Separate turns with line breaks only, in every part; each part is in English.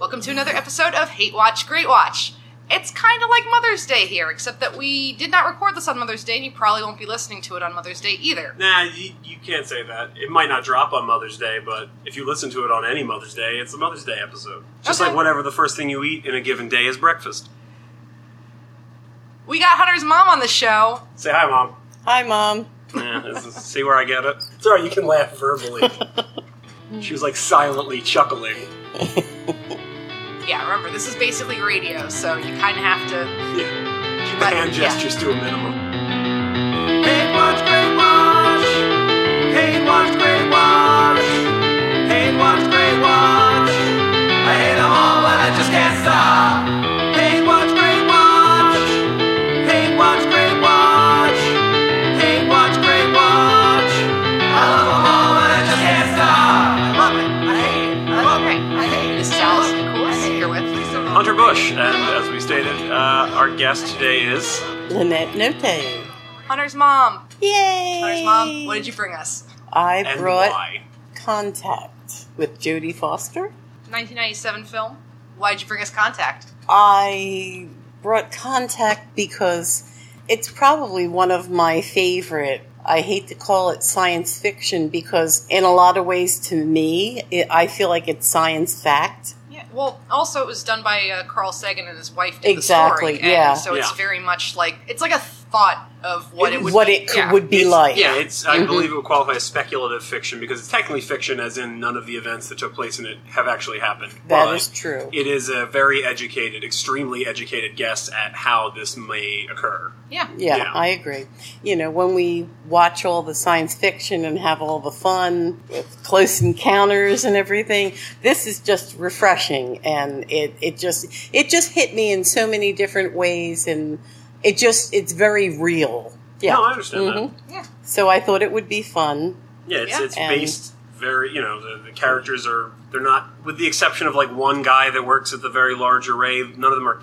welcome to another episode of Hate Watch, Great Watch. It's kind of like Mother's Day here, except that we did not record this on Mother's Day, and you probably won't be listening to it on Mother's Day either.
Nah, you, you can't say that. It might not drop on Mother's Day, but if you listen to it on any Mother's Day, it's a Mother's Day episode. Just
Okay.
like whatever the first thing you eat in a given day is breakfast.
We got Hunter's mom on the show.
Say hi, mom.
Hi, Mom.
Yeah, this is- see where I get it? Sorry, you can laugh verbally. she was like silently chuckling.
Yeah, remember, this is basically radio, so you kind of have to.
Yeah. Keep the
But-
hand
yeah.
gestures to a minimum. Hate watch, great watch. Hate watch, great watch. Hate watch, great watch. I hate them all, but I just can't stop. Hate watch, great watch. Hate watch, great watch. Hate watch, great watch. I love them all, but I just can't stop. I love it. I hate it. I love it. I hate it.
This is Allison Nicholas here with.
Hunter Bush, and as we stated, uh, our guest today is
Lynette Note.
Hunter's mom.
Yay!
Hunter's mom, what did you bring us?
I
and
brought
why.
Contact with Jodie Foster.
1997 film. Why'd you bring us Contact?
I brought Contact because it's probably one of my favorite. I hate to call it science fiction because, in a lot of ways, to me, it, I feel like it's science fact.
Yeah. Well, also it was done by uh, Carl Sagan and his wife. Did
Exactly,
The story,
yeah.
And so it's
Yeah.
very much like it's like a thought of what it, would
what
be.
it could,
yeah.
would be
It's-
like.
Yeah, it's.
Mm-hmm.
I believe it would qualify as speculative fiction because it's technically fiction, as in none of the events that took place in it have actually happened.
That
But
is true.
It is a very educated, extremely educated guess at how this may occur.
Yeah.
Yeah,
Yeah.
I agree. You know, when we watch all the science fiction and have all the fun with close encounters and everything, this is just refreshing and it, it just it just hit me in so many different ways and it just it's very real. Yeah.
No, I understand that.
Yeah.
so I thought it would be fun.
Yeah, it's,
Yeah.
it's
And-
based very. You know, the, the characters are. They're not, with the exception of like one guy that works at the very large array. None of them are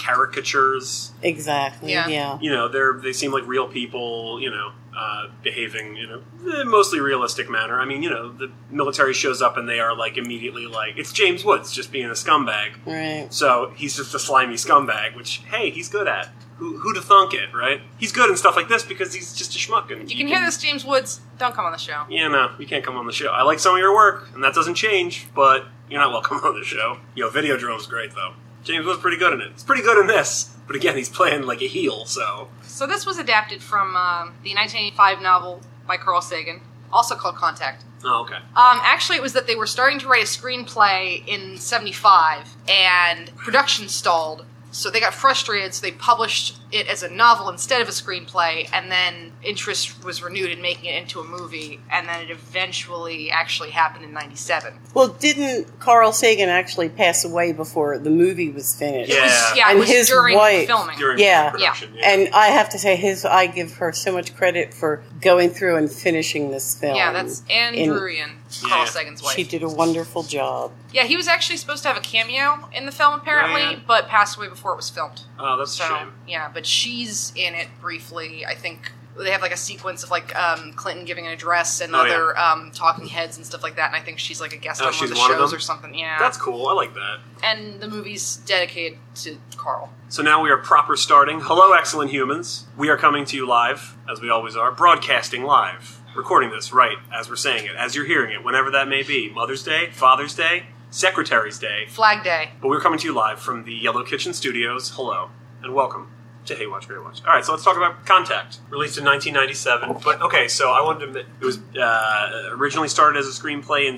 caricatures.
Exactly.
Yeah.
Yeah.
You know, they're they seem like real people. You know, uh, behaving in a eh, mostly realistic manner. I mean, you know, the military shows up and they are like immediately like it's James Woods just being a scumbag.
Right.
So he's just a slimy scumbag, which hey, he's good at. Who who to thunk it, right? He's good in stuff like this because he's just a schmuck. And
You can hear this, James Woods. Don't come on the show.
Yeah, no, you can't come on the show. I like some of your work, and that doesn't change. But you're not welcome on the show. Yo, video drone's great though. James was pretty good in it. He's pretty good in this, but again, he's playing like a heel, so
So this was adapted from um, the 1985 novel by Carl Sagan, also called Contact.
oh, okay.
Um, actually, it was that they were starting to write a screenplay in '75, and production stalled. So they got frustrated, so they published it as a novel instead of a screenplay, and then interest was renewed in making it into a movie, and then it eventually actually happened in '97.
Well, didn't Carl Sagan actually pass away before the movie was finished?
Yeah.
yeah, it
And
was
his
during
wife-
filming.
Uh, During
Yeah.
production, yeah.
And I have to say, his I give her so much credit for going through and finishing this film.
yeah, that's Anne
In-
Druyan, Carl
Yeah.
Sagan's wife.
She did a wonderful job.
Yeah, he was actually supposed to have a cameo in the film, apparently,
Yeah.
but passed away before it was filmed.
oh, that's
So
a shame.
yeah, but she's in it briefly. I think they have like a sequence of like um, Clinton giving an address and
Oh, yeah.
other um, talking heads and stuff like that. And I think she's like a guest
Oh,
on one of
she's
the
one of
shows
them?
or something. Yeah,
That's cool. I like that.
and the movie's dedicated to Carl.
So now we are proper starting. Hello, excellent humans. We are coming to you live, as we always are, broadcasting live. Recording this right as we're saying it, as you're hearing it, whenever that may be. Mother's Day, Father's Day, Secretary's Day.
Flag Day.
But we're coming to you live from the Yellow Kitchen Studios. Hello, and welcome to Hey Watch, Great Watch. All right, so let's talk about Contact, released in 1997. But okay, so I wanted to admit, it was uh, originally started as a screenplay in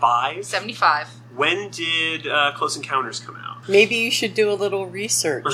75.
Seventy-five.
When did uh, Close Encounters come out?
Maybe you should do a little research.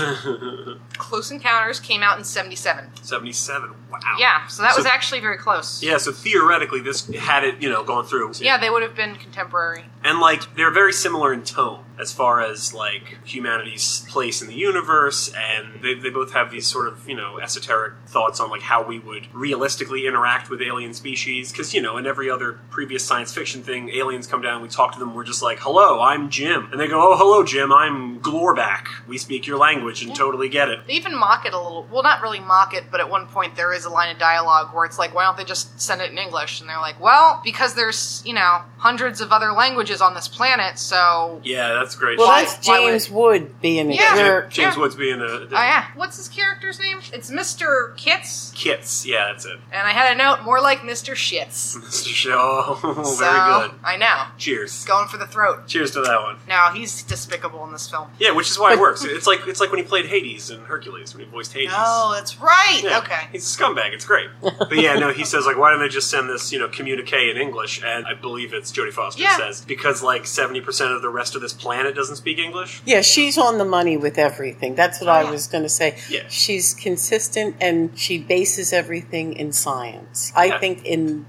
Close Encounters came out in seventy-seven.
77. Wow.
Yeah, so that was
So-
actually very close.
Yeah, so theoretically, this had it, you know, gone through.
Yeah, they would have been contemporary.
And, like, they're very similar in tone as far as, like, humanity's place in the universe, and they, they both have these sort of, you know, esoteric thoughts on, like, how we would realistically interact with alien species. Because, you know, in every other previous science fiction thing, aliens come down, we talk to them, we're just like, hello, I'm Jim. And they go, oh, hello, Jim, I'm Glorback. We speak your language and totally get it.
They even mock it a little. Well, not really mock it, but at one point there is a line of dialogue where it's like, why don't they just send it in English? And they're like, well, because there's, you know, hundreds of other languages languages on this planet, so
Yeah, that's great.
Well,
Why-
that's
why would-
James Wood being a
Yeah.
James,
jerk.
James
yeah.
Woods being a
Oh yeah. What's his character's name? It's Mr. Kits.
kits. Yeah, that's it.
And I had a note more like Mr. Shits.
Mr. Shaw, Oh, very
So,
good.
I know.
Cheers.
Going for the throat.
Cheers to that one.
No, he's despicable in this film.
Yeah, which is why it
But-
works. It's like it's like when he played Hades in Hercules when he voiced Hades.
No, that's right.
Yeah,
Oh, Okay.
He's a scumbag. It's great. But yeah, no, he says like, why don't they just send this, you know, communique in English? And I believe it's Jodie Foster
Yeah.
says because like seventy percent of the rest of this planet doesn't speak English.
Yeah, she's on the money with everything. That's what
Oh,
I
yeah.
was going to say.
Yeah.
She's consistent and she bases everything in science. I
Yeah.
think in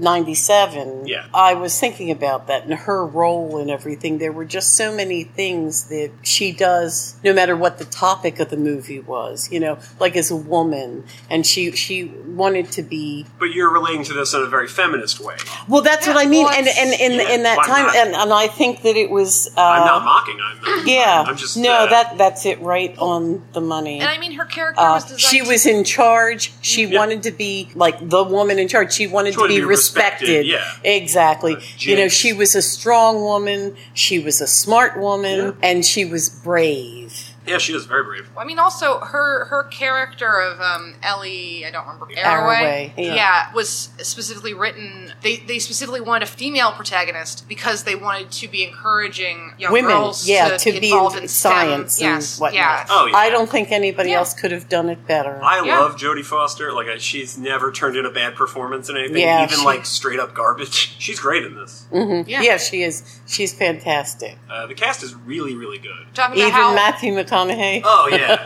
1997,
Yeah.
I was thinking about that and her role and everything. There were just so many things that she does, no matter what the topic of the movie was, you know, like as a woman. And she, she wanted to be
But you're relating to this in a very feminist way.
Well, that's
Yeah,
what I mean,
well,
and
it's-
and in
Yeah,
in that
why
time,
not?
and, and I think that it was. Uh,
I'm not mocking. I'm not,
yeah,
I'm just
no.
uh,
that that's it, right on the money.
And I mean, her character
Uh,
was designed.
she was in charge. She
Yeah.
wanted to be like the woman in charge. She wanted,
She wanted
to be,
to be
respected.
respected, yeah.
exactly.
Uh,
you know,
Jinx.
she was a strong woman. She was a smart woman,
Yeah.
and she was brave.
yeah, she is very brave.
I mean, also her her character of um, Ellie, I don't remember
Arroway,
Arroway,
yeah.
was specifically written. They they specifically wanted a female protagonist because they wanted to be encouraging young
Women,
girls
yeah,
to,
to
get
be
involved
in
in STEM.
science and
yes,
whatnot.
yeah.
Oh yeah.
I don't think anybody
Yeah.
else could have done it better.
I
Yeah.
love Jodie Foster. Like I, she's never turned in a bad performance in anything,
Yeah,
even
she-
like straight up garbage. She's great in this.
yeah.
yeah, she is. She's fantastic.
Uh, the cast is really, really good.
Talking about
Even
how
Matthew McConaughey.
Oh yeah,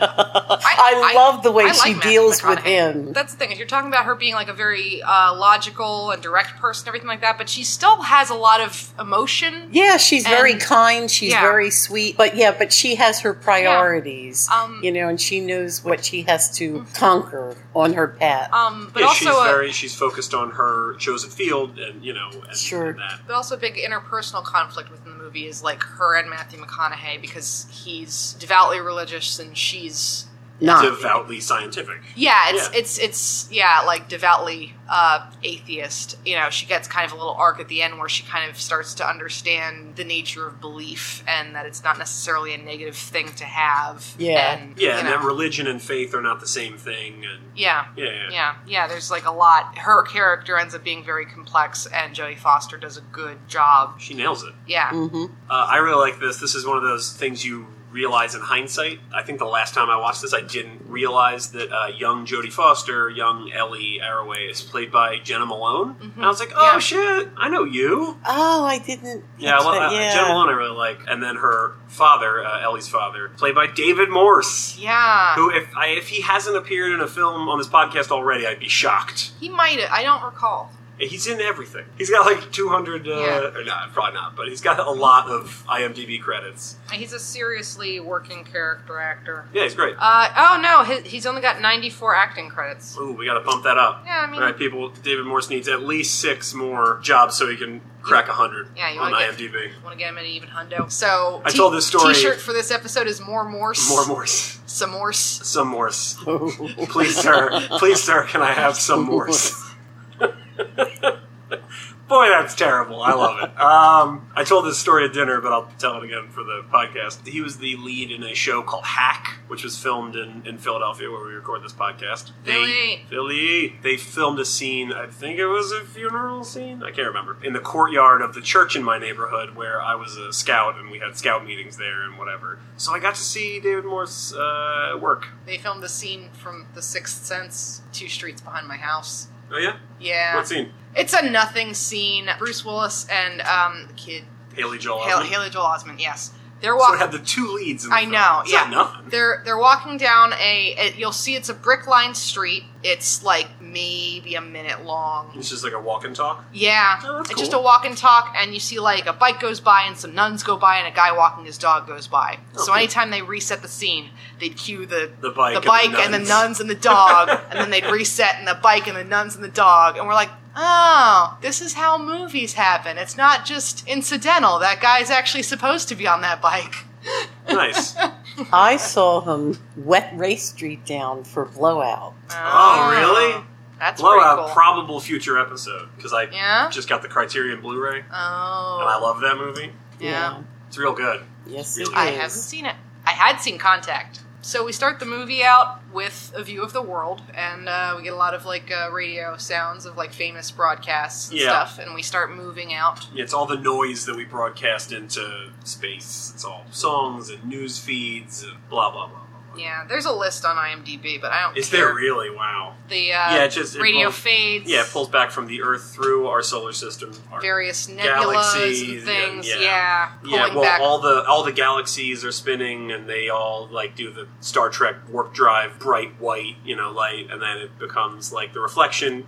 I love the way
I
she
Matthew
deals with
McConaughey.
him.
That's the thing. If you're talking about her being like a very uh, logical and direct person, and everything like that, but she still has a lot of emotion.
Yeah, she's very
And-
kind. She's
yeah.
very sweet. But yeah, but she has her priorities,
Um, Mm-hmm.
you know, and she knows what she has to conquer on her path.
Um, but
Yeah,
also
she's
a,
very she's focused on her chosen field, and you know, and,
Sure.
and that.
but also a big interpersonal conflict within the movie is like her and Matthew McConaughey because he's devoutly religious and she's
Not.
devoutly scientific.
yeah it's
Yeah.
it's it's yeah like devoutly uh, atheist you know she gets kind of a little arc at the end where she kind of starts to understand the nature of belief and that it's not necessarily a negative thing to have
Yeah.
and,
Yeah,
you
and
know,
that religion and faith are not the same thing. And
yeah
yeah, yeah.
yeah, yeah. There's like a lot. Her character ends up being very complex, and Jodie Foster does a good job.
she nails it.
Yeah,
hmm
Uh, I really like this. This is one of those things you realize in hindsight. I think the last time I watched this, I didn't realize that uh, young Jodie Foster, young Ellie Arroway, is played by Jenna Malone. And I was like,
Mm-hmm.
oh
Yeah.
shit, I know you.
Oh, I didn't.
Yeah,
catch
well,
that.
uh, Jenna Malone I really like. And then her father, uh, Ellie's father, played by David Morse.
yeah.
Who, if I, if he hasn't appeared in a film on this podcast already, I'd be shocked.
He might. I don't recall.
He's in everything. He's got like 200, uh,
Yeah.
or not, probably not, but he's got a lot of IMDb credits.
He's a seriously working character actor.
Yeah, he's great.
Uh, oh no, his, he's only got 94 acting credits.
Ooh, we got to bump that up.
Yeah, I mean-
All right, people. David Morse needs at least six more jobs so he can crack a hundred
Yeah, you
on
wanna get-
IMDb.
Want to get him an even hundo? So
I told this story-
T-shirt for this episode is more Morse.
More Morse,
Some Morse.
some Morse. Please, sir. Please, sir. Can I have some Morse? Boy, that's terrible. I love it. Um, I told this story at dinner, but I'll tell it again for the podcast. He was the lead in a show called Hack, which was filmed in, in Philadelphia, where we record this podcast. They,
Philly.
Philly. They filmed a scene. I think it was a funeral scene. I can't remember. In the courtyard of the church in my neighborhood, where I was a scout, and we had scout meetings there and whatever. So I got to see David Morse uh, work.
They filmed the scene from The Sixth Sense, two streets behind my house.
Oh yeah.
Yeah,
What scene?
it's a nothing scene. Bruce Willis and um, the kid
Haley Joel.
Hal-
Osment.
Haley Joel Osment. Yes, they're
So it
walking.
had the two leads. In the
I
film.
know,
It's not
yeah.
nothing.
They're they're walking down a. It, you'll see it's a brick lined street. It's like maybe a minute long.
It's just like a walk and talk.
Yeah,
Oh, that's
it's just a
cool.
walk and talk, and you see like a bike goes by, and some nuns go by, and a guy walking his dog goes by. So
Okay.
anytime they reset the scene, they'd cue the
The Oh, bike
the
and the
bike, and the
nuns.
nuns and the dog, and then they'd reset, and the bike and the nuns and the dog, and we're like. Oh, this is how movies happen. It's not just incidental. That guy's actually supposed to be on that bike.
Nice. oh,
I saw him wet race street down for blowout.
Oh, really?
Oh. That's
Blowout,
pretty cool.
probable future episode because I
Yeah?
just got the Criterion Blu-ray and
oh.
I love that movie.
Yeah.
It's real good.
Yes, it
I
is.
haven't seen it. I had seen Contact. So we start the movie out with a view of the world, and uh, we get a lot of like uh, radio sounds of like famous broadcasts and
Yeah.
stuff, and we start moving out.
It's all the noise that we broadcast into space. It's all songs and news feeds and blah blah blah. blah, blah.
Yeah, there's a list on IMDb, but I don't.
Is
care.
there really? Wow.
The uh,
Yeah, it just- it
radio
pulls-
fades.
Yeah, it pulls back from the Earth through our solar system. Our,
various nebulas and
Galaxies,
things.
yeah,
Yeah,
yeah.
pulling
yeah, well,
back.
all the all the galaxies are spinning, and they all like do the Star Trek warp drive, bright white, you know, light, and then it becomes like the reflection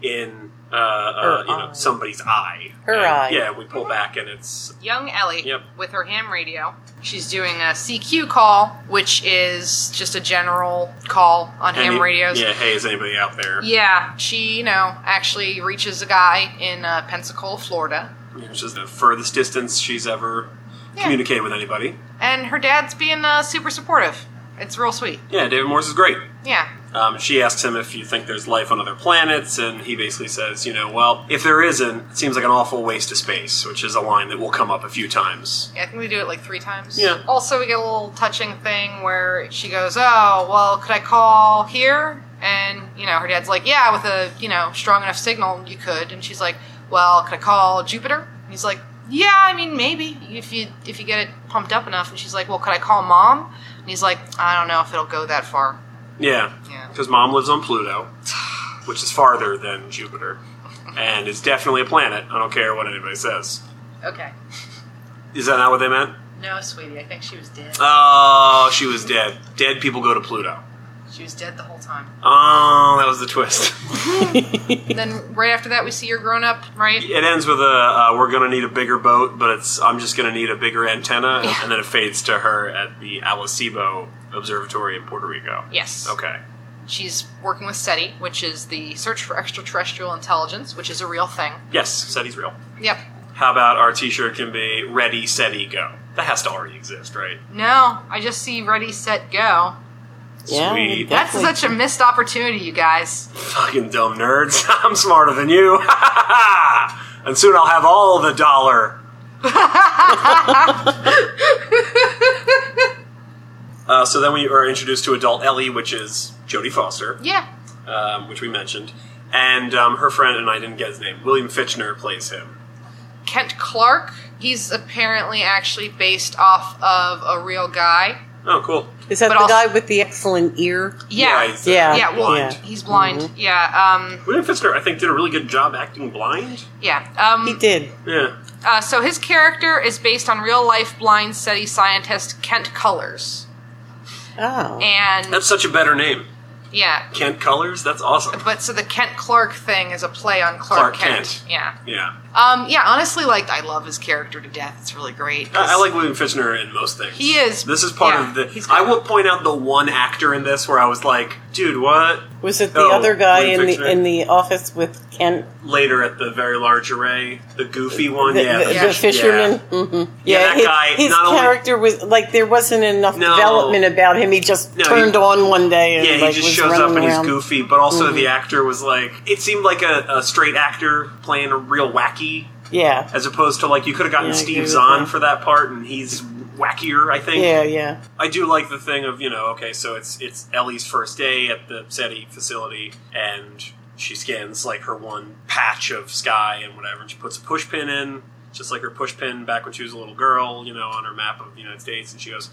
in uh, uh,
Her
you know
eye.
somebody's eye.
Her
And,
eye.
Yeah, we pull back, and it's
Young Ellie
Yep.
with her ham radio. She's doing a CQ call, which is just a general call on ham
any-
radios.
Yeah, hey, is anybody out there?
Yeah, she, you know, actually reaches a guy in uh, Pensacola, Florida.
which is the furthest distance she's ever
Yeah.
communicated with anybody.
And her dad's being uh, super supportive. It's real sweet.
Yeah, David Morse is great.
Yeah.
Um, she asks him if you think there's life on other planets, and he basically says, you know, well, if there isn't, it seems like an awful waste of space, which is a line that will come up a few times.
Yeah, I think we do it like three times.
Yeah.
Also, we get a little touching thing where she goes, "Oh, well, could I call here?" And you know, her dad's like, "Yeah, with a you know strong enough signal, you could." And she's like, "Well, could I call Jupiter?" And he's like, "Yeah, I mean, maybe if you if you get it pumped up enough." And she's like, "Well, could I call Mom?" And he's like, "I don't know if it'll go that far."
Yeah,
Yeah.
because mom lives on Pluto, which is farther than Jupiter, and it's definitely a planet. I don't care what anybody says.
Okay.
Is that not what they meant?
No, sweetie, I think she was dead.
Oh, she was dead. Dead people go to Pluto.
She was dead the whole time.
Oh, that was the twist.
then right after that, we see her grown up, right?
It ends with a uh, "We're gonna need a bigger boat, but it's I'm just gonna need a bigger antenna," and- and then it fades to her at the Arecibo Observatory in Puerto Rico.
Yes.
Okay.
She's working with SETI, which is the Search for Extraterrestrial Intelligence, which is a real thing.
Yes, SETI's real.
Yep.
How about our T-shirt can be "Ready, SETI, Go"? That has to already exist, right?
No, I just see Ready, Set, Go.
Yeah,
Sweet.
That's
definitely.
such a missed opportunity, you guys.
Fucking dumb nerds! I'm smarter than you. and soon I'll have all the dollar. Uh, so then we are introduced to adult Ellie, which is Jodie Foster.
Yeah.
um, which we mentioned, and um, her friend and I didn't get his name. William Fitchner plays him.
Kent Clark, he's apparently actually based off of a real guy.
Oh, cool.
Is that
but
the
also-
guy with the excellent ear?
Yeah.
he's, uh,
Yeah. Mm-hmm.
yeah, well,
blind.
he's blind. Yeah, um,
William Fitchner, I think, did a really good job acting blind.
yeah. Um,
He did.
Yeah.
Uh, so his character is based on real life blind SETI scientist Kent Colors.
Oh,
And
That's such a better name.
yeah.
Kent Colors? That's awesome.
But so the Kent Clark thing is a play on Clark,
Clark Kent.
Yeah.
Yeah.
Um, yeah, honestly, like I love his character to death. It's really great.
I, I like William Fitchner in most things.
He is-
This is part
yeah,
of the.
he's good.
I will point out the one actor in this where I was like, dude, what?
was it the
Oh,
other guy
William
in the
Fichtner.
in the office with Kent,
Later at the very large array, the goofy one,
the,
yeah,
the, the
fish-
fisherman?
yeah.
Mm-hmm.
Yeah, that
his,
guy,
his
not only-
character was like there wasn't enough
No.
development about him. He just
No, he-
turned on one day and
Yeah, he
like,
just
was
shows up
running
and he's
around. Mm-hmm.
goofy, but also the actor was like, it seemed like a, a straight actor playing a real wacky,
Yeah,
as opposed to like you could have gotten
Yeah, I agree
Steve
with
Zahn
that.
for that part, and he's wackier. I think.
yeah, yeah.
I do like the thing of you know, okay, so it's it's Ellie's first day at the SETI facility, and she scans like her one patch of sky and whatever, and she puts a push pin in, just like her push pin back when she was a little girl, you know, on her map of the United States, and she goes.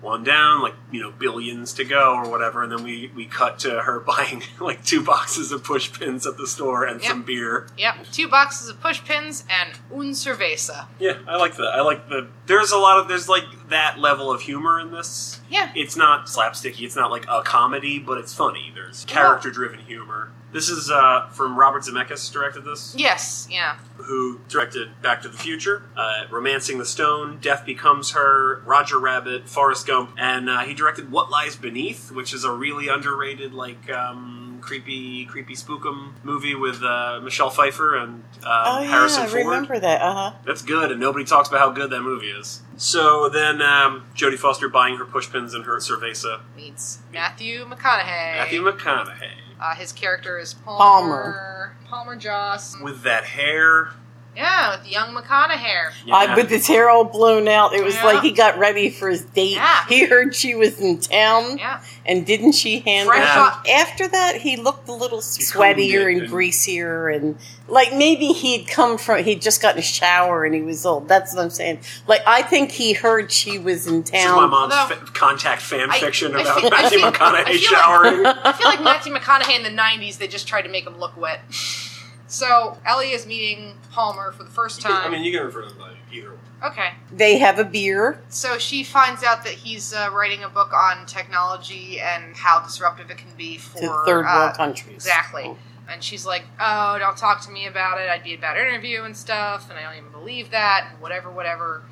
One down, like you know, billions to go or whatever, and then we we cut to her buying like two boxes of push pins at the store and
Yep.
some beer.
Yep, two boxes of push pins and un cerveza.
Yeah, I like that. I like the. There's a lot of there's like that level of humor in this.
Yeah.
it's not slapsticky. It's not like a comedy, but it's funny. There's character driven humor. This is uh, from Robert Zemeckis directed this,
Yes, yeah.
who directed Back to the Future, uh, Romancing the Stone, Death Becomes Her, Roger Rabbit, Forrest Gump, and uh, he directed What Lies Beneath, which is a really underrated like. Um, Creepy, creepy spookum movie with uh, Michelle Pfeiffer and um,
Oh yeah,
Harrison
I
Ford.
remember that. Uh huh.
That's good, and nobody talks about how good that movie is. So then um, Jodie Foster buying her pushpins and her cerveza.
Meets Matthew McConaughey.
Matthew McConaughey.
Uh, his character is Palmer.
Palmer.
Palmer Joss.
with that hair.
yeah, with young McConaughey.
I, with his hair all blown out, it was
Yeah.
like he got ready for his date.
Yeah.
He heard she was in town,
Yeah.
and didn't she hand
Fresh
him?
off-
After that, he looked a little
He
sweatier
combed it
and,
and-
greasier, and like maybe he'd come from he'd just gotten a shower and he was old. That's what I'm saying. Like I think he heard she was in
This is my
town.
mom's
No.
fa- contact fan
I-
fiction
I
about
feel- I
Matthew
feel-
McConaughey
I feel like-
showering.
I feel like Matthew McConaughey in the 90s, they just tried to make him look wet. So Ellie is meeting Palmer for the first time.
I mean, you can refer to them by either one.
okay.
They have a beer.
So she finds out that he's uh, writing a book on technology and how disruptive it can be for
to third
uh,
world countries.
Exactly. And she's like, "Oh, don't talk to me about it. I'd be a bad interview and stuff, and I don't even believe that, and whatever, whatever."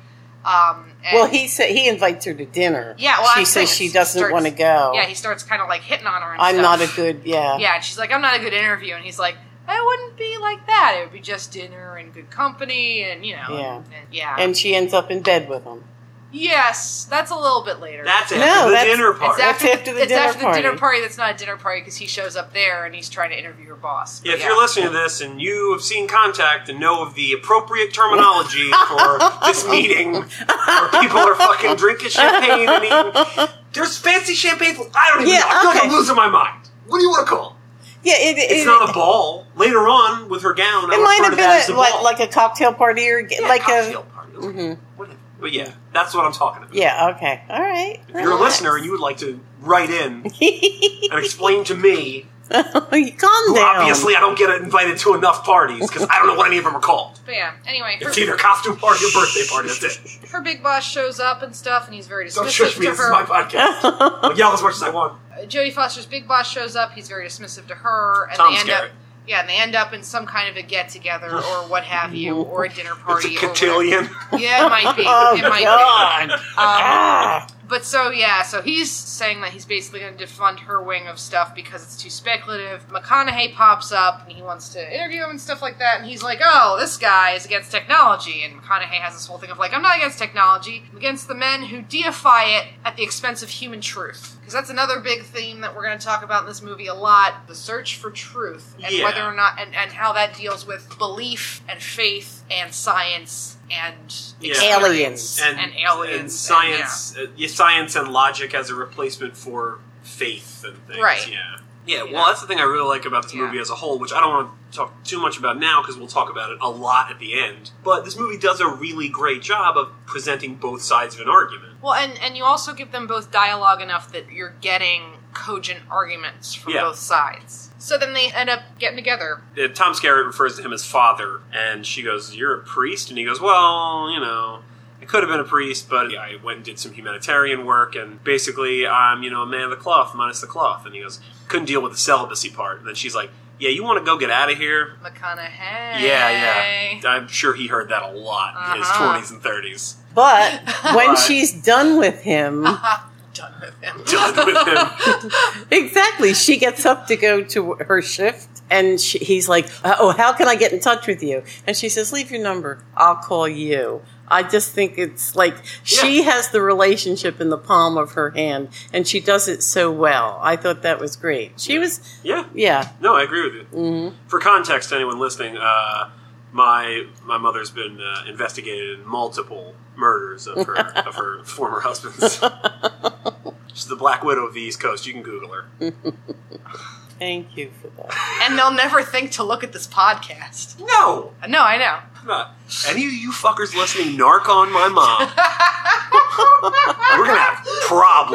Um, and
Well, he said he invites her to dinner.
Yeah, well,
she
I'm saying
says she
it's-
doesn't
starts-
want to go.
yeah, he starts kind of like hitting on her. And
I'm
stuff.
not a good yeah.
yeah. And she's like, "I'm not a good interview," and he's like, "I wouldn't be like that. It would be just dinner and good company, and you know,
Yeah.
and, and- yeah,
And she ends up in bed with him.
yes, that's a little bit later.
That's after
No,
the
that's-
dinner
it's
party.
That's
after,
after the
it's
dinner
after the dinner
party.
party. That's not a dinner party because he shows up there and he's trying to interview her boss. But
If
yeah.
you're listening to this and you have seen Contact and know of the appropriate terminology for this meeting, where people are fucking drinking champagne and eating, there's fancy champagne. I don't even
Yeah,
know. I feel like I'm
okay.
losing my mind. What do you want to call? it?
Yeah, it, it,
It's
it,
not a ball. Later on, with her gown, I
it might
refer
have
to that as
been
the
a, like
ball.
like a cocktail party or
Yeah,
like
cocktail
a
party. Whatever. But yeah, that's what I'm talking about.
yeah. Okay, all right.
If you're a listener and you would like to write in and explain to me,
you calm
who
down.
obviously I don't get invited to enough parties because I don't know what any of them are called.
But yeah. Anyway, her-
It's either costume party or birthday party. That's it.
her big boss shows up and stuff, and he's very dismissive
Don't shush me.
to
This is my
her.
podcast. I'll yell as much as I want.
Uh, Jodie Foster's big boss shows up. He's very dismissive to her, and
Tom's
they end
Garrett.
up yeah, and they end up in some kind of a get together or what have you, or a dinner
It's
party.
a
or whatever.
cotillion.
Yeah, it might be.
oh
it might
God!
be. Um,
ah,
but so yeah, so he's saying that he's basically going to defund her wing of stuff because it's too speculative. McConaughey pops up and he wants to interview him and stuff like that, and he's like, "Oh, this guy is against technology." And McConaughey has this whole thing of like, "I'm not against technology. I'm against the men who deify it at the expense of human truth." Because that's another big theme that we're going to talk about in this movie a lot: the search for truth and
Yeah.
whether or not and, and how that deals with belief and faith and science and
Yeah.
experience
Aliens.
and, aliens
and
and, yeah.
science, uh, yeah, science and logic as a replacement for faith and things.
Right.
Yeah.
Yeah.
Yeah, well, that's the thing I really like about this
Yeah.
movie as a whole, which I don't want to talk too much about now because we'll talk about it a lot at the end. But this movie does a really great job of presenting both sides of an argument.
Well, and and you also give them both dialogue enough that you're getting cogent arguments from
Yeah.
both sides. So then they end up getting together.
Uh, Tom Skerritt refers to him as father, and she goes, "You're a priest," and he goes, "Well, you know." I could have been a priest, but I went and did some humanitarian work, and basically, I'm you know a man of the cloth minus the cloth. And he goes, couldn't deal with the celibacy part. And then she's like, "Yeah, you want to go get out of here?
McConaughey.
Yeah, yeah. I'm sure he heard that a lot in his
Uh-huh.
20s and 30s.
but when
But-
she's done with him,
Done with him.
Done with him.
exactly, she gets up to go to her shift. And she, he's like, "Oh, how can I get in touch with you?" And she says, "Leave your number. I'll call you." I just think it's like she has the relationship in the palm of her hand, and she does it so well. I thought that was great. She was,
Yeah.
yeah,
No, I agree with you. For context, to anyone listening, uh, my my mother's been uh, investigated in multiple murders of her of her former husbands. She's the Black Widow of the East Coast. You can Google her.
Thank you for that.
And they'll never think to look at this podcast.
No,
No, I know.
I'm not. Any of you fuckers listening, narc on my mom. We're gonna have problems.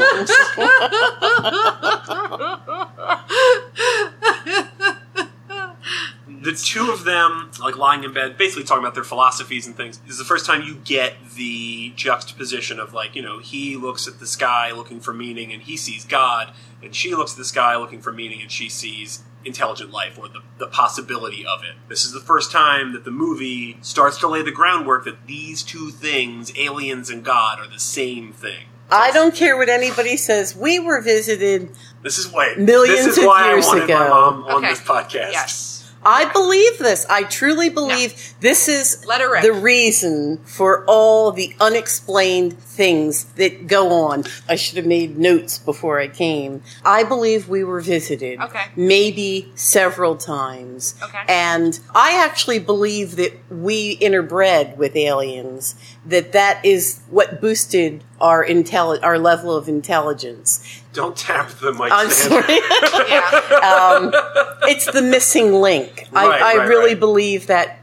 the two of them like lying in bed basically talking about their philosophies and things is the first time you get the juxtaposition of like you know he looks at the sky looking for meaning and he sees god and she looks at the sky looking for meaning and she sees intelligent life or the, the possibility of it this is the first time that the movie starts to lay the groundwork that these two things aliens and god are the same thing
I don't care what anybody says. We were visited.
this is why
Millions
this is
of
why
years
I wanted my
ago.
mom on
Okay.
this podcast
Yes.
I believe this. I truly believe this is
Let her rip.
the reason for all the unexplained things that go on. I should have made notes before I came. I believe we were visited.
Okay.
Maybe several times.
Okay.
And I actually believe that we interbred with aliens, that that is what boosted our intelli- our level of intelligence.
Don't tap the mic
I'm
stand.
sorry.
yeah.
it's the missing link.
Right,
I, I
right,
really
right.
believe that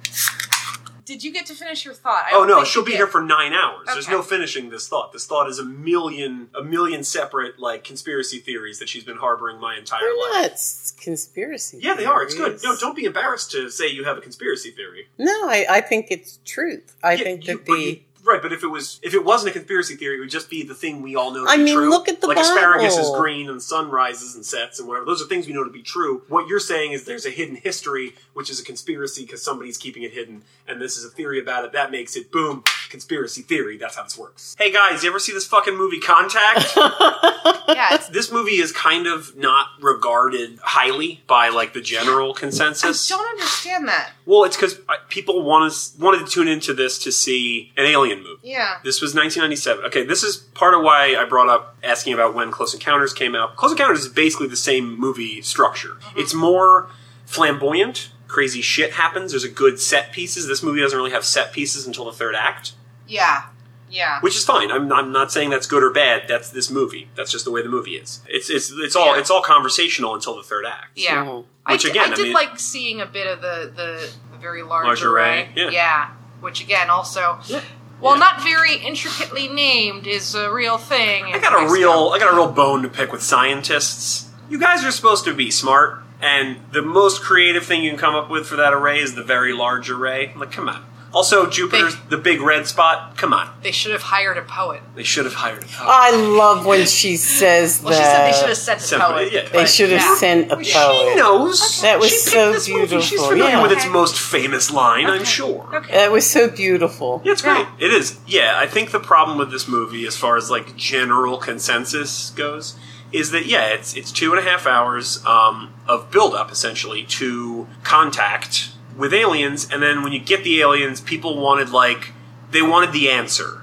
Did you get to finish your thought? I
Oh
don't
no,
think
she'll
you
be
did.
here for nine hours. There's
Okay.
no finishing this thought. This thought is a million, a million separate like conspiracy theories that she's been harboring my entire
They're
life.
not s- conspiracy.
Yeah, they are. It's good.
theories.
No, don't be embarrassed to say you have a conspiracy theory.
No, I, I think it's truth. I
Yeah,
think
you-
that
but
the
you- right, but if it was, if it wasn't a conspiracy theory, it would just be the thing we all know. To
I
be
mean,
true.
look at the
like asparagus is
Bible.
green and sun rises and sets and whatever. Those are things we know to be true. What you're saying is there's a hidden history, which is a conspiracy because somebody's keeping it hidden, and this is a theory about it that makes it boom conspiracy theory. That's how this works. Hey guys, you ever see this fucking movie Contact?
Yeah, it's,
this movie is kind of not regarded highly by like the general consensus.
I don't understand that.
Well, it's because people want us wanted to tune into this to see an alien movie.
Yeah.
This was 1997. Okay, this is part of why I brought up asking about when Close Encounters came out. Close Encounters is basically the same movie structure.
Mm-hmm.
It's more flamboyant. Crazy shit happens. There's a good set pieces. This movie doesn't really have set pieces until the third act,
Yeah. Yeah.
which is fine. I'm, I'm not saying that's good or bad. That's this movie. That's just the way the movie is. It's it's it's all
Yeah.
it's all conversational until the third act.
yeah.
Mhm.
I
Which
d-
again,
I
I
did
mean-
like seeing a bit of the, the, the very large,
Large array, yeah.
Which again, also,
Yeah.
while
Yeah.
not very intricately named, is a real thing.
I got a real I got a real bone to pick with scientists. You guys are supposed to be smart, and the most creative thing you can come up with for that array is the very large array. I'm like, come on. Also, Jupiter's
They-
the big red spot. Come on.
They should have hired a poet.
They should have hired a poet.
I love when she says
Well, she said
that
they should have sent a
Sent-
poet.
yeah.
they
but
should have
yeah.
sent a
she
poet.
knows.
That was
she picked
so
this movie. She's
beautiful,
familiar
yeah.
with its
Okay.
most famous line, I'm
Okay.
sure.
Okay.
That was so beautiful.
Yeah, it's
Yeah.
great. It is. Yeah, I think the problem with this movie, as far as like general consensus goes, is that yeah, it's it's two and a half hours um, of build up essentially to contact with aliens, and then when you get the aliens, people wanted like they wanted the answer.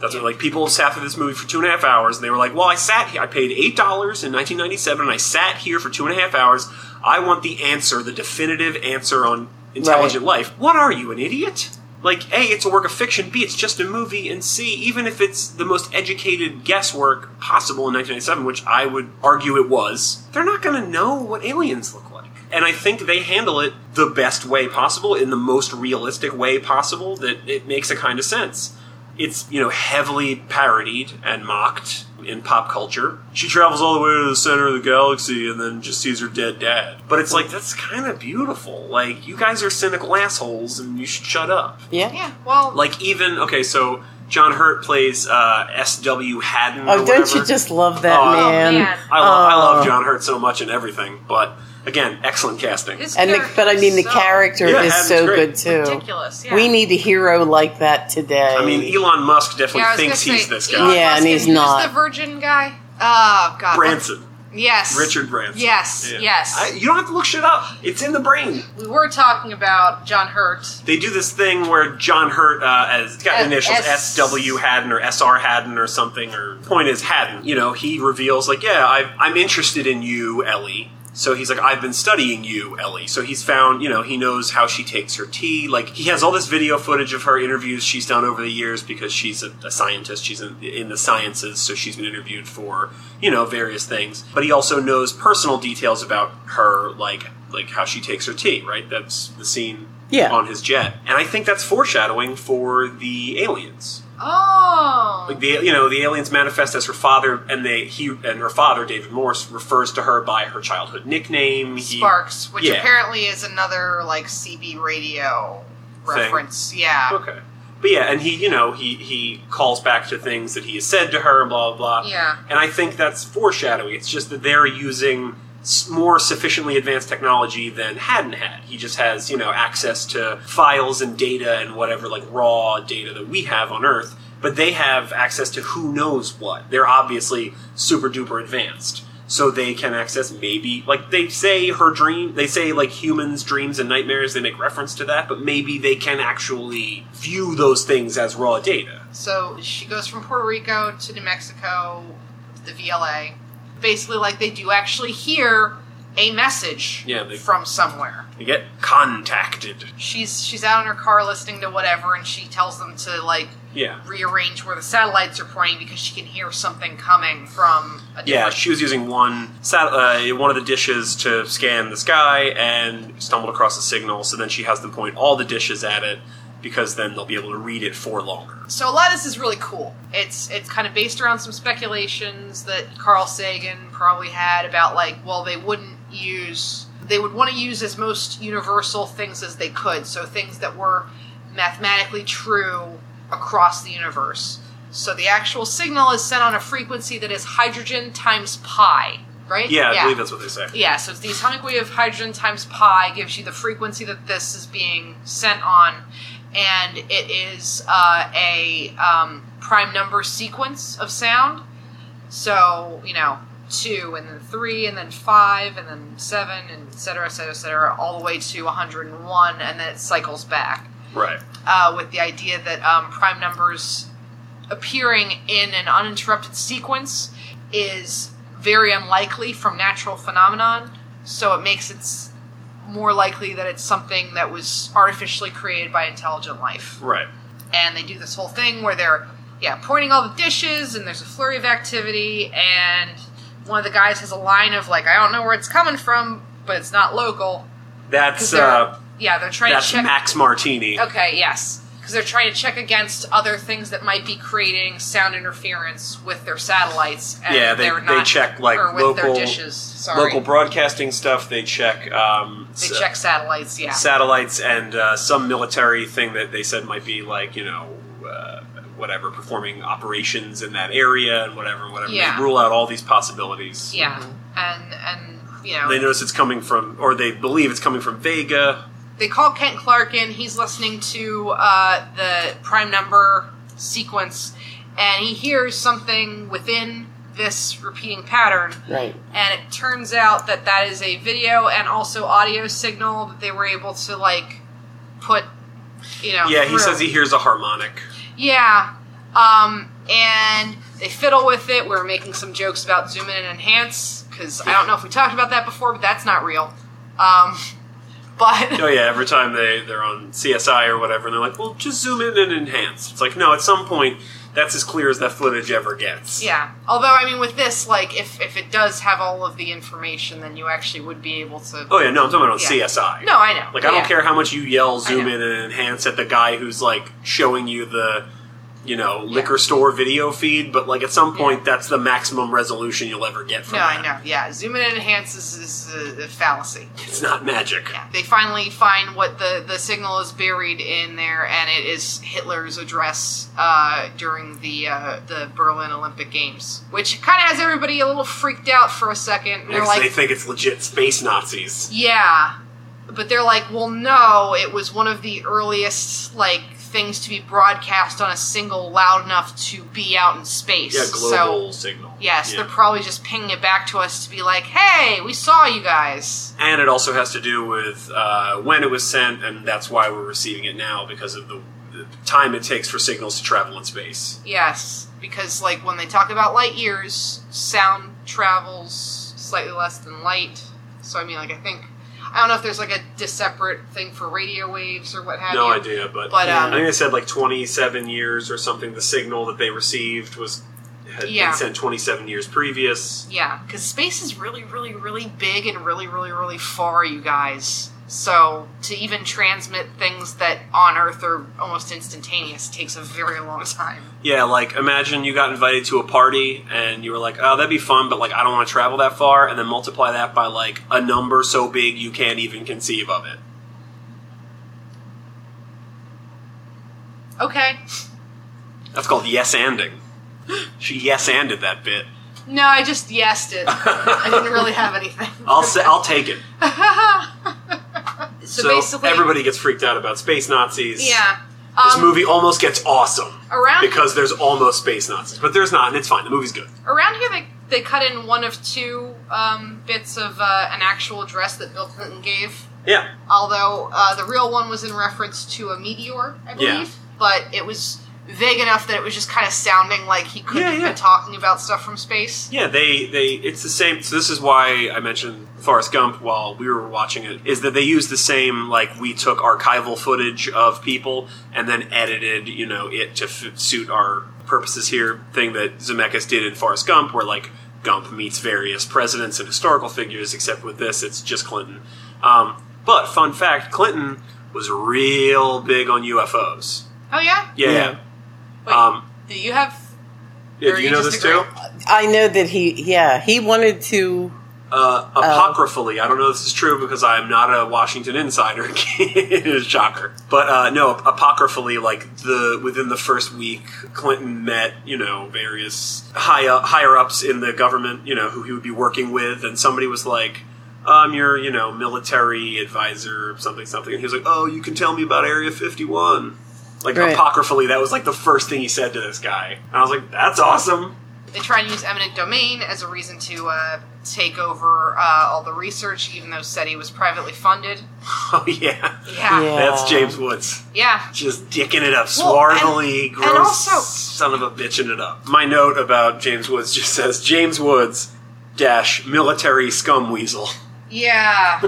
That's what, like people sat through this movie for two and a half hours, and they were like, "Well, I sat here. I paid eight dollars in 1997, and I sat here for two and a half hours. I want the answer, the definitive answer on intelligent life. What are you, an idiot? Like, a, it's a work of fiction. B, it's just a movie. And C, even if it's the most educated guesswork possible in 1997, which I would argue it was, they're not going to know what aliens look like. And I think they handle it the best way possible, in the most realistic way possible. That it makes a kind of sense. It's, you know, heavily parodied and mocked in pop culture. She travels all the way to the center of the galaxy and then just sees her dead dad. But it's like, that's kind of beautiful. Like, you guys are cynical assholes and you should shut up.
Yeah.
Yeah. Well,
Like, even, okay, so John Hurt plays uh, S.W. Haddon. or
Oh, don't you
whatever.
just love that
Oh,
oh,
man?
man.
I, lo- I
Oh.
love John Hurt so much and everything, but again, excellent casting.
His
And the,
character
but I
is
mean, the
so
character
Yeah,
is
Haddon's
so
great.
good too.
Ridiculous. Yeah.
We need a hero like that today.
I mean, Elon Musk definitely
Yeah, I was
thinks
gonna
he's
say,
this
Elon
guy.
Yeah,
Musk
and
is-
he's
who's
not.
the Virgin guy. Oh God.
Branson.
Yes.
Richard Branson.
Yes.
Yeah.
Yes.
I, you don't have to look shit up. It's in the brain.
we were talking about John Hurt.
they do this thing where John Hurt uh, as it's got
Uh,
initials
S-
S W Haddon or S R Haddon or something. Or point is Haddon. You know, he reveals like, yeah, I've, I'm interested in you, Ellie. So he's like, I've been studying you, Ellie. So he's found, you know, he knows how she takes her tea. Like he has all this video footage of her interviews she's done over the years because she's a, a scientist. She's in, in the sciences, so she's been interviewed for, you know, various things. But he also knows personal details about her, like like how she takes her tea. Right? That's the scene
Yeah.
on his jet. And I think that's foreshadowing for the aliens.
Oh.
Like the you know the aliens manifest as her father, and they he and her father David Morse refers to her by her childhood nickname. He-
Sparks, which
yeah.
apparently is another like CB radio
Thing.
reference. Yeah.
Okay. But yeah, and he, you know, he he calls back to things that he has said to her and blah blah blah.
Yeah.
And I think that's foreshadowing. It's just that they're using s- more sufficiently advanced technology than Haddon had. He just has, you know, access to files and data and whatever like raw data that we have on Earth, but they have access to who knows what. They're obviously super duper advanced. so they can access maybe like they say her dream they say like humans dreams and nightmares they make reference to that but maybe they can actually view those things as raw data
So she goes from Puerto Rico to New Mexico, the VLA. Basically, like they do actually hear a message
Yeah, they-
from somewhere.
they get contacted
She's she's out in her car listening to whatever, and she tells them to like
yeah
rearrange where the satellites are pointing because she can hear something coming from a different.
yeah she was using one sat- uh, one of the dishes to scan the sky and stumbled across a signal so then she has them point all the dishes at it because then they'll be able to read it for longer
So a lot of this is really cool. It's it's kind of based around some speculations that Carl Sagan probably had about like, well, they wouldn't use they would want to use as most universal things as they could, so things that were mathematically true across the universe. So the actual signal is sent on a frequency that is hydrogen times pi, right?
yeah, i believe that's what they say
Yeah, so it's the atomic weight of hydrogen times pi gives you the frequency that this is being sent on, and it is uh, a um, prime number sequence of sound. So you know, two, and then three, and then five, and then seven, and et cetera, et cetera, et cetera, all the way to 101, and then it cycles back
right
uh, with the idea that um, prime numbers appearing in an uninterrupted sequence is very unlikely from natural phenomenon. So it makes it more likely that it's something that was artificially created by intelligent life.
right
And they do this whole thing where they're yeah pointing all the dishes, and there's a flurry of activity, and one of the guys has a line of like, I don't know where it's coming from, but it's not local.
that's
they're-
uh
yeah, they're trying
that's
to check.
max martini
Okay, yes. Because they're trying to check against other things that might be creating sound interference with their satellites. And
Yeah, they-
they're
they
not,
check, like,
or with their
local-
dishes. Sorry,
local broadcasting stuff they check um
they
s-
check satellites. Yeah,
satellites and uh, some military thing that they said might be like you know uh, whatever performing operations in that area and whatever whatever
Yeah.
they rule out all these possibilities
yeah, and and you know
they
they,
notice it's coming from or they believe it's coming from vega
call Kent Clark in. He's listening to uh, the prime number sequence, and he hears something within this repeating pattern.
Right.
and it turns out that that is a video and also audio signal that they were able to like put you know
yeah he
through.
says he hears a harmonic
yeah um and they fiddle with it we were making some jokes about zoom in and enhance because i don't know if we talked about that before but that's not real um but
oh yeah every time they they're on csi or whatever and they're like well just zoom in and enhance it's like no at some point that's as clear as that footage ever gets
yeah although i mean with this like if if it does have all of the information then you actually would be able to
oh yeah no i'm talking about on
Yeah.
csi
no i know
Like I don't
Yeah.
care how much you yell,
I
zoom
know.
in, and enhance at the guy who's like showing you the, you know, liquor store video feed. But like at some point, that's the maximum resolution you'll ever get from
no i
that.
know yeah zoom in and enhance is, is a- a fallacy
It's not magic.
Yeah, they finally find what the, the signal is buried in there, and it is Hitler's address uh, during the uh, the Berlin Olympic Games, which kind of has everybody a little freaked out for a second. They're
Because they
like,
think it's legit space Nazis.
yeah, but they're like, well, no, it was one of the earliest like things to be broadcast on a single loud enough to be out in space.
Yeah,
So
global signal.
yes,
Yeah.
they're probably just pinging it back to us to be like, hey, we saw you guys.
and it also has to do with uh, when it was sent, and that's why we're receiving it now because of the, the time it takes for signals to travel in space.
Yes, because like when they talk about light years, sound travels slightly less than light. So I mean, like I think I don't know if there's like a dis- separate thing for radio waves or what have
no
you.
idea, but,
But, um,
I think they said like 27 years or something. The signal that they received was had
Yeah.
been sent 27 years previous.
Yeah, because space is really, really, really big and really, really, really far, you guys. So to even transmit things that on Earth are almost instantaneous takes a very long time.
Yeah, like imagine you got invited to a party and you were like, "Oh, that'd be fun," but like I don't want to travel that far, and then multiply that by like a number so big you can't even conceive of it.
Okay.
That's called yes anding. She yes anded that bit.
No, I just yesed it. I didn't really have anything.
I'll say, I'll take it.
so, basically,
everybody gets freaked out about space Nazis.
Yeah.
This
Um,
movie almost gets awesome
around
because there's almost space Nazis, but there's not, and it's fine. The movie's good.
around here they they cut in one of two um, bits of uh, an actual address that Bill Clinton gave.
Yeah.
Although uh, the real one was in reference to a meteor, I believe.
Yeah.
But it was vague enough that it was just kind of sounding like he could
Yeah,
have
yeah.
been talking about stuff from space.
Yeah, they they it's the same. So this is why I mentioned Forrest Gump while we were watching it is that they use the same like we took archival footage of people and then edited you know it to f- suit our purposes here. Thing that Zemeckis did in Forrest Gump, where like Gump meets various presidents and historical figures, except with this it's just Clinton. Um, but fun fact, Clinton was real big on UFOs.
Oh yeah.
Yeah.
Yeah.
Wait,
Um,
do you have?
yeah,
Or
do
you
you know
just
this
agree.
too?
I know that he, yeah, he wanted to.
uh, apocryphally. I don't know if this is true because I'm not a Washington insider. Shocker, but uh, no, apocryphally, like the within the first week, Clinton met you know various high up, higher ups in the government, you know who he would be working with, and somebody was like. I'm your, you know, military advisor, something, something. And he was like, "Oh, you can tell me about Area 51." Like
Right.
apocryphally, that was like the first thing he said to this guy. And I was like, "That's awesome."
They try and use eminent domain as a reason to uh, take over uh, all the research, even though SETI was privately funded.
Oh yeah.
Yeah.
Yeah.
that's James Woods.
Yeah.
just dicking it up,
Well,
swarthily,
and-
gross
and also-
son of a bitching it up. My note about James Woods just says James Woods dash military scum weasel.
Yeah.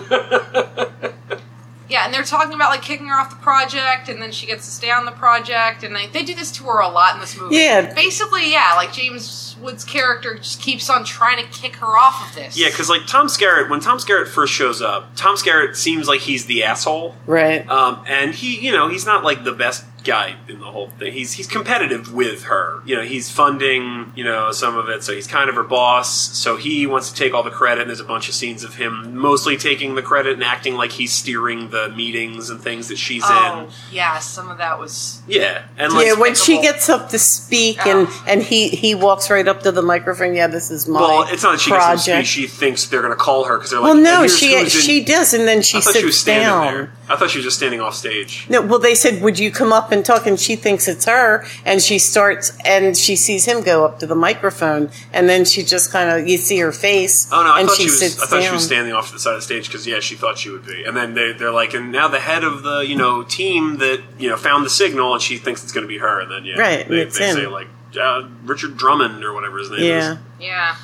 yeah, and they're talking about like kicking her off the project, and then she gets to stay on the project, and they, they do this to her a lot in this movie.
Yeah.
Basically, yeah, like James Wood's character just keeps on trying to kick her off of this.
Yeah, because like Tom Skerritt, when Tom Skerritt first shows up, Tom Skerritt seems like he's the asshole,
Right.
um, and he, you know, he's not like the best guy in the whole thing. He's he's competitive with her. You know, he's funding, you know, some of it, so he's kind of her boss. So he wants to take all the credit. And there's a bunch of scenes of him mostly taking the credit and acting like he's steering the meetings and things that she's in.
Oh, yeah, some of that was.
Yeah, and like,
Yeah, when she
despicable.
gets up to speak and,
Oh.
and he, he walks right up to the microphone. Yeah, this is my
well, it's not that she gets
project.
to speak. She thinks they're going to call her because they're like,
well, no,
"Here's
she
who's in-"
she does, and then she
I thought
sits
she was standing
down.
there. I thought she was just standing off stage.
No, well, they said, "Would you come up and talk?" And she thinks it's her, and she starts, and she sees him go up to the microphone, and then she just kind of you see her face.
Oh no, I
and
thought she, was. I thought she was standing off to the side of the stage because yeah, she thought she would be. And then they, they're like, and now the head of the you know team that you know found the signal, and she thinks it's going to be her. And then yeah,
Right,
they,
it's
they
him.
say like uh, Richard Drummond or whatever his name
Yeah,
is.
Yeah.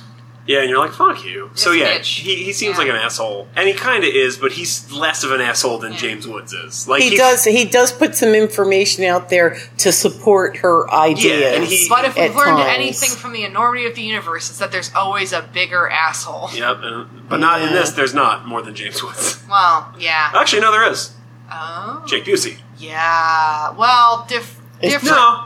Yeah, and you're like, fuck you. So
This
yeah,
bitch.
he, he seems
Yeah.
like an asshole, and he kind of is, but he's less of an asshole than
Yeah.
James Woods is. Like
he
he's-
does. He does put some information out there to support her ideas.
and he-
But if
At
we've learned
times.
anything from the enormity of the universe, it's that there's always a bigger asshole.
Yep, and, but not in
Yeah.
this. There's not more than James Woods.
Well, yeah.
Actually, no, there is
Oh.
Jake Busey.
Yeah. Well, diff-
It's-
different.
No,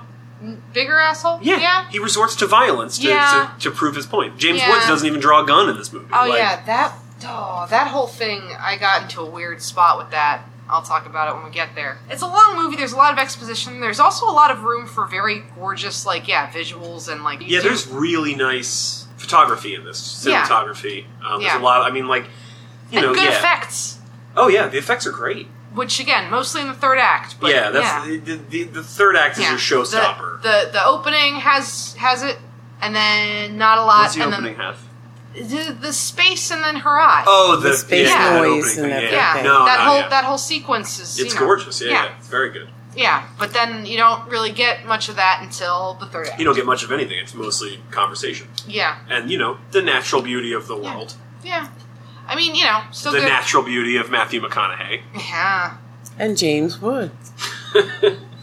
Bigger asshole?
yeah, he resorts to violence to,
Yeah.
to, to prove his point. James
Yeah.
Woods doesn't even draw a gun in this movie.
Oh
Like,
yeah, that oh, that whole thing. I got into a weird spot with that. I'll talk about it when we get there. It's a long movie. There's a lot of exposition. There's also a lot of room for very gorgeous, like yeah, visuals and like you
yeah.
do-
There's really nice photography in this
Yeah.
cinematography. Um,
Yeah.
There's a lot. I mean, like you
and
know,
good
yeah.
effects,
Oh yeah, the effects are great.
which again, mostly in the third act. But
yeah, that's The, the, the third act
yeah.
is your showstopper.
The, the the opening has has it, and then not a lot,
What's the
and
opening half?
then the, the space, and then her eyes.
Oh, the,
The space
yeah, that
noise
opening
and
thing,
yeah,
yeah.
everything.
No,
that
no,
whole
yeah.
that whole sequence is you
it's
know,
gorgeous. Yeah,
yeah.
yeah, it's very good.
Yeah, but then you don't really get much of that until the third act.
You don't get much of anything. It's mostly conversation,
yeah,
and you know the natural beauty of the world.
yeah. I mean, you know, still
the
good.
natural beauty of Matthew McConaughey.
yeah,
and James Woods.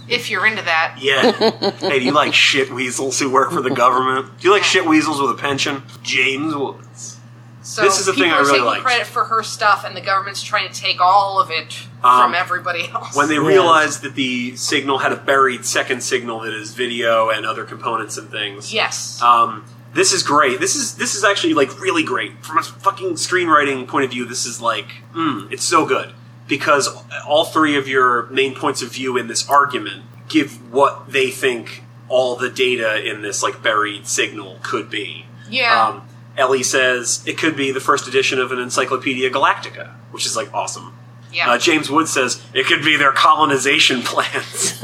if you're into that.
Yeah. hey, do you like shit weasels who work for the government? Do you like shit weasels with a pension? James Woods.
So
This is the
people
thing I
are
really
taking
liked.
credit for her stuff, and the government's trying to take all of it
Um,
from everybody else.
When they realized that the signal had a buried second signal that is video and other components and things.
yes,
Um, this is great. This is this is actually like really great from a fucking screenwriting point of view. This is like, mm, it's so good because all three of your main points of view in this argument give what they think all the data in this like buried signal could be.
yeah,
Um, Ellie says it could be the first edition of an Encyclopedia Galactica, which is like awesome.
yeah.
Uh, James Wood says it could be their colonization plans,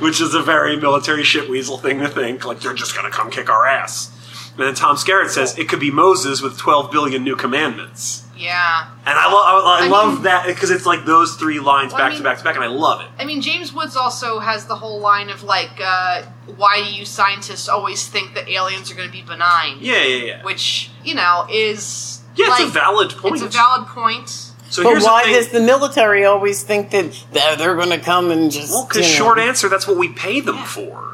which is a very military shit weasel thing to think. Like they're just gonna come kick our ass. And then Tom Skerritt says it could be Moses with 12 billion new commandments.
Yeah.
And I, lo- I, I
I
love
mean-
that because it's like those three lines
Well, I
back to
mean-
back to back, and I love it.
I mean, James Woods also has the whole line of like, uh, why do you scientists always think that aliens are going to be benign?
Yeah, yeah, yeah.
Which, you know, is.
yeah, it's a
like,
valid point.
It's a valid point.
so
but
here's
why
the thing.
does the military always think that they're, they're going to come and just?
Well,
you
because
know.
short answer, that's what we pay them for.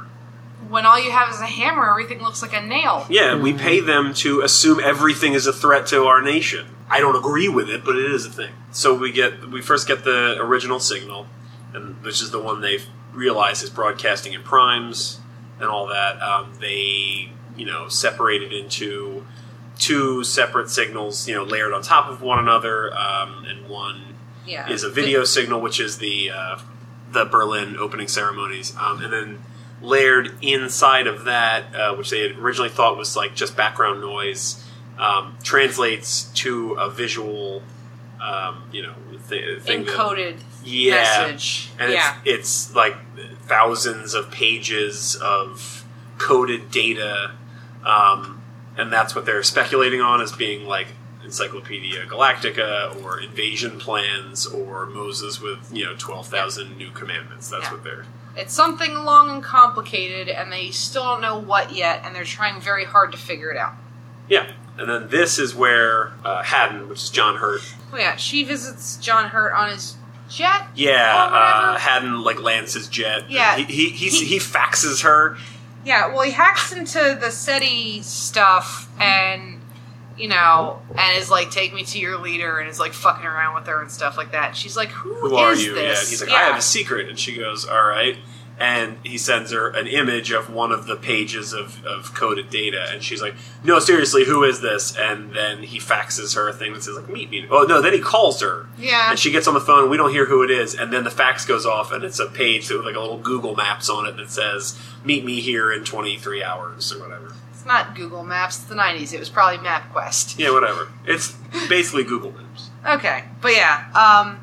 When all you have is a hammer, everything looks like a nail.
Yeah, we pay them to assume everything is a threat to our nation. I don't agree with it, but it is a thing. So we get we first get the original signal, and which is the one they realize is broadcasting in primes and all that. Um, they you know separated into two separate signals, you know, layered on top of one another, um, and one
Yeah.
is a video signal, which is the uh, the Berlin opening ceremonies, um, and then layered inside of that, uh, which they had originally thought was like just background noise, um, translates to a visual, um, you know, th- thing that-
encoded
Yeah.
message.
and
yeah.
it's, it's like thousands of pages of coded data, um, and that's what they're speculating on as being like Encyclopedia Galactica or invasion plans or Moses with you know twelve thousand new commandments. That's
Yeah.
what they're.
It's something long and complicated, and they still don't know what yet, and they're trying very hard to figure it out.
Yeah, and then this is where uh, Haddon, which is John Hurt,
Oh, yeah, she visits John Hurt on his jet.
yeah,
Or whatever.
uh, Haddon like lands his jet.
Oh, Yeah.
he he, he's,
He-
he faxes her.
Yeah, well, he hacks into the SETI stuff and, you know, and is like, take me to your leader, and is like fucking around with her and stuff like that. She's like,
who are
is
you?
this?
Yeah. And he's like, I
Yeah.
have a secret. And she goes, all right. And he sends her an image of one of the pages of, of coded data. And she's like, no, seriously, who is this? And then he faxes her a thing that says, like, meet me. Oh, no, then he calls her.
Yeah.
And she gets on the phone. We don't hear who it is. And then the fax goes off, and it's a page with, like, a little Google Maps on it that says, meet me here in 23 hours or whatever.
It's not Google Maps, it's the 90s. It was probably MapQuest.
Yeah, whatever. It's basically Google Maps.
Okay, but yeah. Um,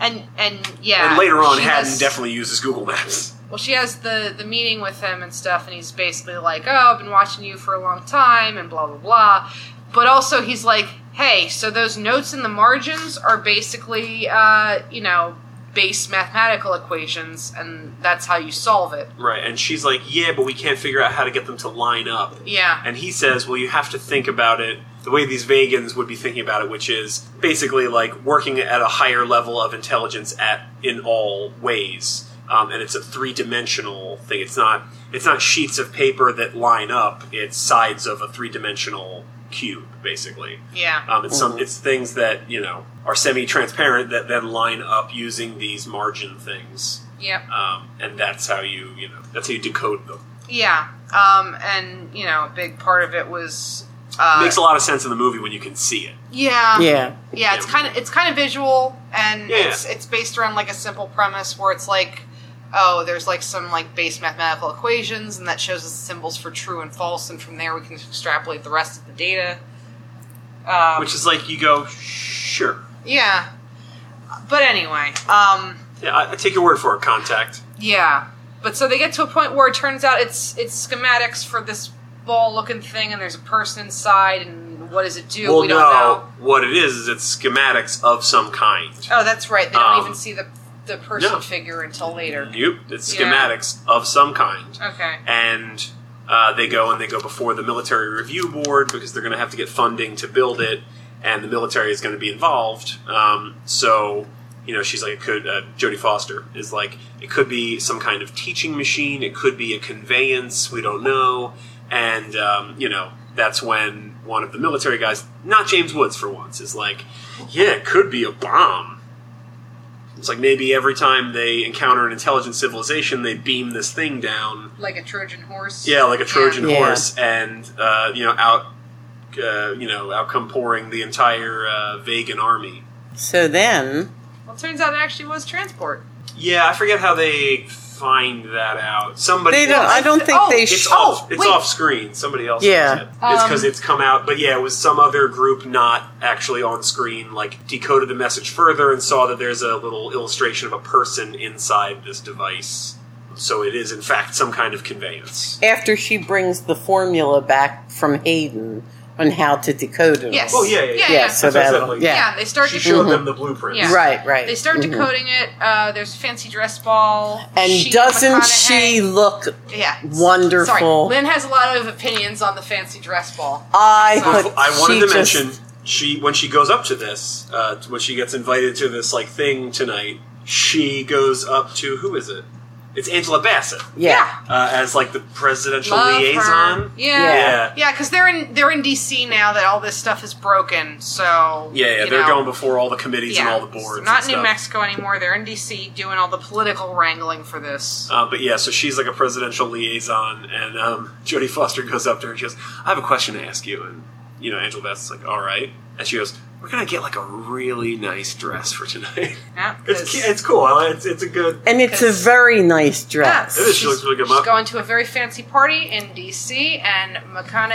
and, and yeah.
and later on,
she
Haddon
has-
definitely uses Google Maps.
Well, she has the the meeting with him and stuff, and he's basically like, "Oh, I've been watching you for a long time," and blah blah blah. But also, he's like, "Hey, so those notes in the margins are basically, uh, you know, base mathematical equations, and that's how you solve it."
Right, and she's like, "Yeah, but we can't figure out how to get them to line up."
Yeah,
And he says, "Well, you have to think about it the way these vegans would be thinking about it, which is basically like working at a higher level of intelligence at in all ways, um, and it's a three dimensional thing. It's not it's not sheets of paper that line up; it's sides of a three dimensional cube, basically."
yeah,
Um, it's some it's things that you know are semi transparent that then line up using these margin things
yeah,
um, and that's how you you know that's how you decode them.
yeah. Um, and you know, a big part of it was. Uh,
Makes a lot of sense in the movie when you can see it.
yeah,
Yeah.
yeah it's kind of it's kind of visual and
Yeah.
it's it's based around like a simple premise where it's like oh there's like some like base mathematical equations and that shows us the symbols for true and false and from there we can extrapolate the rest of the data um,
Which is like you go, sure,
yeah but anyway um
yeah, I, I take your word for it. Contact.
yeah but so they get to a point where it turns out it's it's schematics for this ball looking thing and there's a person inside and what does it do
well,
we
no,
don't know
what it is is it's schematics of some kind.
oh that's right they don't
Um,
even see the the person
no.
figure until later
Nope, it's
Yeah.
schematics of some kind,
okay
and. Uh, they go and they go before the military review board because they're going to have to get funding to build it, and the military is going to be involved. Um, so, you know, she's like, it could, uh, Jodie Foster is like, it could be some kind of teaching machine, it could be a conveyance, we don't know. And, um, you know, that's when one of the military guys, not James Woods for once, is like, yeah, it could be a bomb. It's like maybe every time they encounter an intelligent civilization, they beam this thing down
like a Trojan horse.
yeah, like a Trojan
Yeah.
horse, and uh, you know, out, uh, you know, outcome pouring the entire uh, Vegan army.
So then,
Well, it turns out it actually was transport.
Yeah, I forget how they find that out. Somebody,
they don't. I don't think
Oh,
they.
It's
Sh-
off. It's
wait.
off screen. Somebody else.
Yeah.
does it. it's because
Um,
it's come out. But yeah, it was some other group not actually on screen. Like decoded the message further and saw that there's a little illustration of a person inside this device So it is, in fact, some kind of conveyance.
After she brings the formula back from Hayden on how to decode it.
Yes.
all.
Oh, yeah, yeah, yeah.
yeah.
Yeah, so
That's
that,
definitely-
Yeah,
yeah.
they start
She
to
showed them the blueprints.
Yeah.
Right, right. Mm-hmm.
They start decoding it. Uh, there's a fancy dress ball.
And
She-
doesn't
McConaughey-
she look?
Yeah.
wonderful?
Sorry. Lynn has a lot of opinions on the fancy dress ball.
I
Well,
thought
I wanted
she
to
just-
mention she when she goes up to this uh, when she gets invited to this like thing tonight. She goes up to who is it? It's Angela Bassett
Yeah,
uh, as like the presidential
Love
liaison.
her. Yeah.
Yeah.
Yeah, because they're in they're in DC now that all this stuff is broken. So
Yeah, yeah,
you
they're
know,
going before all the committees and
yeah.
all the boards.
They're not
and
in New
stuff.
Mexico anymore. They're in DC doing all the political wrangling for this.
Uh, but yeah, so she's like a presidential liaison, and um, Jodie Foster goes up to her and she goes, I have a question to ask you. And, you know, Angela Bassett's like, all right. And she goes, we're going to get like a really nice dress for tonight.
Yeah,
it's,
'cause-
cu- it's cool. I like- It's, it's a good.
and it's a
Because-
very nice
yeah,
dress.
It is. She looks really good.
She's going to a very fancy party in DC, and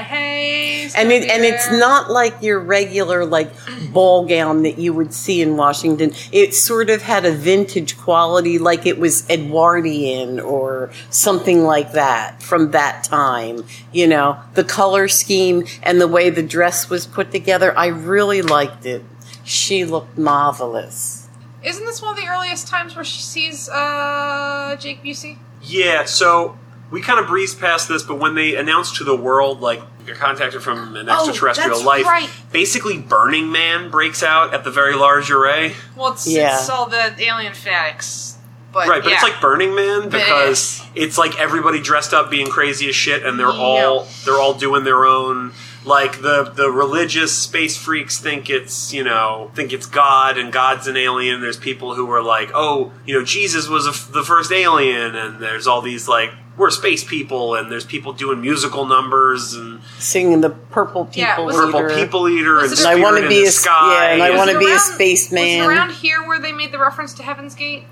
McConaughey.
And it, and it's not like your regular like ball gown that you would see in Washington. It sort of had a vintage quality, like it was Edwardian or something like that from that time. You know, the color scheme and the way the dress was put together, I really liked it. She looked marvelous.
Isn't this one of the earliest times where she sees uh, Jake Busey?
Yeah, so we kind of breezed past this, but when they announced to the world, like, you're contacted from an extraterrestrial
Oh, that's
life,
right.
basically Burning Man breaks out at the very large array.
Well, it's,
Yeah.
it's all the alien fanatics, but
Right, but it's
yeah.
like Burning Man because it's like everybody dressed up being crazy as shit, and they're all they're all doing their own. Like the the religious space freaks think it's you know think it's God and God's an alien. There's people who are like, oh, you know, Jesus was a f the first alien, and there's all these like we're space people, and there's people doing musical numbers and
Singing the purple people,
Yeah, was it-
purple
leader.
people eater and
Was it-
spirit
I
wanna
in
be
the
a-
sky.
yeah, and I
and-
wanna
Was
be a
around-
spaceman.
Was it around here where they made the reference to Heaven's Gate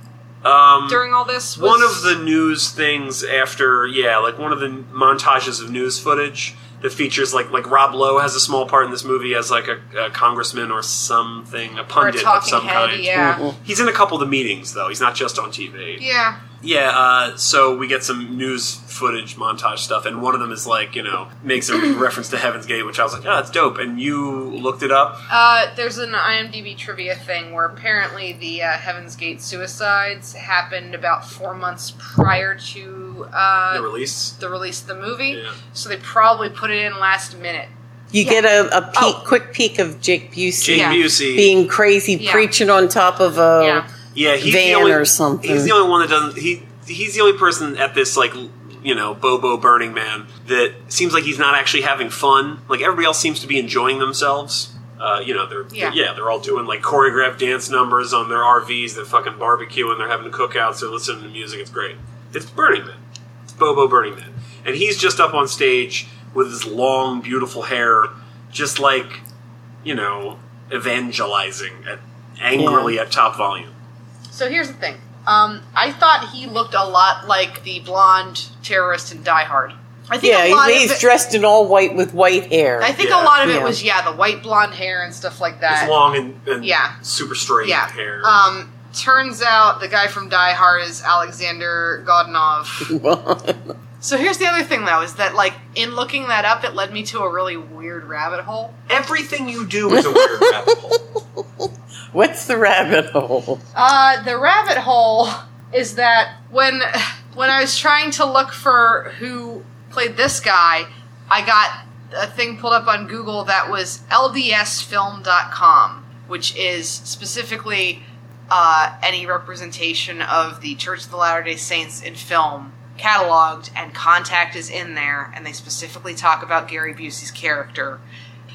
um,
during all this? Was,
one of the news things after yeah like one of the montages of news footage that features like like rob lowe has a small part in this movie as like a, a congressman or something
or
a
a
pundit of
talking
some
head,
kind
yeah,
he's in a couple of the meetings though he's not just on tv
yeah.
yeah, uh, so we get some news footage montage stuff, and one of them is like, you know, makes a reference to Heaven's Gate, which I was like, oh, that's dope. And you looked it up.
Uh, there's an IMDb trivia thing where apparently the uh, Heaven's Gate suicides happened about four months prior to uh,
The release.
the release of the movie,
Yeah.
so they probably put it in last minute.
You
Yeah.
get a, a peek,
Oh.
quick peek of Jake Busey
Jake
Yeah.
Busey.
being crazy,
Yeah.
preaching on top of a.
yeah.
Yeah, he's the
van
only,
or something.
He's the only one that doesn't. He he's the only person at this like l- you know Bobo Burning Man that seems like he's not actually having fun. Like everybody else seems to be enjoying themselves. Uh, you know, they're yeah.
Yeah.
they're all doing like choreographed dance numbers on their RVs. They're fucking barbecuing. They're having cookouts. They're listening to music. It's great. It's Burning Man. It's Bobo Burning Man, and he's just up on stage with his long, beautiful hair, just like you know, evangelizing at, angrily at top volume.
So here's the thing. Um, I thought he looked a lot like the blonde terrorist in Die Hard. I think
Yeah,
a lot
he- he's
of it,
dressed in all white with white hair.
I think a
Yeah.
lot of it
Yeah.
was yeah, the white blonde hair and stuff like that.
It's long and, and
Yeah.
super straight
yeah.
hair.
Um, turns out the guy from Die Hard is Alexander Godunov. so here's the other thing though is that like in looking that up, it led me to a really weird rabbit hole.
Everything you do is a weird rabbit hole.
What's the rabbit hole?
Uh, the rabbit hole is that when when I was trying to look for who played this guy, I got a thing pulled up on Google that was ldsfilm.com, which is specifically uh, any representation of the Church of the Latter Day Saints in film cataloged, and contact is in there, and they specifically talk about Gary Busey's character.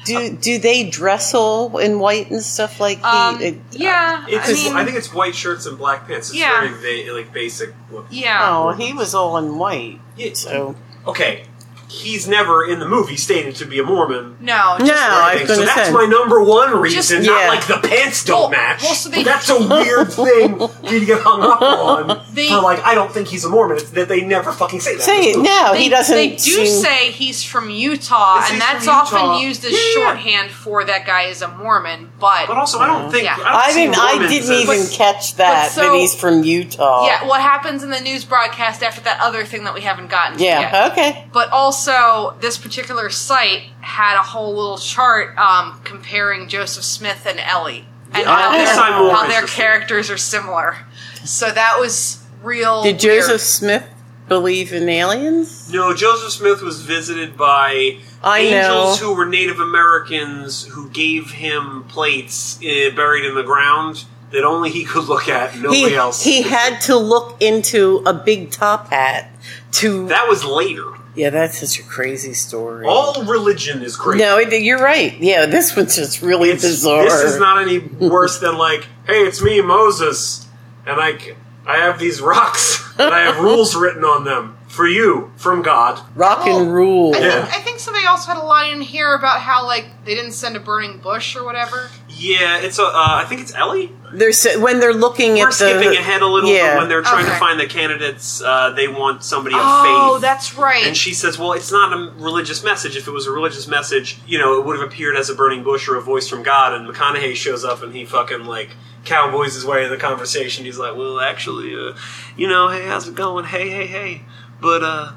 Do do they dress all in white and stuff like he? uh,
Um,
it-
yeah,
It's,
I
I,
mean,
think it's white shirts and black pants. It's
Yeah.
very va- like basic look.
yeah.
Oh, he was all in white.
Yeah,
So
Okay, he's never in the movie stated to be a Mormon.
No,
No,
just
I was
so
going to
that's
say.
my number one reason.
Just-
Not
Yeah.
like the pants don't
Well-
match.
well, so they-
that's a weird thing you get hung up on.
They-
for like, I don't think he's a Mormon. It's that they never fucking say that.
Say it now.
they,
Oh, he doesn't.
They do
seem-
say he's from Utah,
Yes,
and
he's
that's
from Utah.
often used as
Yeah, yeah.
shorthand for that guy is a Mormon. But,
But also, I don't think.
Yeah.
I
I, don't
didn't.
see
I
Mormons
didn't
as-
even catch that.
so-
that he's from Utah.
yeah, what happens in the news broadcast after that other thing that we haven't gotten to yet?
Yeah. Okay.
But also, this particular site had a whole little chart um, comparing Joseph Smith and Ellie, and
Yeah,
how,
this
their,
I'm more
how their
interested.
characters are similar. So that was real.
Did
weird.
Joseph Smith believe in aliens?
No, Joseph Smith was visited by
I
angels
know.
who were Native Americans who gave him plates uh, buried in the ground that only he could look at. Nobody
he
else.
he had to look into a big top hat to.
that was later.
yeah, that's such a crazy story.
All religion is crazy.
no, it- you're right. Yeah, this one's just really
It's-
bizarre.
This is not any worse than like, hey, it's me, Moses, and I, c- I have these rocks and I have rules written on them for you from God.
rock
Oh,
and rule.
I
Yeah.
think, I think somebody also had a line in here about how like they didn't send a burning bush or whatever.
Yeah, it's a. Uh, I think it's Ellie.
They're so, when they're looking
We're
at the
skipping ahead a little but
Yeah.
when they're trying
Okay.
to find the candidates. Uh, they want somebody of
Oh,
faith.
that's right.
And she says, "Well, it's not a religious message. If it was a religious message, you know, it would have appeared as a burning bush or a voice from God." And McConaughey shows up and he fucking like cowboys his way in the conversation. He's like, "Well, actually, uh, you know, hey, how's it going? Hey, hey, hey." But uh,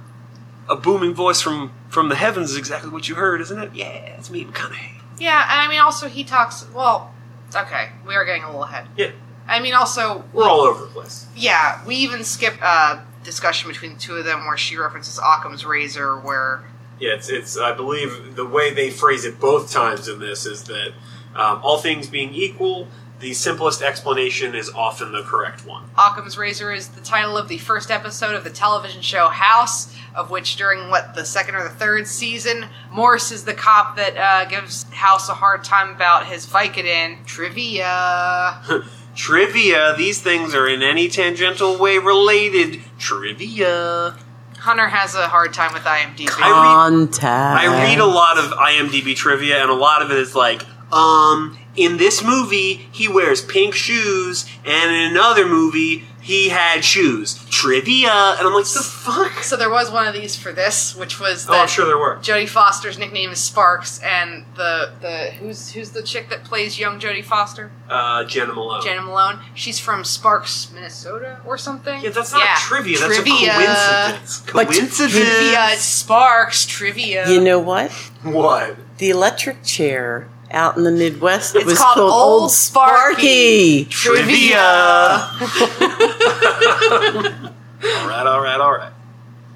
a booming voice from from the heavens is exactly what you heard, isn't it? Yeah, it's me, McConaughey.
yeah, and I mean, also he talks. Well, okay, we are getting a little ahead.
Yeah,
I mean, also
we're all over the place.
yeah, we even skip a discussion between the two of them where she references Occam's razor, where
Yeah, it's, it's I believe the way they phrase it both times in this is that um, all things being equal, the simplest explanation is often the correct one.
Occam's razor is the title of the first episode of the television show House, of which during what the second or the third season, Morse is the cop that uh, gives House a hard time about his Vicodin trivia.
Trivia. These things are in any tangential way related. Trivia.
Hunter has a hard time with IMDb.
I-
contact.
I read a lot of IMDb trivia, and a lot of it is like, um, in this movie, he wears pink shoes, and in another movie, he had shoes. Trivia. And I'm like, the fuck?
so there was one of these for this, which was
Oh,
that
I'm sure there were.
Jodie Foster's nickname is Sparks, and the the who's who's the chick that plays young Jodie Foster?
Uh, Jenna Malone.
Jenna Malone. She's from Sparks, Minnesota, or something.
Yeah, that's not
Yeah.
trivia. That's
Trivia.
a coincidence.
But
Coincidence.
Trivia. It's Sparks trivia.
You know what?
What?
The electric chair out in the Midwest
It's
was
called
called,
Old
Old Sparky.
Trivia.
all right, all right, all right.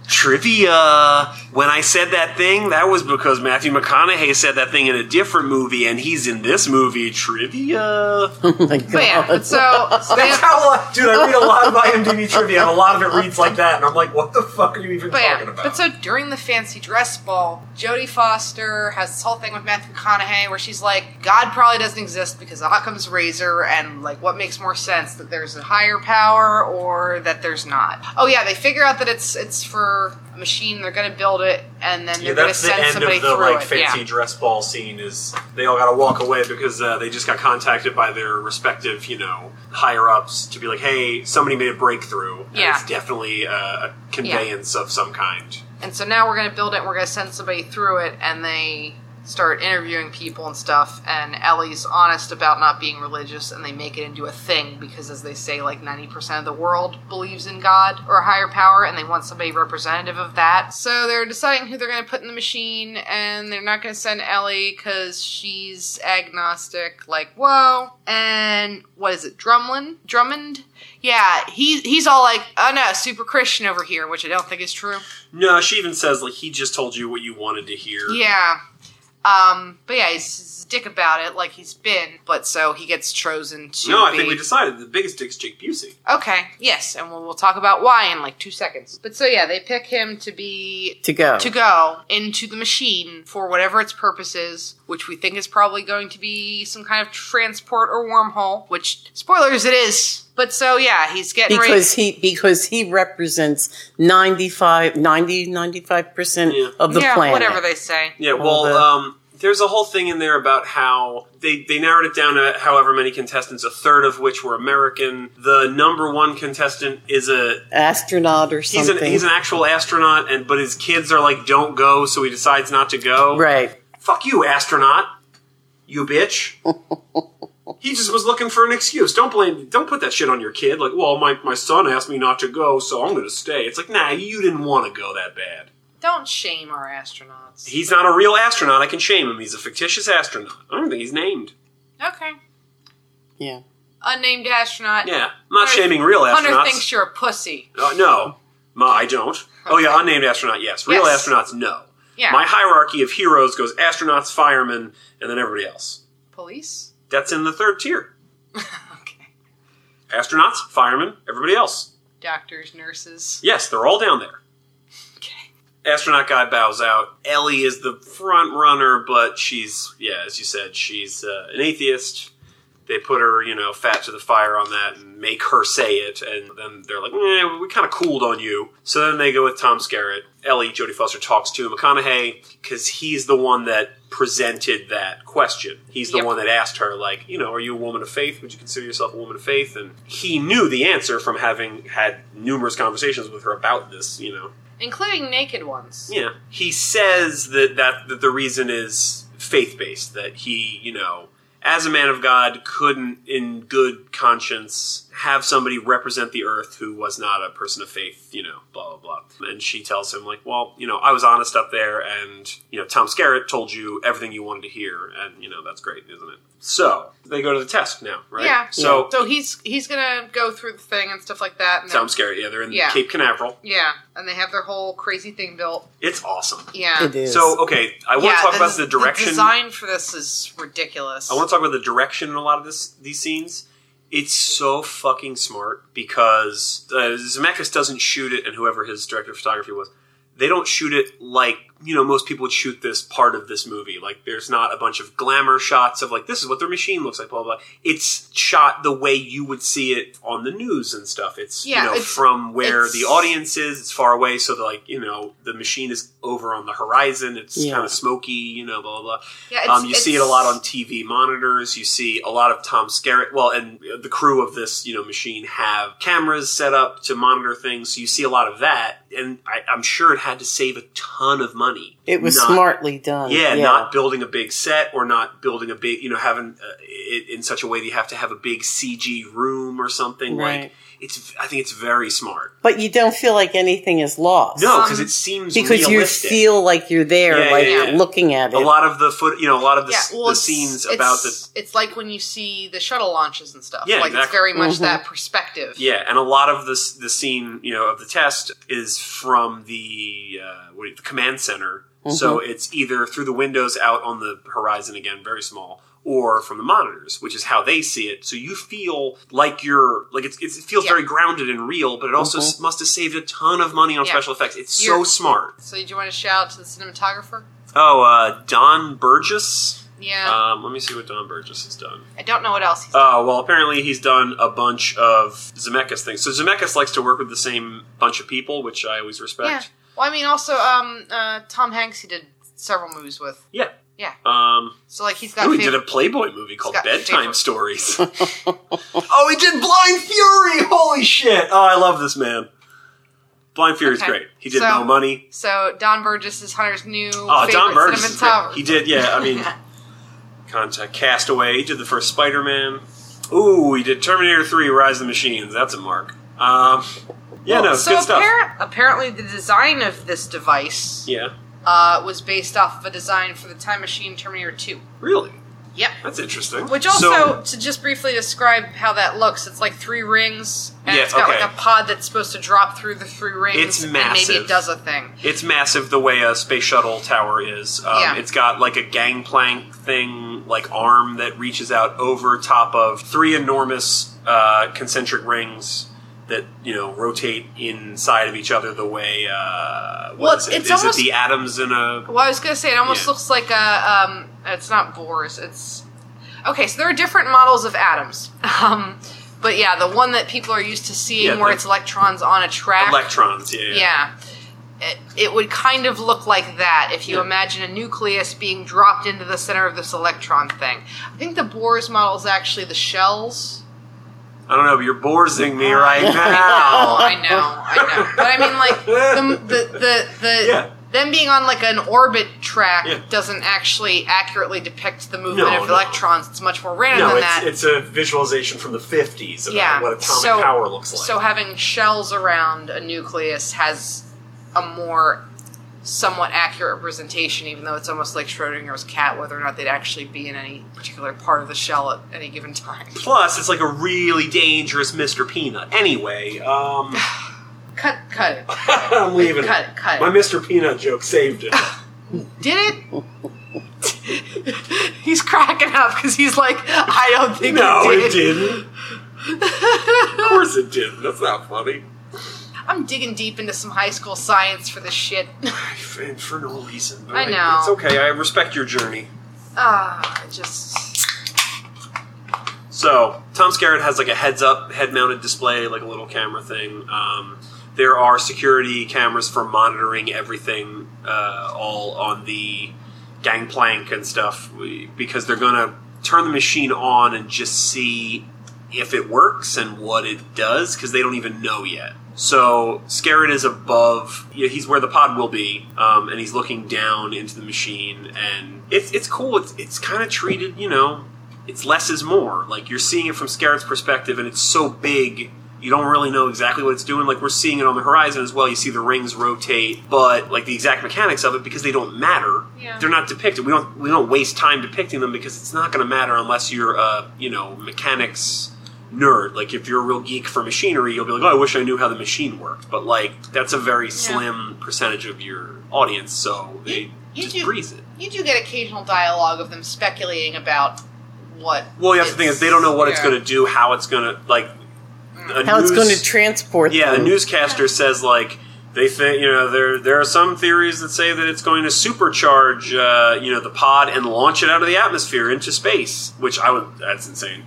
Trivia. When I said that thing, that was because Matthew McConaughey said that thing in a different movie, and he's in this movie. Trivia.
Oh my god!
But yeah, so, so they
That's how, I- dude. I read a lot of IMDb trivia, and a lot of it reads like that, and I'm like, what the fuck are you even
But yeah,
talking about?
but so during the fancy dress ball, Jodie Foster has this whole thing with Matthew McConaughey where she's like, "God probably doesn't exist because Occam's razor, and like, what makes more sense that there's a higher power or that there's not?" Oh yeah, they figure out that it's it's for a machine. They're going to build it, and then they're
yeah,
going to
that's the
send
end
somebody
of the
through
like
it.
fancy
yeah.
dress ball scene. Is they all got to walk away because uh, they just got contacted by their respective, you know, higher ups to be like, "Hey, somebody made a breakthrough. and
Yeah.
it's definitely uh, a conveyance of some kind."
And so now we're going to build it and we're going to send somebody through it and they start interviewing people and stuff and Ellie's honest about not being religious and they make it into a thing because as they say like 90% of the world believes in God or a higher power and they want somebody representative of that. So they're deciding who they're going to put in the machine and they're not going to send Ellie cuz she's agnostic like whoa. And what is it? Drumlin? Drummond? Yeah, he he's all like, "Oh no, super Christian over here," which I don't think is true.
No, she even says like he just told you what you wanted to hear.
Yeah. Um, but yeah, he's, he's a dick about it, like he's been. But so he gets chosen to.
No, I
be-
think we decided the biggest dick's Jake Busey.
Okay, yes, and we'll, we'll talk about why in like two seconds. But so yeah, they pick him to be
to go.
to go into the machine for whatever its purpose is, which we think is probably going to be some kind of transport or wormhole. Which spoilers, it is. But so yeah, he's getting ready.
because he because he represents 95 90 95%
Yeah.
of the
yeah,
planet.
whatever they say.
Yeah, well,
the-
um, there's a whole thing in there about how they, they narrowed it down to however many contestants, a third of which were American. The number one contestant is a
astronaut or
he's
something.
an, he's an actual astronaut, and but his kids are like, don't go, so he decides not to go.
right.
Fuck you, astronaut. You bitch. he just was looking for an excuse. Don't blame. Don't put that shit on your kid. Like, well, my my son asked me not to go, so I'm going to stay. It's like, nah, you didn't want to go that bad.
Don't shame our astronauts.
He's not a real astronaut. I can shame him. He's a fictitious astronaut. I don't think he's named.
Okay.
Yeah.
Unnamed astronaut.
Yeah, I'm not
Hunter-
shaming real
Hunter
astronauts.
thinks you're a pussy.
Uh, no, Ma, I don't. Oh yeah, unnamed astronaut. Yes, real
Yes.
astronauts. No.
Yeah.
My hierarchy of heroes goes astronauts, firemen, and then everybody else.
Police?
That's in the third tier.
Okay.
Astronauts, firemen, everybody else.
Doctors, nurses.
Yes, they're all down there.
Okay.
Astronaut guy bows out. Ellie is the front runner, but she's yeah, as you said, she's uh, an atheist. They put her, you know, fat to the fire on that and make her say it, and then they're like, eh, "We kind of cooled on you." So then they go with Tom Skerritt. Ellie, Jodie Foster talks to McConaughey because he's the one that presented that question. He's the
Yep.
one that asked her, like, you know, "Are you a woman of faith? Would you consider yourself a woman of faith?" And he knew the answer from having had numerous conversations with her about this, you know.
Including naked ones.
Yeah. He says that, that, that the reason is faith based, that he, you know, as a man of God, couldn't in good conscience have somebody represent the earth who was not a person of faith, you know, blah, blah, blah. And she tells him, like, well, you know, I was honest up there, and, you know, Tom Skerritt told you everything you wanted to hear, and, you know, that's great, isn't it? So, they go to the test now, right?
Yeah.
So,
So he's he's gonna go through the thing and stuff like that. And
Tom
then-
Skerritt, yeah, they're in
Yeah.
Cape Canaveral.
Yeah, and they have their whole crazy thing built.
It's awesome.
Yeah.
It is.
So, okay, I want
yeah,
to talk about
des-
the direction.
design for this is ridiculous.
I want to talk about the direction in a lot of this these scenes. It's so fucking smart because uh, Zemeckis doesn't shoot it, and whoever his director of photography was, they don't shoot it like you know most people would shoot this part of this movie. Like there's not a bunch of glamour shots of like this is what their machine looks like, blah blah. blah. It's shot the way you would see it on the news and stuff. It's
Yeah,
you know
it's-
from where the
it's-
audience is, it's far away, so that like you know the machine is over on the horizon. It's
Yeah.
kind of smoky, you know, blah blah. blah.
Yeah, it's-
Um, you see it a
it's-
lot on TV monitors. You see a lot of Tom Skerritt. Well, and uh, the crew of this, you know, machine have cameras set up to monitor things. So you see a lot of that, and I, I'm sure it had to save a ton of money.
It was
Not-
smartly done.
Yeah, not building a big set or not building a big, you know, having uh, it in such a way that you have to have a big CG room or something. Like
Right.
it's, I think it's very smart.
But you don't feel like anything is lost.
No, because
Um,
it seems
Because you
realistic.
feel like you're there,
Yeah,
like
yeah,
you're
yeah.
looking at it.
a lot of the foot, you know, a lot of the,
yeah,
s-
well,
the
it's-
scenes
it's-
about the
It's like when you see the shuttle launches and stuff.
Yeah,
like it's
exactly.
very much
Mhm.
that perspective.
Yeah, and a lot of this the scene you know of the test is from the uh, what do you- the command center. So it's either through the windows out on the horizon again, very small, or from the monitors, which is how they see it. So you feel like you're like it's, it's, it feels
Yeah.
very grounded and real, but it also s must have saved a ton of money on
Yeah.
special effects. It's so
You're-
smart.
So did you want to shout out to the cinematographer?
Oh, uh, Don Burgess.
Yeah.
Um, let me see what Don Burgess has done.
I don't know what else he's
Oh, well, apparently he's done a bunch of Zemeckis things. So Zemeckis likes to work with the same bunch of people, which I always
Yeah.
respect.
Well, I mean, also um, uh, Tom Hanks, he did several movies with.
Yeah.
Yeah.
Um,
So like he's got.
oh, he
fav-
did a Playboy movie called
got
Bedtime
favorite-
Stories. oh, he did Blind Fury! Holy shit! Oh, I love this man. Blind Fury's
Okay.
great. He did
So-
No Money.
so Don Burgess is Hunter's new
Oh,
favorite
Don Burgess. is great.
cinematographer.
He did, yeah. I mean, Contact, Castaway. He did the first Spider Man. Ooh, he did Terminator 3, Rise of the Machines. That's a mark. Um, yeah, no,
so
good stuff.
appar- apparently, the design of this device
yeah.
uh, was based off of a design for the Time Machine Terminator 2.
Really?
Yep.
That's interesting.
Which also,
So,
to just briefly describe how that looks, it's like three rings, and
Yeah,
it's got
okay.
like a pod that's supposed to drop through the three rings,
It's
and maybe
massive.
it does a thing.
it's massive the way a space shuttle tower is. Um,
Yeah.
It's got like a gangplank thing, like arm that reaches out over top of three enormous uh, concentric rings that you know rotate inside of each other the way. Uh, what
Well, it's-
is it?
it's
Is
almost-
it the atoms in a?
Well, I was gonna say it almost
Yeah.
looks like a. Um, it's not Bohr's. It's okay. So there are different models of atoms. Um, But yeah, the one that people are used to seeing
Yeah,
where
the-
it's electrons on a track.
Electrons, yeah.
Yeah. It, it would kind of look like that if you
Yeah.
imagine a nucleus being dropped into the center of this electron thing. I think the Bohr's model is actually the shells.
I don't know, but you're borsing me right
Oh,
now.
I know, I know. But I mean, like the the the, the
Yeah.
them being on like an orbit track
Yeah.
doesn't actually accurately depict the movement
No,
of
no.
electrons. It's much more random
no,
than
it's,
that.
it's a visualization from the 50s about
yeah.
what atomic
so,
power looks like.
So having shells around a nucleus has a more somewhat accurate representation, even though it's almost like Schrodinger's cat, whether or not they'd actually be in any particular part of the shell at any given time.
Plus, it's like a really dangerous Mr. Peanut. Anyway, um,
Cut, cut it.
I'm leaving.
Cut
it.
it, cut it.
My Mr. Peanut joke saved it.
Did it? he's cracking up because he's like, I don't think
no,
it did.
it didn't. of course it didn't. That's not funny.
I'm digging deep into some high school science for this shit.
And for no reason. but
I know.
It's okay. I respect your journey.
Ah, I just
So Tom Skerritt has like a heads-up, head-mounted display, like a little camera thing. Um, there are security cameras for monitoring everything, uh, all on the gangplank and stuff, we- because they're gonna turn the machine on and just see if it works and what it does, because they don't even know yet. So Skerritt is above. Yeah, he's where the pod will be, um, and he's looking down into the machine, and it's it's cool. It's it's kind of treated, you know, it's less is more. Like you're seeing it from Scarrett's perspective, and it's so big, you don't really know exactly what it's doing. Like we're seeing it on the horizon as well. You see the rings rotate, but like the exact mechanics of it because they don't matter.
Yeah.
They're not depicted. We don't we don't waste time depicting them because it's not going to matter unless you're a you know mechanics nerd. Like if you're a real geek for machinery, you'll be like, oh, I wish I knew how the machine worked. But like that's a very slim percentage of your audience, so they
you
just
do-
breeze it.
you do get occasional dialogue of them speculating about what.
Well, you have to think is they don't know what it's
yeah.
going to do, how it's going to like a
How it's
news-
going to transport
yeah, a
them.
newscaster says like they think you know there there are some theories that say that it's going to supercharge uh, you know the pod and launch it out of the atmosphere into space, which I would that's insane.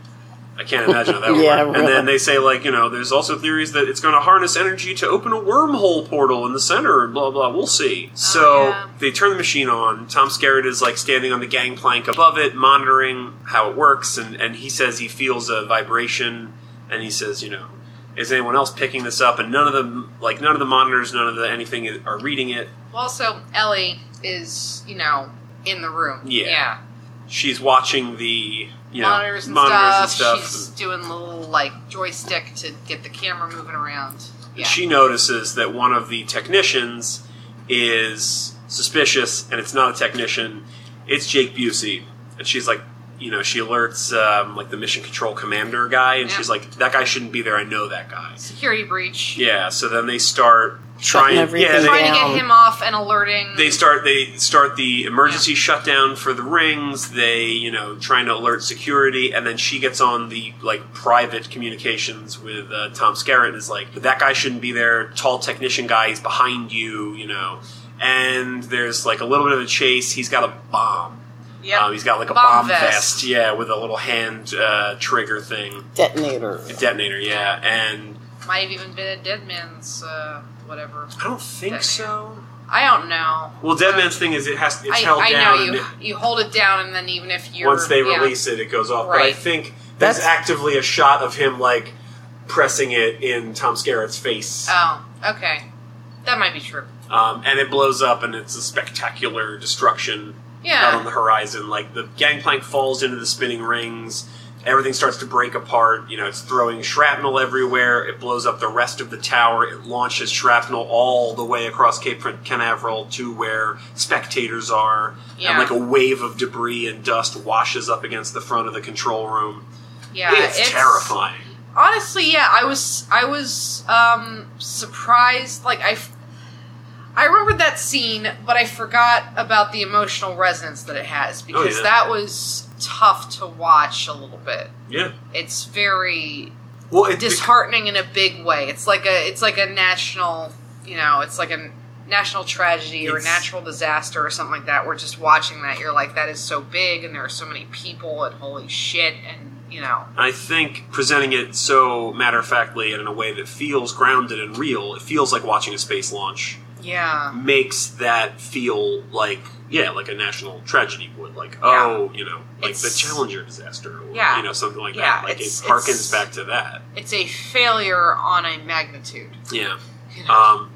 I can't imagine how that would
Yeah,
work.
really.
And then they say like you know there's also theories that it's going to harness energy to open a wormhole portal in the center and blah blah. We'll see. So
Oh, yeah.
they turn the machine on. Tom Skerritt is like standing on the gangplank above it, monitoring how it works, and, and he says he feels a vibration, and he says, you know, is anyone else picking this up? And none of the like none of the monitors, none of the anything is- are reading it.
Well, also Ellie is you know in the room.
Yeah.
yeah.
She's watching the you know
monitors, and,
monitors
stuff.
and
She's doing the little like joystick to get the camera moving around. Yeah.
She notices that one of the technicians is suspicious, and it's not a technician. It's Jake Busey, and she's like, you know, she alerts um, like the mission control commander guy, and
Yeah.
she's like, that guy shouldn't be there. I know that guy.
Security breach.
Yeah. So then they start trying.
everything
yeah, they,
Trying to
Down.
get him off and alerting.
they start they start the emergency shutdown for the rings they you know trying to alert security and then she gets on the like private communications with uh, tom skerritt and is like that guy shouldn't be there tall technician guy he's behind you you know and there's like a little bit of a chase he's got a bomb
Yep.
um, he's got like a bomb,
Bomb
vest.
vest.
yeah with a little hand uh, trigger thing
detonator.
detonator yeah and
Might have even been a dead man's uh, whatever.
i don't think
Detonator.
so
I don't know.
well dead
Uh,
man's thing is it has it's
I,
held
I
down
know
and
you. You hold it down, and then even if you're
once they
yeah.
release it, it goes off. But I
Right.
think there's
That's-
actively a shot of him like pressing it in Tom Skerritt's face,
Oh, okay, that might be true.
um, and it blows up, and it's a spectacular destruction out on the
Yeah,
horizon. Like the gangplank falls into the spinning rings. Everything starts to break apart. You know, it's throwing shrapnel everywhere. It blows up the rest of the tower. It launches shrapnel all the way across Cape Canaveral to where spectators are.
Yeah.
And like a wave of debris and dust washes up against the front of the control room.
yeah,
it's, terrifying.
honestly yeah i was i was um surprised like i f- i remembered that scene but i forgot about the emotional resonance that it has because
Oh, yeah.
that was tough to watch a little bit
Yeah.
it's very
Well, it,
disheartening in a big way it's like a it's like a national you know it's like a national tragedy or a
It's-
natural disaster or something like that we're just watching that you're like that is so big and there are so many people and holy shit and you know.
I think presenting it so matter of factly and in a way that feels grounded and real, it feels like watching a space launch,
Yeah.
makes that feel like, yeah, like a national tragedy would. Like,
Yeah.
oh, you know, like the
It's-
Challenger disaster or,
Yeah.
you know, something like
Yeah,
that. Like, it
it's-
harkens
it's-
back to that.
It's a failure on a magnitude.
Yeah.
You know?
Um,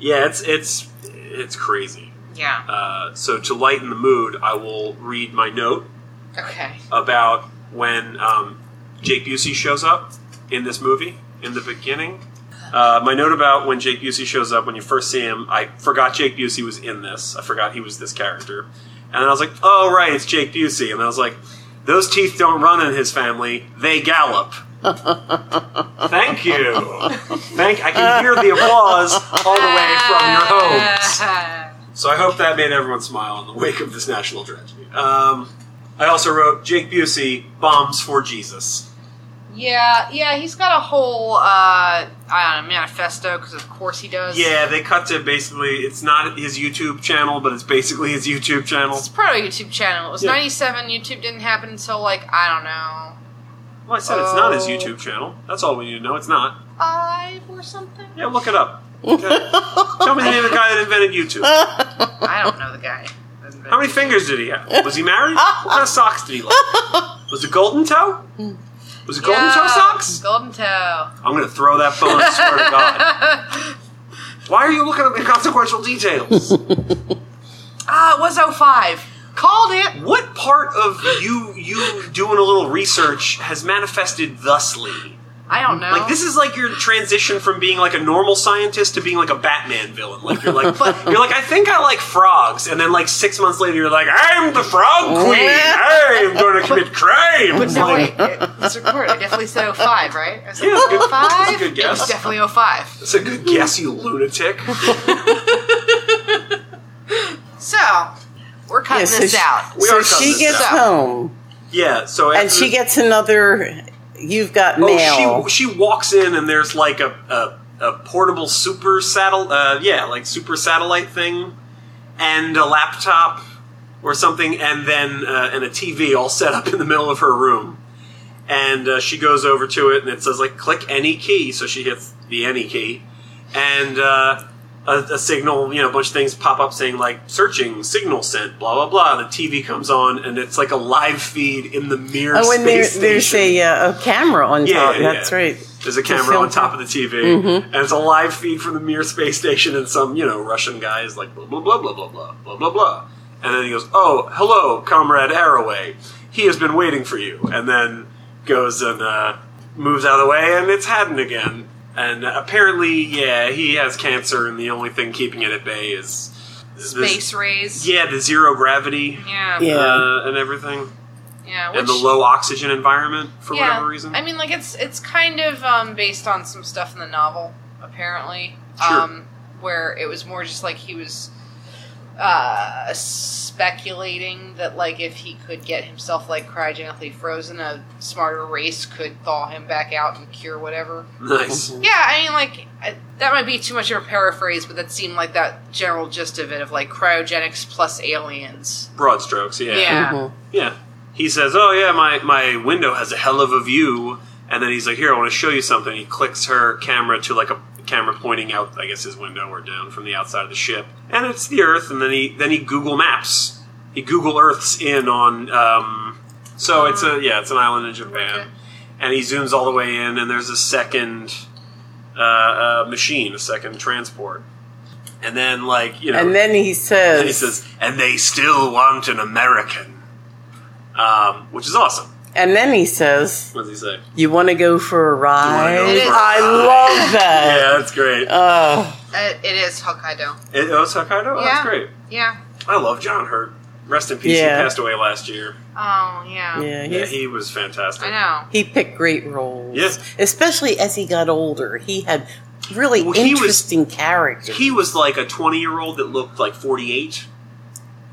yeah, it's, it's, it's crazy.
yeah.
Uh, so to lighten the mood, I will read my note
Okay.
about when um, Jake Busey shows up in this movie in the beginning. Uh, my note about when Jake Busey shows up when you first see him, I forgot Jake Busey was in this. I forgot he was this character, and then I was like, "Oh right, it's Jake Busey." And I was like, "Those teeth don't run in his family; they gallop." Thank you. Thank. I can hear the applause all the way from your homes. So I hope that made everyone smile in the wake of this national tragedy. Um, I also wrote Jake Busey bombs for Jesus.
Yeah, yeah, he's got a whole uh, I don't know, manifesto because of course he does.
Yeah, they cut to basically it's not his YouTube channel, but it's basically his YouTube channel.
it's proto YouTube channel. It was
Yeah.
'97. YouTube didn't happen until like I don't know
Well, I said it's not his YouTube channel. That's all we need to know. It's not.
five or something.
Yeah, look it up. Okay. Tell me the name of the guy that invented YouTube.
I don't know the guy.
How many fingers did he have? Was he married? What kind of socks did he like? Was it golden toe? Was it golden toe socks?
Golden toe.
I'm gonna throw that phone. I swear to God. Why are you looking up inconsequential details?
Ah, it was 05. Called it.
What part of you you doing a little research has manifested thusly?
I don't know.
Like this is like your transition from being like a normal scientist to being like a Batman villain. Like you're like you're like I think I like frogs, and then like six months later you're like I'm the frog queen. I'm going to commit crime.
But no, wait.
like,
It, it's recorded. I definitely said 05, right? I said
Yeah, it's a good-
05?
it's a good guess.
It was definitely 05.
That's a good guess, you lunatic.
So, we're cutting
Yeah, so
this
she-
out.
We
so
are cutting
she
this
gets
out.
home
Yeah. So
and
after
she
this-
gets another. You've got mail.
Oh, she she walks in and there's like a a, a portable super satellite, uh, yeah, like super satellite thing, and a laptop or something, and then uh, and a TV all set up in the middle of her room. And uh, she goes over to it and it says like click any key, so she hits the any key, and. Uh, a, a signal, you know, a bunch of things pop up saying like searching, signal sent, blah blah blah. The TV comes on and it's like a live feed in the mirror.
Oh, and there,
space
there's
station.
a, uh, a camera on
Yeah,
top.
yeah,
That's
yeah.
right.
There's a
To
camera
film Mm-hmm.
on top of the TV, and it's a live feed from the Mir space station, and some you know Russian guy is like blah blah blah blah blah blah blah blah blah, and then he goes, "Oh, hello, comrade Arroway. He has been waiting for you," and then goes and uh, moves out of the way, and it's Haddon again. And apparently, yeah, he has cancer, and the only thing keeping it at bay is this-
Space rays.
Yeah, the zero gravity
Yeah.
Yeah.
uh, and everything,
Yeah,
and the low oxygen environment for
yeah,
whatever reason.
I mean, like it's it's kind of um, based on some stuff in the novel, apparently,
Sure.
um, where it was more just like he was uh, speculating that like if he could get himself like cryogenically frozen, a smarter race could thaw him back out and cure whatever.
nice.
Yeah, I mean, like I, that might be too much of a paraphrase, but that seemed like that general gist of it of like cryogenics plus aliens.
broad strokes, yeah.
Yeah.
Mhm.
Yeah. He says, Oh, yeah, my, my window has a hell of a view. And then he's like, Here, I want to show you something. He clicks her camera to like a camera pointing out, I guess, his window or down from the outside of the ship. And it's the Earth. And then he, then he Google Maps. He Google Earths in on. Um, so it's a, yeah, it's an island in Japan.
Okay.
And he zooms all the way in, and there's a second uh, uh, machine, a second transport. And then, like, you know.
And then he says,
And he says, and they still want an American. Um, which is awesome.
and then he says,
What does he say?
you want to go for a ride?
go
for a
I
ride?
love that.
Yeah, that's great.
Oh,
It, Uh, it is Hokkaido.
it, oh, it's Hokkaido? Oh,
Yeah.
That's great.
Yeah.
I love John Hurt. Rest in peace.
Yeah.
He passed away last year.
Oh yeah.
yeah.
Yeah,
he's-
he was fantastic.
I know.
he picked great roles.
Yes.
Especially as he got older. He had really
Well, he was-
interesting characters.
He was like a 20 year old that looked like 48.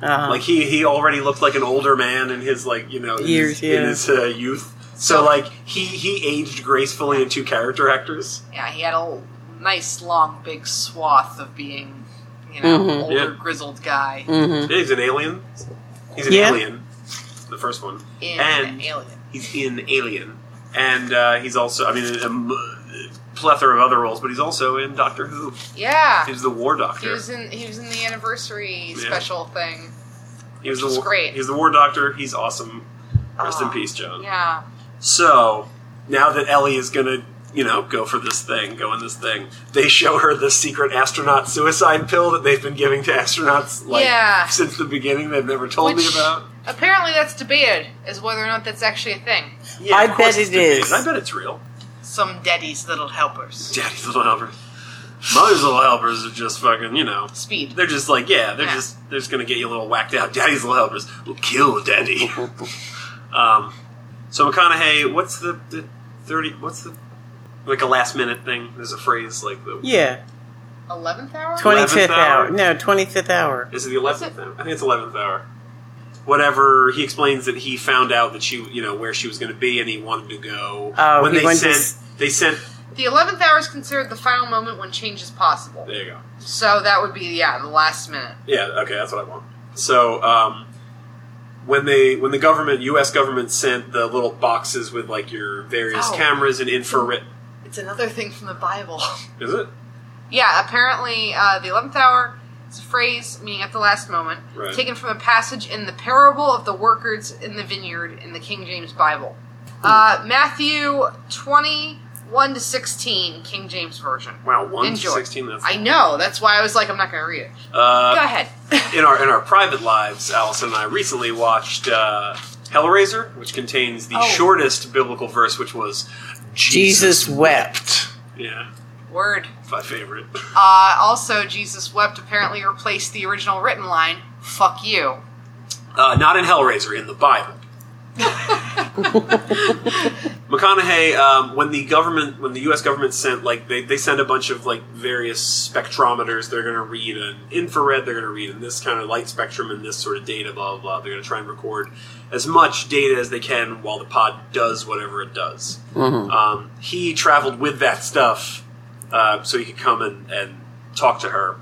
uh,
Like, he, he already looked like an older man in his, like, you know, in
Years,
his,
yeah.
in his uh, youth. So,
So-
like, he, he aged gracefully in two character actors.
Yeah, he had a l- nice long big swath of being, you know,
Mhm.
older
Yeah.
grizzled guy.
hmm
Yeah, he's an alien. He's an
Yeah.
alien. the first one,
in
and
Alien.
he's in Alien, and uh, he's also I mean a, a plethora of other roles, but he's also in Doctor Who.
Yeah.
He's the War Doctor.
He was in he was in the anniversary
Yeah.
special thing.
He was
Which is
the war,
great.
He's the war doctor. He's awesome. Rest
Aw.
in peace, John.
Yeah.
So now that Ellie is gonna, you know, go for this thing, go in this thing, they show her the secret astronaut suicide pill that they've been giving to astronauts like
Yeah.
since the beginning. They've never told me
Which-
about.
Apparently that's debated as whether or not that's actually a thing.
Yeah,
I
of course
bet
it's
it
debated.
is.
I bet it's real.
Some daddy's little helpers.
Daddy's little helpers. Mother's little helpers are just fucking, you know.
Speed.
They're just like, yeah, they're
Yeah.
just they're just gonna get you a little whacked out. Daddy's little helpers will kill daddy. um, so McConaughey, what's the, the thirty? What's the like a last minute thing? There's a phrase like the
Yeah,
Eleventh hour?
25th
11th hour?
hour. No, 25th hour.
is it the eleventh? hour? I think it's eleventh hour. Whatever he explains that he found out that she, you know, where she was going to be, and he wanted to go.
Oh,
when
he
they
went to
sent,
s-
they sent.
The eleventh hour is considered the final moment when change is possible.
There you go.
So that would be yeah, the last minute.
Yeah, okay, that's what I want. So um, when they when the government, U.S. government, sent the little boxes with like your various
Oh.
cameras and infrared,
It's another thing from the Bible.
is it?
yeah, apparently uh, the eleventh hour is a phrase meaning at the last moment,
Right.
taken from a passage in the parable of the workers in the vineyard in the King James Bible. Uh, Matthew twenty one to sixteen, King James Version.
Wow, one to
Enjoy.
sixteen. That's
I know. That's why I was like, I'm not going to read it. Go
uh,
ahead.
in our in our private lives. Allison and I recently watched uh, Hellraiser, which contains the
Oh.
shortest biblical verse, which was
Jesus wept.
Yeah,
Word.
my favorite.
Uh, also, Jesus wept. Apparently, replaced the original written line. Fuck you.
Uh, not in Hellraiser, in the Bible. McConaughey, um, when the government, when the U.S. government sent, like, they, they send a bunch of, like, various spectrometers. They're going to read an infrared, they're going to read in this kind of light spectrum and this sort of data, blah, blah, blah. They're going to try and record as much data as they can while the pod does whatever it does. Um, he traveled with that stuff uh, so he could come and, and talk to her.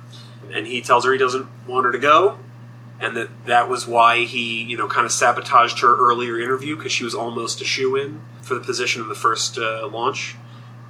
And he tells her he doesn't want her to go, and that that was why he, you know, kind of sabotaged her earlier interview because she was almost a shoe in for the position in the first uh, launch.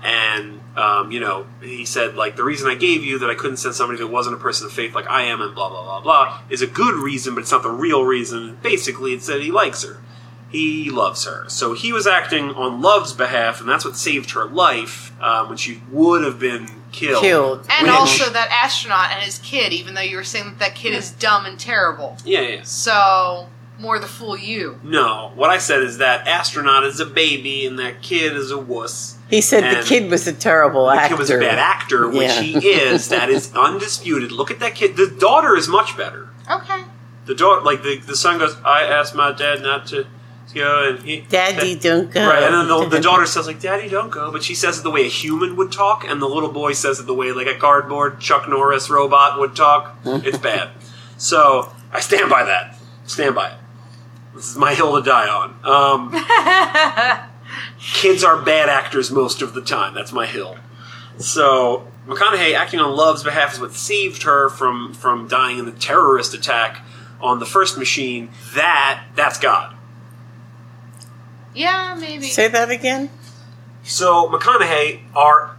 And um, you know, he said like the reason I gave you that I couldn't send somebody that wasn't a person of faith like I am, and blah blah blah blah, is a good reason, but it's not the real reason. Basically, it's that he likes her, he loves her. So he was acting on love's behalf, and that's what saved her life um, when she would have been killed.
Killed.
And
Which-
also that astronaut and his kid. Even though you were saying that that kid is dumb and terrible.
yeah, yeah.
So more the fool you.
No, what I said is that astronaut is a baby and that kid is a wuss.
He said the
And
kid was a terrible
The
actor.
kid was a bad actor, which
Yeah.
he is. That is undisputed. Look at that kid. The daughter is much better.
Okay.
The daughter, like the, the son goes, I asked my dad not to go, and he
Daddy,
that-
don't go.
Right, and then the, the daughter says like, "Daddy, don't go," but she says it the way a human would talk, and the little boy says it the way like a cardboard Chuck Norris robot would talk. It's bad. So I stand by that. Stand by it. This is my hill to die on. Um, kids are bad actors most of the time. That's my hill. So McConaughey acting on Love's behalf is what saved her from from dying in the terrorist attack on the first machine. That that's God.
Yeah, maybe.
Say that again?
So McConaughey, our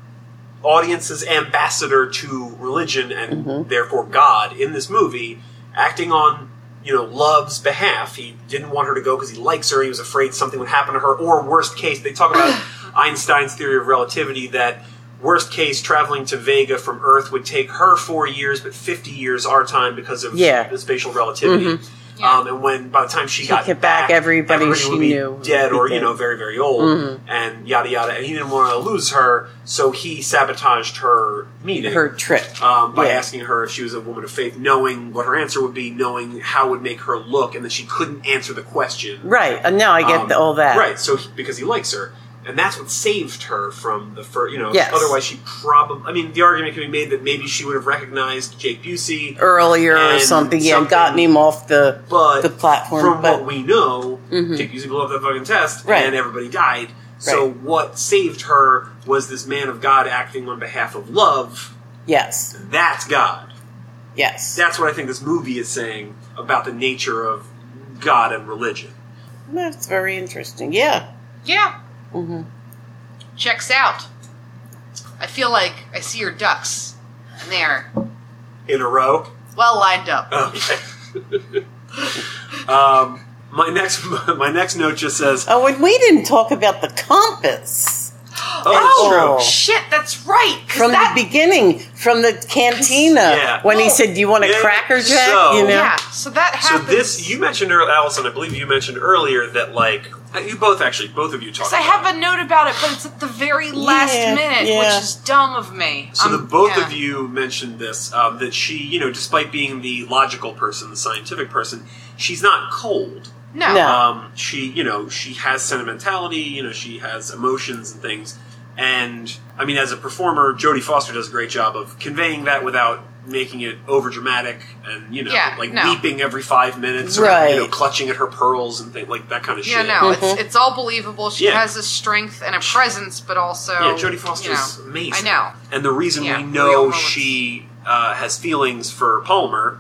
audience's ambassador to religion and
Mm-hmm.
therefore God in this movie, acting on you know love's behalf. He didn't want her to go because he likes her. He was afraid something would happen to her, or worst case, they talk about Einstein's theory of relativity that. Worst case, traveling to Vega from Earth would take her four years, but fifty years our time because of
Yeah.
the spatial relativity.
Yeah.
Um, and when by the time she,
She
got
get back, everybody she
would be
knew would
dead
be
or you
dead.
know very very old
Mm-hmm.
and yada yada and he didn't want to lose her so he sabotaged her meeting
Her trip.
um, by
Yeah.
asking her if she was a woman of faith knowing what her answer would be knowing how it would make her look and that she couldn't answer the question
Right. And now I get
Um,
the, all that.
right so he- because he likes her and that's what saved her from the first you know
Yes.
otherwise she probably i mean the argument can be made that maybe she would have recognized jake busey
Earlier or
And
something. Yeah,
something-
gotten him off the,
but
the platform.
From
but Mm-hmm.
what we know, Jake Busey blew up that fucking test,
Right.
and everybody died. So
Right.
what saved her was this man of God acting on behalf of love.
Yes.
That's God.
Yes.
That's what I think this movie is saying about the nature of God and religion.
That's very interesting. Yeah.
Yeah,
hmm
checks out. I feel like I see your ducks, and they are
in a row.
well lined up.
Okay. um, my next my next note just says,
Oh, and we didn't talk about the compass
"Oh,
Oh.
it's true.
Shit, that's right. 'cause
from
that,
the beginning, from the cantina
Yeah.
when he
Oh.
said, "Do you want a
Yeah,
cracker jack?"
so-
you know.
yeah. So that
So
happens.
this you mentioned, earlier, Allison. I believe you mentioned earlier that like you both actually both of you talked.
Because I
about it.
have a note about it, but it's at the very last
Yeah,
minute,
yeah.
which is dumb of me.
So
Um,
the both
yeah.
of you mentioned this um, that she, you know, despite being the logical person, the scientific person, she's not cold.
No.
No.
Um, she, you know, she has sentimentality. You know, she has emotions and things. And I mean, as a performer, Jodie Foster does a great job of conveying that without making it over dramatic and you know,
Yeah,
like
no.
weeping every five minutes or
Right.
you know, clutching at her pearls and things like that kind of
Yeah,
shit.
no, it's, it's all believable. She
Yeah.
has a strength and a presence, but also
Yeah, Jodie
you
Foster's
know,
amazing.
I know.
And the reason
Yeah,
we
real
know
moments.
she uh, has feelings for Palmer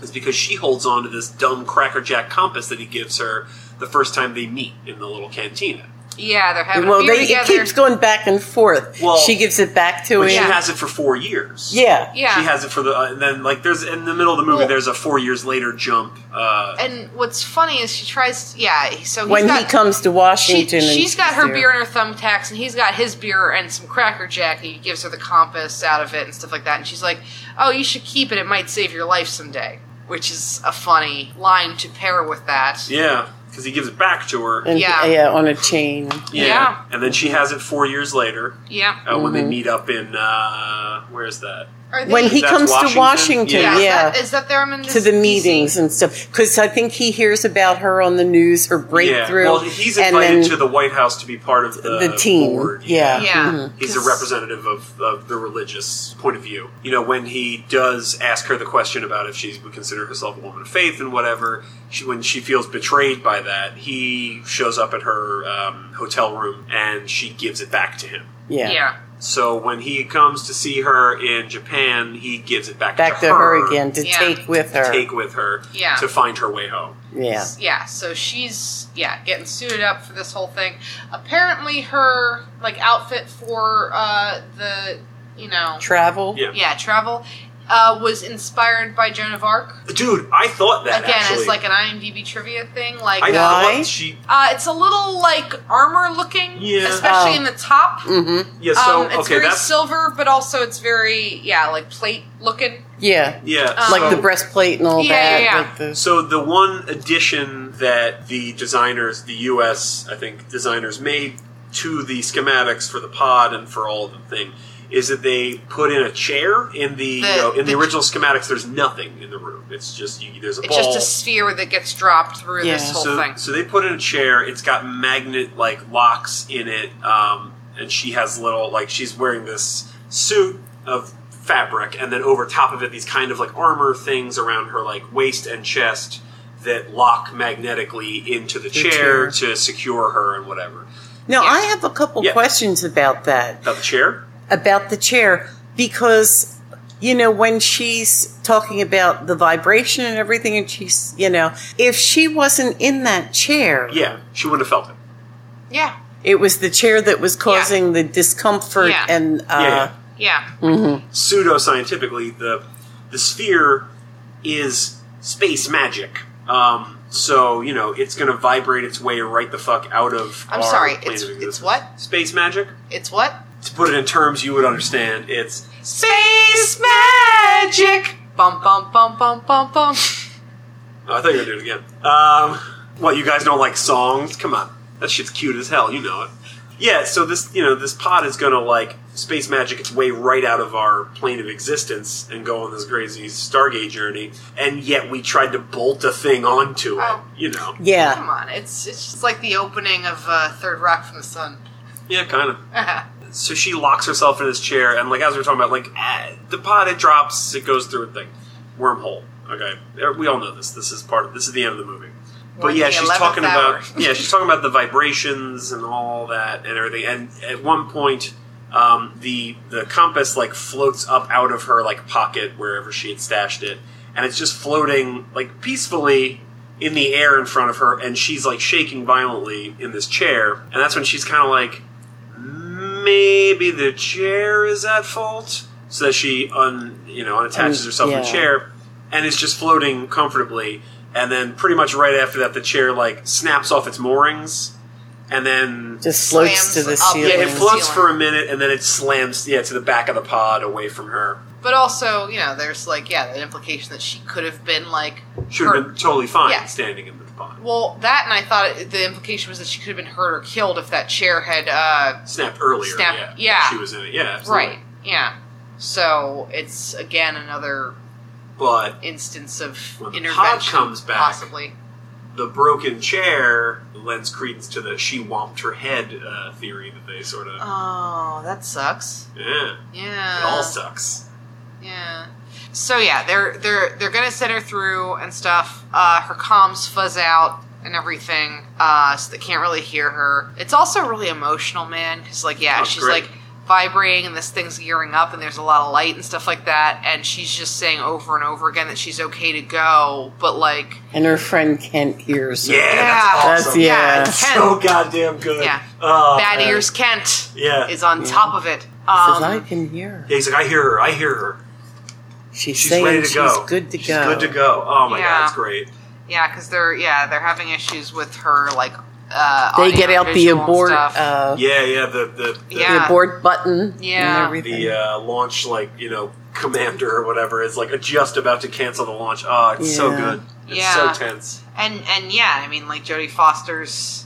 is because she holds on to this dumb crackerjack compass that he gives her the first time they meet in the little cantina.
Yeah, they're having a
Well,
beer
they, it
together.
keeps going back and forth.
Well-
she gives it back to
But
him.
she
Yeah.
has it for four years.
yeah.
yeah,
She has it for the, uh, and then like there's in the middle of the movie
Well-
there's a four years later jump. Uh,
and what's funny is she tries. Yeah, so he's
When
got,
he comes
she,
to Washington, and
she's got her
there.
beer and her thumbtacks, and he's got his beer and some cracker jack. And he gives her the compass out of it and stuff like that. And she's like, "Oh, you should keep it. It might save your life someday." Which is a funny line to pair with that.
yeah, because he gives it back to her.
And-
Yeah.
yeah, on a chain.
Yeah.
and then she has it four years later
Yeah.
uh, when they
Mm-hmm.
meet up in uh, where is that?
Are they-
When he
That's
comes
Washington?
to Washington,
yeah,
yeah,
Is, that, is that there? I'm in
to
this
the
DC?
meetings and stuff, because I think he hears about her on the news or breakthrough.
Yeah. Well, he's
and
invited
then
to the White House to be part of the,
the team.
Board.
Yeah,
Yeah.
mhm.
He's a representative of, of the religious point of view. You know, when he does ask her the question about if she would consider herself a woman of faith and whatever, she, when she feels betrayed by that, he shows up at her um, hotel room and she gives it back to him.
yeah,
Yeah.
So when he comes to see her in Japan, he gives it back,
Back to her again to
Yeah.
take with her.
Take with her
Yeah.
to find her way home.
yeah,
yeah so she's yeah getting suited up for this whole thing apparently her like outfit for uh the you know
travel.
Yeah.
yeah travel uh, was inspired by Joan of Arc
Dude, I thought that
again
actually.
it's like an IMDb trivia thing like
I
uh,
Why?
thought she
uh, it's a little like armor looking
Yeah. Mm.
especially
Oh.
in the top
Mm-hmm.
Yeah, so
um, it's
okay,
very
that's
silver but also it's very yeah like plate looking
yeah,
yeah,
Um,
like
so,
the breastplate and all
Yeah,
that.
yeah, yeah.
like the-
So the one addition that the designers, the U.S. I think designers made to the schematics for the pod and for all of the thing is that they put in a chair in the,
The-
you know, in the,
the-
original schematics. There's nothing in the room. It's just you, there's a
it's
ball.
just a sphere that gets dropped through this
Yeah.
whole
so,
thing
so they put in a chair. It's got magnet like locks in it, um, and she has little like she's wearing this suit of fabric, and then over top of it these kind of like armor things around her like waist and chest that lock magnetically into the chair
chair.
to secure her and whatever.
now
yeah.
I have a couple
Yeah.
questions about that.
About the chair,
about the chair because you know when she's talking about the vibration and everything and she's you know if she wasn't in that chair
yeah, she wouldn't have felt it.
yeah
it was the chair that was causing the discomfort
Yeah.
and uh
Yeah.
yeah
Mm. pseudo scientifically, the the sphere is space magic. Um, so you know it's going to vibrate its way right the fuck out of.
I'm
our
sorry,
plane
it's-
of
it's
existence.
what?
space magic?
it's what
To put it in terms you would understand, it's
Space magic. Bum bum bum bum bum bum.
Oh, I thought you were gonna do it again. Um, what you guys don't like songs? Come on, that shit's cute as hell. You know it. Yeah. So this, you know, this pod is gonna like space magic its way right out of our plane of existence and go on this crazy Stargate journey, and yet we tried to bolt a thing onto it.
Oh.
You know.
Come
yeah
on, it's it's just like the opening of uh, Third Rock from the Sun.
Yeah, kind of.
Uh-huh.
So she locks herself in this chair, and like as we were talking about, like ah, the pod it drops, it goes through a thing, wormhole. Okay, Er, we all know this. This is part of this is the end of the movie.
We're
But
in
yeah,
the
she's
11th
talking
hour.
about yeah, she's talking about the vibrations and all that and everything. And at one point, um, the the compass like floats up out of her like pocket wherever she had stashed it, and it's just floating like peacefully in the air in front of her, and she's like shaking violently in this chair. And that's when she's kind of like, maybe the chair is at fault. So that she un you know unattaches
Un-
herself from the
yeah.
chair and is just floating comfortably. And then pretty much right after that, the chair like snaps off its moorings, and then
Just floats to
Slams
the
up.
ceiling.
yeah, it floats
Ceiling.
for a minute, and then it slams yeah to the back of the pod away from her.
But also, you know, there's like, yeah, an implication that she could have been like
Should have
hurt.
been totally fine
Yeah.
standing in the pod.
Well, that and I thought it, the implication was that she could have been hurt or killed if that chair had. uh
Snapped earlier.
Snapped-
yeah,
yeah.
She was in it. Yeah, absolutely.
Right. Yeah. So it's again another
But
instance of
When the pod
intervention.
comes back-
possibly.
the broken chair lends credence to the she womped her head uh, theory that they sort of
Oh, that sucks.
yeah
Yeah.
it all sucks
Yeah. So yeah, they're they're they're gonna send her through and stuff. Uh, her comms fuzz out and everything, uh, so they can't really hear her. It's also really emotional, man, because like yeah,
Oh,
she's
great.
like vibrating and this thing's gearing up and there's a lot of light and stuff like that, and she's just saying over and over again that she's okay to go, but like
And her friend Kent hears. her.
yeah, that's
That's
awesome
yeah.
Kent,
so goddamn good
Yeah.
oh,
Bad
man.
Ears Kent
yeah
is on top of it.
Says,
Um,
I can hear. her.
yeah, he's like I hear her I hear her
She's,
she's
saying
ready to
she's
go
good to
She's
go.
good to go oh my god
Yeah.
it's great
Yeah, because they're yeah they're having issues with her like uh,
They
audio
get out the
visual and
abort,
stuff.
uh,
yeah yeah the the the,
Yeah.
the abort button,
Yeah.
and everything.
the uh, launch like you know commander or whatever is like just about to cancel the launch oh it's so
Yeah.
good it's
Yeah.
so tense
and and yeah, I mean like Jodie Foster's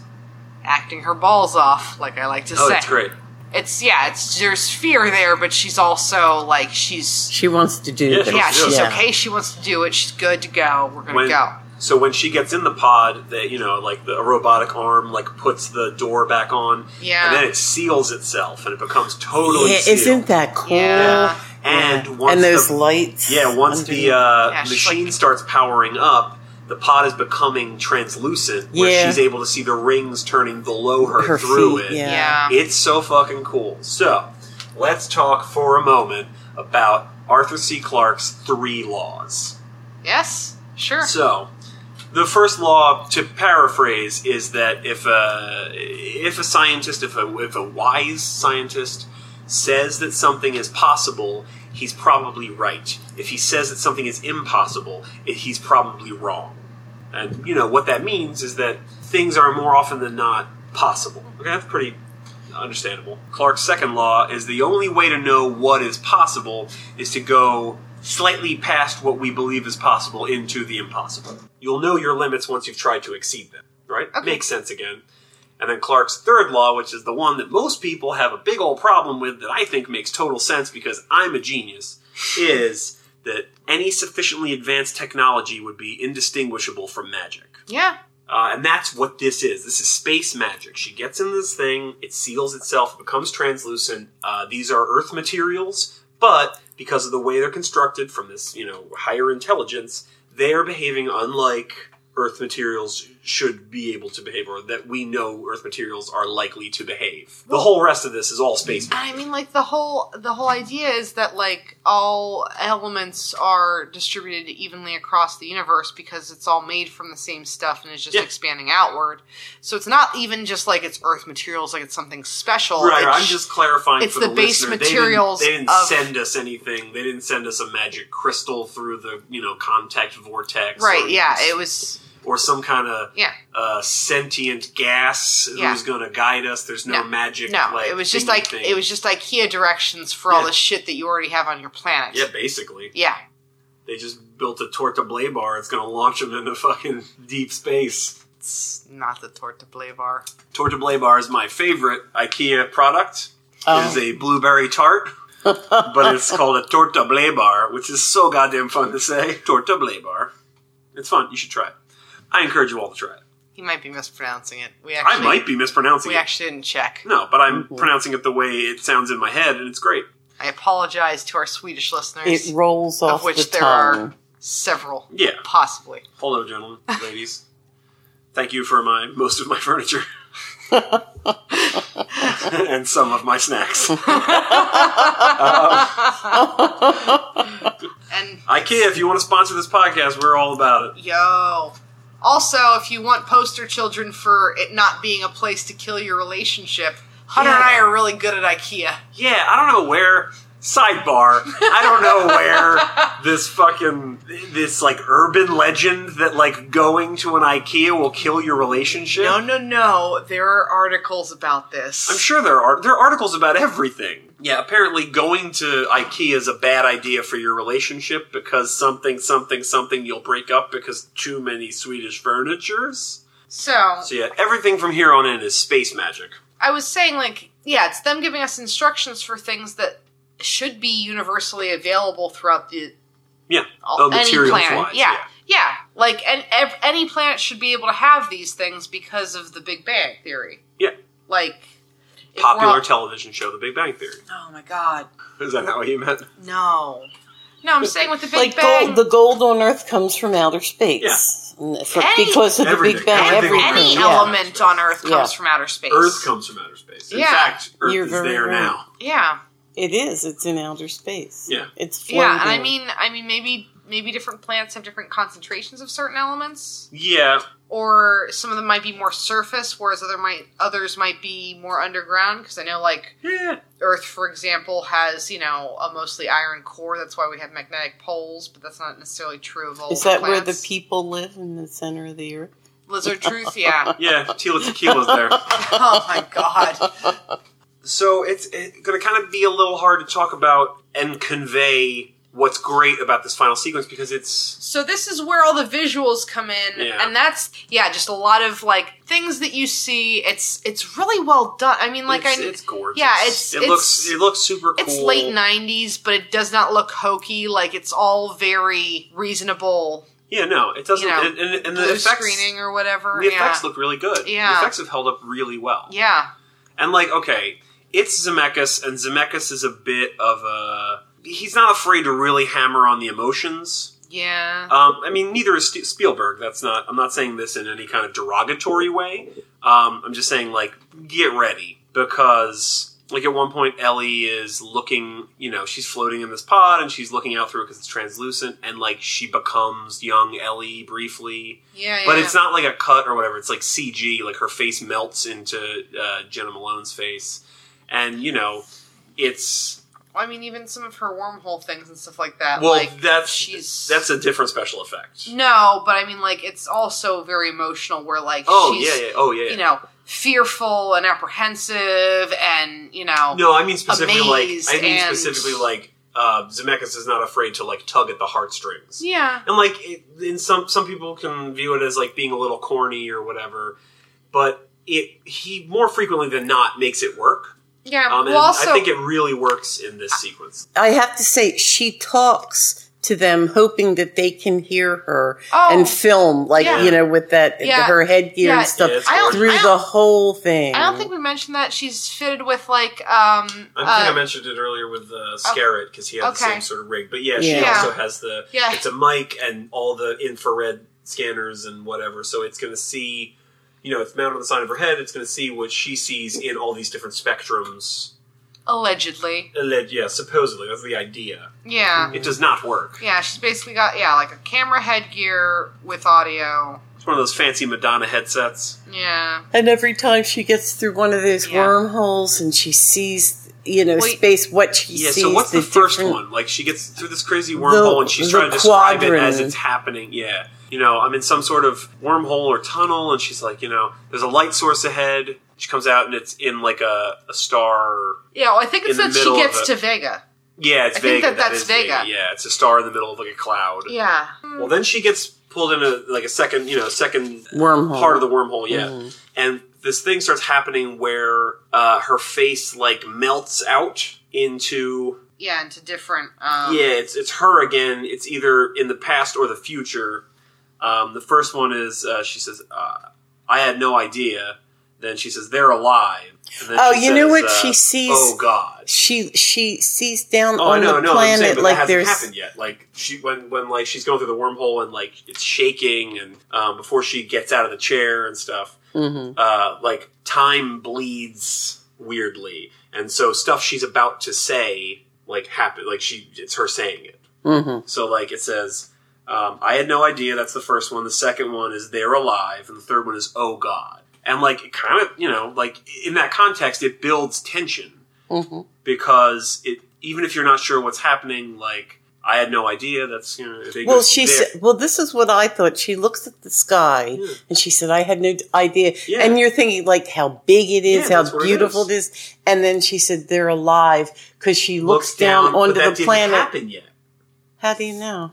acting her balls off, like I like to
oh
say.
it's great
It's yeah, it's there's fear there, but she's also like she's
She wants to do
Yeah,
this.
yeah,
she
she's
Yeah.
okay. She wants to do it. She's good to go. We're gonna
When-
go.
So when she gets in the pod, that you know, like the a robotic arm like puts the door back on,
Yeah.
and then it seals itself and it becomes totally
Yeah,
sealed.
isn't that cool?
Yeah.
And
Yeah.
once
and those
the-
lights.
yeah, once
under-
the uh,
Yeah, she's
machine
like-
starts powering up, the pod is becoming translucent, where
Yeah.
she's able to see the rings turning below her,
Her
uh, through
feet,
it.
yeah.
Yeah.
It's so fucking cool. So let's talk for a moment about Arthur C. Clarke's three laws.
Yes. Sure.
So, the first law, to paraphrase, is that if a if a scientist, if a if a wise scientist says that something is possible, he's probably right. If he says that something is impossible, it, he's probably wrong. And you know what that means is that things are more often than not possible. Okay, that's pretty understandable. Clark's second law is the only way to know what is possible is to go slightly past what we believe is possible into the impossible. You'll know your limits once you've tried to exceed them, right? Makes sense again. And then Clark's third law, which is the one that most people have a big old problem with that I think makes total sense because I'm a genius, is that any sufficiently advanced technology would be indistinguishable from magic.
yeah.
Uh, and that's what this is. This is space magic. She gets in this thing, it seals itself, becomes translucent. Uh, these are Earth materials, but because of the way they're constructed from this, you know, higher intelligence, they are behaving unlike Earth materials should be able to behave, or that we know Earth materials are likely to behave. The whole rest of this is all space magic.
I mean, like the whole the whole idea is that like all elements are distributed evenly across the universe because it's all made from the same stuff and is just
Yeah.
expanding outward. So it's not even just like it's Earth materials, like it's something special.
Right,
It's-
I'm just clarifying
it's
for the,
the base
listener.
materials
They didn't, they didn't
of-
send us anything. They didn't send us a magic crystal through the you know contact vortex.
right.
or-
Yeah, it was.
or some kind of
Yeah,
uh, sentient gas
Yeah.
who's going to guide us. There's no,
No.
magic.
no,
like,
it was just
thingy
like
thing.
it was just IKEA directions for all
Yeah.
the shit that you already have on your planet.
Yeah, basically,
Yeah,
they just built a torta blay bar. It's going to launch them into fucking deep space.
it's not the torta play bar.
Torta blay bar is my favorite IKEA product.
Oh.
It is a blueberry tart, but it's called a torta blay bar, which is so goddamn fun to say. Torta blay bar. It's fun. You should try it. I encourage you all to try it.
He might be mispronouncing it. We actually,
I might be mispronouncing
We
it.
actually didn't check.
no, but I'm pronouncing it the way it sounds in my head, and it's great.
I apologize to our Swedish listeners.
It rolls off
of which
the
there
tongue.
are several.
Yeah.
Possibly.
Hello, gentlemen, ladies. Thank you for my most of my furniture and some of my snacks.
And
IKEA, if you want to sponsor this podcast, we're all about it.
yo, Also, if you want poster children for it not being a place to kill your relationship, Hunter and I
Yeah.
are really good at IKEA.
Yeah, I don't know where. Sidebar. I don't know where this fucking this like urban legend that like going to an IKEA will kill your relationship.
No, no, no. There are articles about this.
I'm sure there are there are articles about everything. Yeah, apparently going to IKEA is a bad idea for your relationship because something something something you'll break up because too many Swedish furnitures.
So,
So yeah, everything from here on in is space magic.
I was saying, like, yeah, it's them giving us instructions for things that should be universally available throughout the
Yeah,
all,
uh,
any
materials
planet.
wise,
yeah. yeah, Like, and ev- any planet should be able to have these things because of the Big Bang theory.
yeah.
Like, if
Popular
we're all-
television show, The Big Bang Theory.
oh my god,
Is that how he meant?
no, no. I'm saying with the Big
like
Bang,
gold, the gold on Earth comes from outer space And for-
Any-
because of the
Everything.
Big Bang.
Everything.
Everything,
any
yeah.
element on Earth comes
Yeah.
from outer space.
Earth comes from outer space. In
Yeah.
fact, Earth
You're
is
very
there
right.
now.
yeah,
It is. It's in outer space.
Yeah.
It's floating.
yeah. And I mean, I mean, maybe maybe different planets have different concentrations of certain elements.
Yeah,
or some of them might be more surface, whereas other might others might be more underground. Because I know, like
yeah.
Earth, for example, has you know a mostly iron core. That's why we have magnetic poles, but that's not necessarily true of all.
is that where
planets.
the people live in the center of the earth?
lizard truth? Yeah.
Yeah, Tila Tequila's there.
oh my god.
So it's, it's going to kind of be a little hard to talk about and convey what's great about this final sequence because it's
So this is where all the visuals come in,
Yeah.
and that's yeah, just a lot of like things that you see. It's it's really well done. I mean, like
it's,
I
it's gorgeous.
yeah, it's-
it
it's-
looks it looks super cool.
It's late nineties, but it does not look hokey. Like it's all very reasonable,
Yeah, no, it doesn't.
You know,
and, and, and the
blue
effects
screening or whatever.
the
yeah.
effects look really good.
Yeah.
the effects have held up really well.
yeah,
And like, okay, it's Zemeckis, and Zemeckis is a bit of a he's not afraid to really hammer on the emotions.
yeah.
Um, I mean, neither is St- Spielberg. That's not. I'm not saying this in any kind of derogatory way. Um, I'm just saying, like, get ready because, like, at one point Ellie is looking. You know, she's floating in this pod and she's looking out through it because it's translucent, and like she becomes young Ellie briefly.
yeah, yeah,
But it's not like a cut or whatever. It's like CG. Like her face melts into uh, Jenna Malone's face, and you know, it's
I mean, even some of her wormhole things and stuff like that.
well,
like,
that's
she's Mm.
that's a different special effect.
no, but I mean, like it's also very emotional. Where like
Oh
she's
yeah, yeah. Oh yeah. yeah.
you know fearful and apprehensive, and you know
No, I mean specifically
amazed
like I mean
and-
specifically like uh, Zemeckis is not afraid to like tug at the heartstrings.
yeah,
And like it, in some some people can view it as like being a little corny or whatever, but it he more frequently than not makes it work.
yeah.
Um, and
well, also
I think it really works in this sequence.
I have to say, she talks to them hoping that they can hear her
Oh.
and film, like,
Yeah.
you know, with that,
Yeah.
her headgear
Yeah.
and stuff
Yeah, it's
I don't-
through
I don't-
the whole thing.
I don't think we mentioned that she's fitted with like um.
I
uh,
think I mentioned it earlier with uh, Scarrett because he had the
okay.
same sort of rig. But yeah, she
Yeah.
also has the
Yeah.
it's a mic and all the infrared scanners and whatever. So it's going to see, you know, it's mounted on the side of her head. It's going to see what she sees in all these different spectrums.
allegedly,
Alleg- yeah, supposedly that's the idea.
yeah.
It does not work.
Yeah, she's basically got yeah, like a camera headgear with audio.
It's one of those fancy Madonna headsets.
Yeah.
And every time she gets through one of those
Yeah.
wormholes and she sees, you know,
Wait.
space, what she
Yeah,
sees.
so what's the, first
different-
one? Like she gets through this crazy wormhole and she's
the
trying to describe it as
quadrant.
it's happening. Yeah. You know, I'm in some sort of wormhole or tunnel and she's like, you know, there's a light source ahead. She comes out and it's in like a, a star.
Yeah, well, I think it's
In the
that she
middle of
gets
a-
to Vega.
Yeah, it's
I think that
Vega.
that's
is Vega.
Vega.
Yeah, it's a star in the middle of like a cloud.
Yeah.
Well, then she gets pulled in a like a second, you know, second
Wormhole. Mm.
part of the wormhole. Yeah, and this thing starts happening where uh, her face like melts out into
Yeah, into different. Um,
Yeah, it's it's her again. It's either in the past or the future. Um, the first one is uh, she says, uh, "I had no idea." Then she says, "They're alive." And then
Oh,
she
you know
says,
what? She sees-
Oh God!
She, she sees down
Oh,
on
I know,
the
no, I'm
planet
saying, but
like
that hasn't
there's.
happened yet. Like she when when like she's going through the wormhole and like it's shaking and um, before she gets out of the chair and stuff,
Mm-hmm.
uh, like time bleeds weirdly, and so stuff she's about to say like happen like she it's her saying it.
Mhm.
So like it says,
Um, I had no idea. That's the first one. The second one is They're Alive, and the third one is Oh God. And like, it kind of, you know, like in that context, it builds tension
Mm-hmm.
because it even if you're not sure what's happening, like I had no idea. That's you know, they
Well,
go
she
there.
said, "Well, this is what I thought." She looks at the sky and she said, "I had no d- idea."
Yeah.
And you're thinking like how big it is,
Yeah, that's
how
what it
beautiful it is. and then she said, "They're alive" because she looks, down,
but
onto
that
the
didn't
planet.
Happen yet?
How do you know?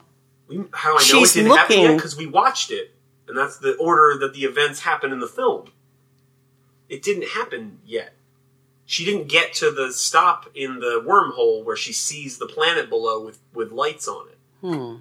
We, how do I know
She's
it didn't happen yet?
looking.
Because we watched it, and that's the order that the events happen in the film. It didn't happen yet. She didn't get to the stop in the wormhole where she sees the planet below with with lights on it.
Hmm.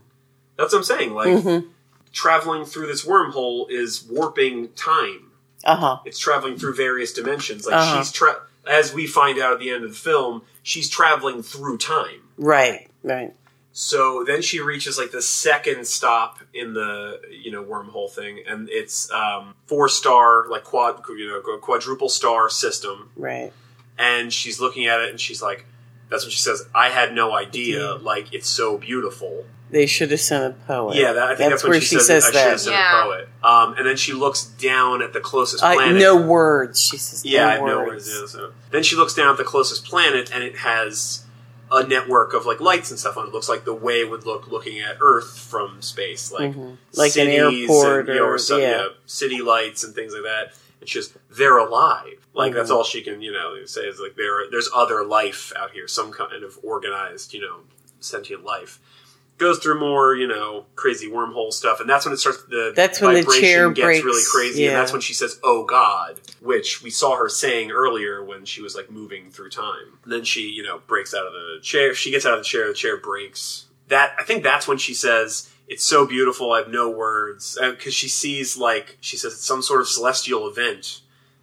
That's what I'm saying. Like
Mm-hmm.
traveling through this wormhole is warping time.
Uh huh.
It's traveling through various dimensions. Like
Uh-huh.
she's tra- as we find out at the end of the film, she's traveling through time.
Right. Right.
So then she reaches like the second stop in the you know wormhole thing, and it's um, four star like quad you know quadruple star system,
Right.
and she's looking at it and she's like, that's when she says, "I had no idea, like it's so beautiful."
They should have sent a poet.
Yeah, that, I think that's, when
where
she, says, "I should have
that.
said
Yeah.
a poet." Um, and then she looks down at the closest
I,
planet.
no words. She says,
Yeah, I
no
know what it
words.
is. So. Then she looks down at the closest planet, and it has a network of like lights and stuff on it. it looks like the way would look looking at Earth from space, like
Mhm. Like an
cities
airport
and, you know,
or-
some,
yeah.
you know, city lights and things like that. And she's they're alive. Like that's
Mm-hmm.
all she can you know say is like there there's other life out here, some kind of organized you know sentient life. Goes through more, you know, crazy wormhole stuff, and that's when it starts. The
That's when the
vibration
chair
gets
breaks,
really crazy, and
yeah.
that's when she says, "Oh God," which we saw her saying earlier when she was like moving through time. And then she, you know, breaks out of the chair. She gets out of the chair. The chair breaks. That I think that's when she says, "It's so beautiful. I have no words," because she sees like she says it's some sort of celestial event,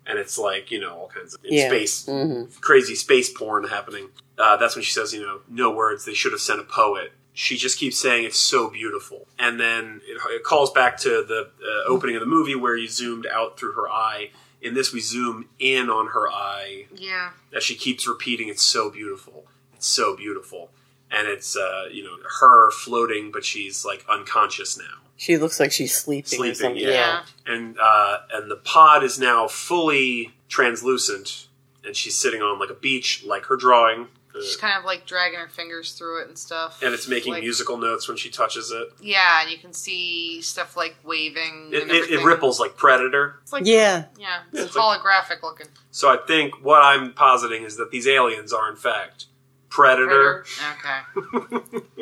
and it's like you know all kinds of in
Yeah.
space,
Mhm.
crazy space porn happening. Uh, that's when she says, you know, no words. They should have sent a poet. She just keeps saying it's so beautiful, and then it, it calls back to the uh, opening of the movie where you zoomed out through her eye. In this, we zoom in on her eye
Yeah.
that she keeps repeating. It's so beautiful. It's so beautiful, and it's uh, you know her floating, but she's like unconscious now
She looks like she's sleeping. or
sleeping.
something.
Yeah.
Yeah.
and uh, and the pod is now fully translucent, and she's sitting on like a beach, like her drawing, uh,
She's kind of like dragging her fingers through it and stuff.
and it's making
Like-
musical notes when she touches it.
Yeah, and you can see stuff like waving.
It,
Mm, and
it, it
everything.
ripples like Predator.
It's like, yeah.
Yeah.
it's,
it's like-
holographic looking.
So I think what I'm positing is that these aliens are in fact Predator.
Okay.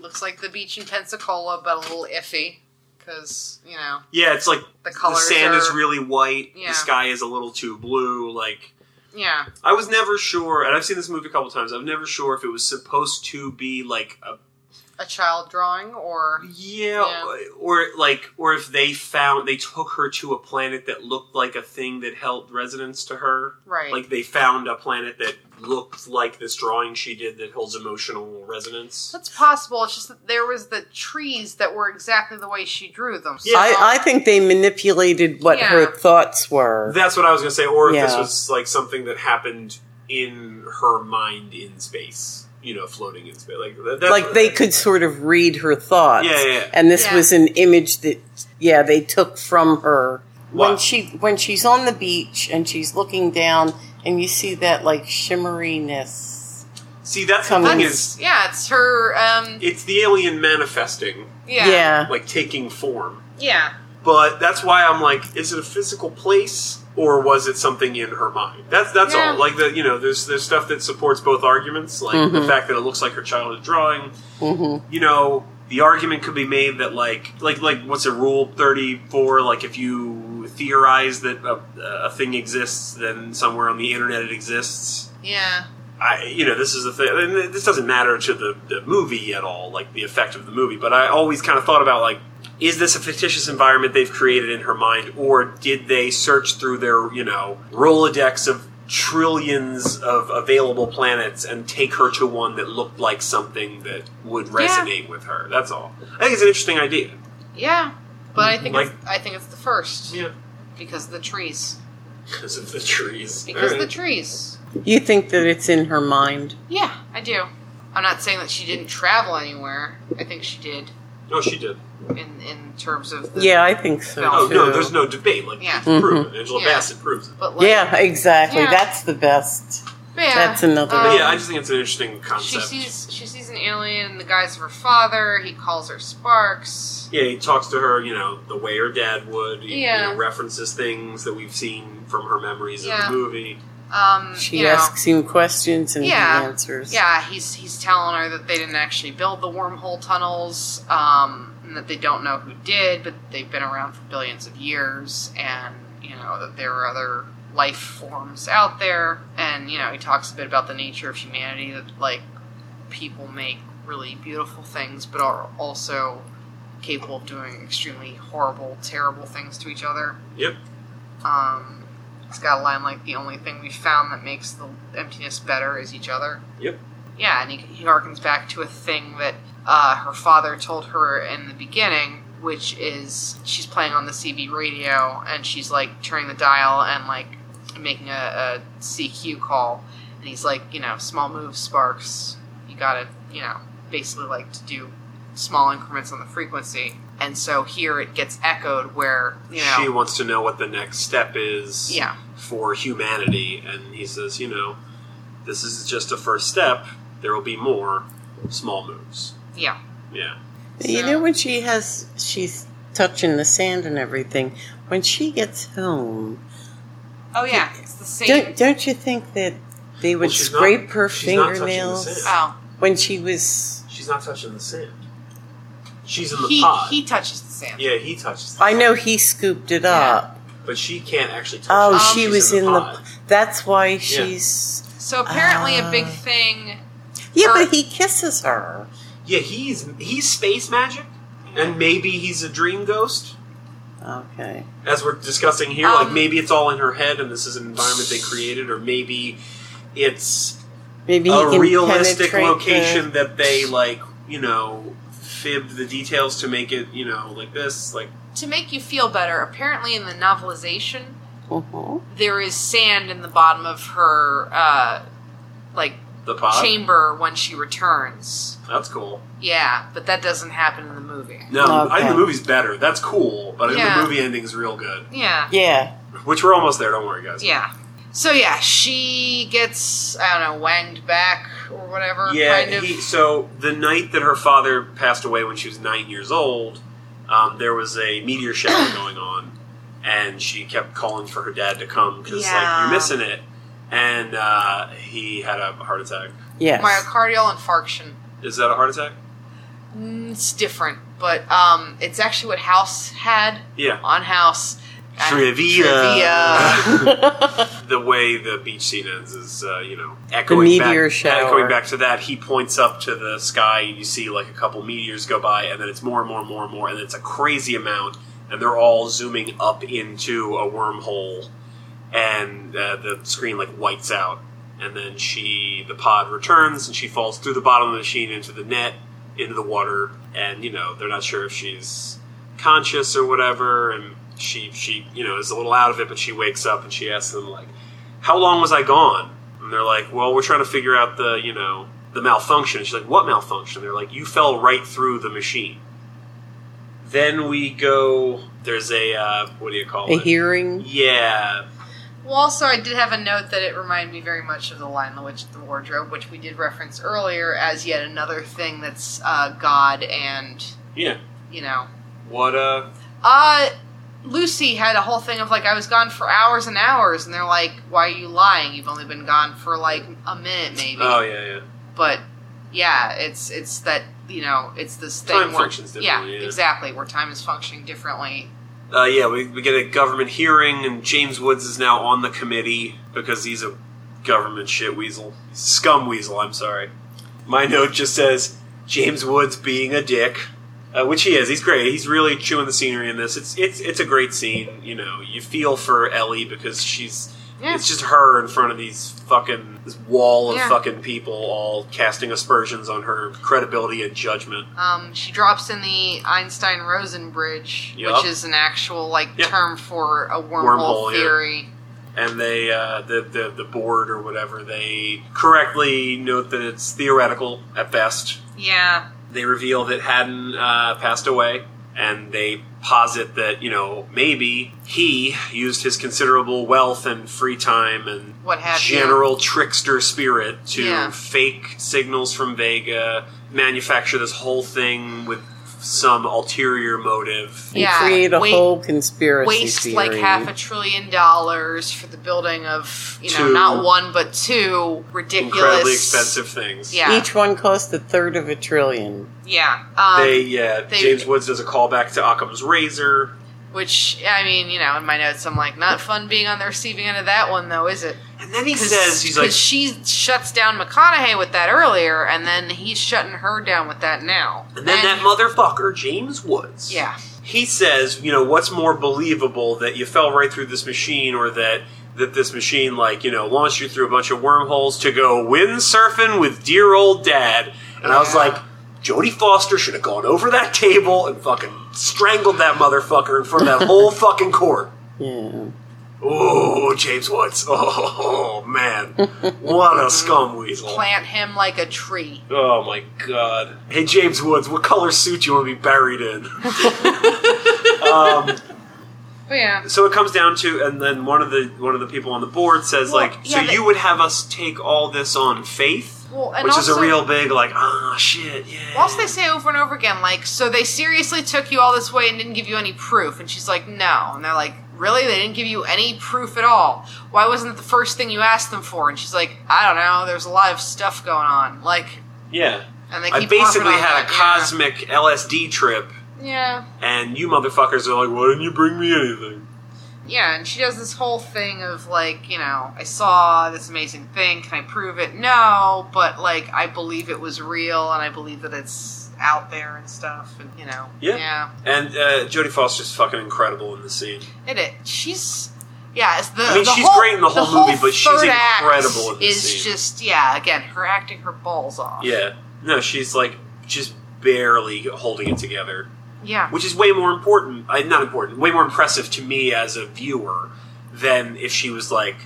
Looks like the beach in Pensacola, but a little iffy because you know
Yeah, it's like
the
the
colors.
sand
are,
is really white.
Yeah.
The sky is a little too blue. Like
Yeah,
I was never sure, and I've seen this movie a couple times. I'm never sure if it was supposed to be like a
a child drawing or
Yeah, uh,
Yeah.
or like, or if they found they took her to a planet that looked like a thing that held resonance to her.
Right.
Like they found a planet that looked like this drawing she did that holds emotional resonance.
that's possible. It's just that there was the trees that were exactly the way she drew them.
Yeah.
I, I think they manipulated what
Yeah.
her thoughts were.
That's what I was gonna say. Or if this
Yeah.
was like something that happened in her mind in space, you know, floating in space. Like that, that's
like they could sort of read her thoughts.
Yeah, yeah, yeah.
And this
Yeah.
was an image that yeah, they took from her. When
Wow.
she when she's on the beach and she's looking down and you see that like shimmeriness.
see that's the
Come
thing
on.
is,
yeah, it's her. Um,
it's the alien manifesting,
yeah,
like taking form.
yeah.
But that's why I'm like, is it a physical place or was it something in her mind? That's that's
Yeah.
all. Like the you know, there's there's stuff that supports both arguments, like the fact that it looks like her childhood drawing. Mm-hmm. You know, the argument could be made that like like like what's a rule thirty four? Like if you theorize that a, a thing exists, then somewhere on the internet it exists.
yeah.
I, you know, this is the thing. And this doesn't matter to the, the movie at all, like the effect of the movie. But I always kind of thought about like, is this a fictitious environment they've created in her mind, or did they search through their you know rolodex of trillions of available planets and take her to one that looked like something that would resonate with her? That's all. I think it's an interesting idea.
Yeah, but I think
Like-
it's, I think it's the first
Yeah,
because of the trees.
because of the trees.
Because
All
of the
right.
trees.
You think that it's in her mind.
Yeah, I do. I'm not saying that she didn't travel anywhere. I think she did.
No, she did.
in in terms of the,
Yeah, I think so.
No,
Oh
too.
no, there's no debate. Like
Yeah.
it's proven. Angela
Yeah.
Bassett proves it.
But like,
Yeah, exactly.
Yeah.
That's the best.
yeah,
that's another-
But
um,
yeah, I just think it's an interesting
she
concept.
sees she sees an alien in the guise of her father. He calls her Sparks.
Yeah, he talks to her, you know, the way her dad would. He, you
Yeah.
know, references things that we've seen from her memories
Yeah.
of the movie.
Um,
She
you know,
asks him questions and
Yeah.
he answers.
Yeah, he's he's telling her that they didn't actually build the wormhole tunnels, um, and that they don't know who did, but they've been around for billions of years, and you know that there are other life forms out there. And you know, he talks a bit about the nature of humanity that like people make really beautiful things, but are also capable of doing extremely horrible, terrible things to each other.
Yep.
Um, it's got a line like, "The only thing we found that makes the emptiness better is each other."
Yep.
Yeah, and he, he harkens back to a thing that uh, her father told her in the beginning, which is she's playing on the CB radio and she's like turning the dial and like making a, a CQ call, and he's like, you know, small moves, sparks. You gotta, you know, basically like to do small increments on the frequency. And so here it gets echoed where, you know,
She wants to know what the next step is
yeah.
for humanity, and he says, you know, this is just a first step. There will be more small moves.
Yeah.
Yeah.
You
So-
know when she has she's touching the sand and everything. When she gets home,
Oh yeah, it's the same.
don't don't you think that they would
Well, she's not-
scrape her
she's not touching the
fingernails
sand.
oh,
when she was?
She's not touching the sand. She's in the
he
pod.
he touches the sand.
yeah, he touches. The
I know he scooped it up.
but she can't actually touch.
Oh,
it.
Um,
she
She's
was in the.
pod.
That's why she's.
So apparently, a big
Ah.
thing.
Yeah,
Or-
but he kisses her.
Yeah, he's he's space magic, and maybe he's a dream ghost.
Okay.
As we're discussing here, like
Um,
maybe it's all in her head, and this is an environment they created, or maybe it's
Maybe he
a
can
realistic
penetrate
location
The,
that they like, you know, fibbed the details to make it, you know, like this. Like,
To make you feel better, apparently in the novelization,
Mhm.
there is sand in the bottom of her, uh, like
the pod.
chamber when she returns.
That's cool.
Yeah, but that doesn't happen in the movie.
No, I think
Okay.
the movie's better. That's cool, but I think
Yeah.
the movie ending's real good.
Yeah,
Yeah.
Which we're almost there. Don't worry, guys.
yeah. So yeah, she gets I don't know wanged back or whatever.
Yeah,
kind of.
he, so the night that her father passed away when she was nine years old, um, there was a meteor shower going on, and she kept calling for her dad to come because like
Yeah.
you're missing it, and uh, he had a heart attack.
Yes.
myocardial infarction.
Is that a heart attack?
Mm, It's different, but um, it's actually what House had
Yeah.
on House. And
Trivia.
Trivia.
The way the beach scene ends is, uh, you know, echoing
meteor
back,
shower.
Echoing back to that, he points up to the sky, and you see like a couple meteors go by, and then it's more and more and more and more, and it's a crazy amount, and they're all zooming up into a wormhole, and uh, the screen like whites out, and then she, the pod returns, and she falls through the bottom of the machine into the net, into the water, and you know they're not sure if she's conscious or whatever, and she she you know is a little out of it, but she wakes up and she asks them like, "How long was I gone?" And they're like, "Well, we're trying to figure out the you know the malfunction." And she's like, "What malfunction?" They're like, "You fell right through the machine." Then we go. There's a uh, what do you call
a
it?
hearing.
Yeah,
well, also, I did have a note that it reminded me very much of The Lion, the Witch, and the Wardrobe, which we did reference earlier as yet another thing that's uh, God and,
yeah.
you know.
What uh?
Uh, Lucy had a whole thing of, like, I was gone for hours and hours, and they're like, why are you lying? You've only been gone for, like, a minute, maybe.
Oh yeah, yeah.
but yeah, it's it's that you know it's this thing
Time
where
functions differently,
Yeah,
yeah.
exactly, where time is functioning differently.
Uh, yeah, we, we get a government hearing, and James Woods is now on the committee because he's a government shit weasel. Scum weasel, I'm sorry. My note just says James Woods being a dick, uh, which he is. He's great. He's really chewing the scenery in this. It's it's it's a great scene. You know, you feel for Ellie because she's
Yeah.
it's just her in front of these fucking this wall of
Yeah.
fucking people all casting aspersions on her credibility and judgment.
Um, she drops in the Einstein Rosen bridge,
Yup.
which is an actual like
Yeah.
term for a wormhole,
Wormhole, yeah.
theory.
and they uh, the, the the board or whatever they correctly note that it's theoretical at best.
Yeah.
They reveal that Haddon uh, passed away, and they posit that you know maybe he used his considerable wealth and free time and
What have you.
general trickster spirit to
Yeah.
fake signals from Vega, manufacture this whole thing with some ulterior motive.
and
Yeah,
create a
wa-
whole conspiracy
waste
theory.
like half a trillion dollars for the building of you know
Two
not one but two ridiculous
Incredibly expensive things.
Yeah,
Each one cost a third of a trillion.
yeah. Um,
They, yeah,
They-
James Woods does a callback to Occam's Razor.
which I mean, you know, in my notes, I'm like, not fun being on the receiving end of that one though, is it?
And then he says, he's like,
because she shuts down McConaughey with that earlier, and then he's shutting her down with that now.
and then that motherfucker, James Woods.
yeah,
he says, you know, what's more believable that you fell right through this machine or that that this machine like, you know, launched you through a bunch of wormholes to go windsurfing with dear old dad. And I was
Yeah.
like, Jodie Foster should have gone over that table and fucking strangled that motherfucker in front of that whole fucking court.
Yeah.
Mm.
Oh, James Woods. Oh, man. What a scum weasel.
plant him like a tree.
Oh my god. Hey James Woods, what color suit you want to be buried in? um,
But Oh, yeah,
so it comes down to and then one of the one of the people on the board says
Well,
like
yeah,
so
they-
you would have us take all this on faith
well, and
which
also,
is a real big like ah shit yeah
Whilst they say over and over again, like, so they seriously took you all this way and didn't give you any proof. And she's like, no. And they're like, really? They didn't give you any proof at all. Why wasn't it the first thing you asked them for? And she's like, I don't know. There's a lot of stuff going on. Like,
yeah
and they keep
I basically
harping on
had a
that,
cosmic LSD trip
Yeah.
and you motherfuckers are like why didn't you bring me anything
yeah. Yeah. And she does this whole thing of like, you know, I saw this amazing thing. Can I prove it? No, but like, I believe it was real, and I believe that it's out there and stuff. And you know,
Yeah.
yeah.
and uh, Jodie Foster's fucking incredible in the scene
It is. She's yeah. It's the.
I mean,
the
she's
whole,
great in the whole movie, but she's
third act
incredible in this
is
scene.
just yeah. Again, her acting her balls off.
yeah no she's like just barely holding it together
Yeah.
which is way more important uh, not important way more impressive to me as a viewer than if she was like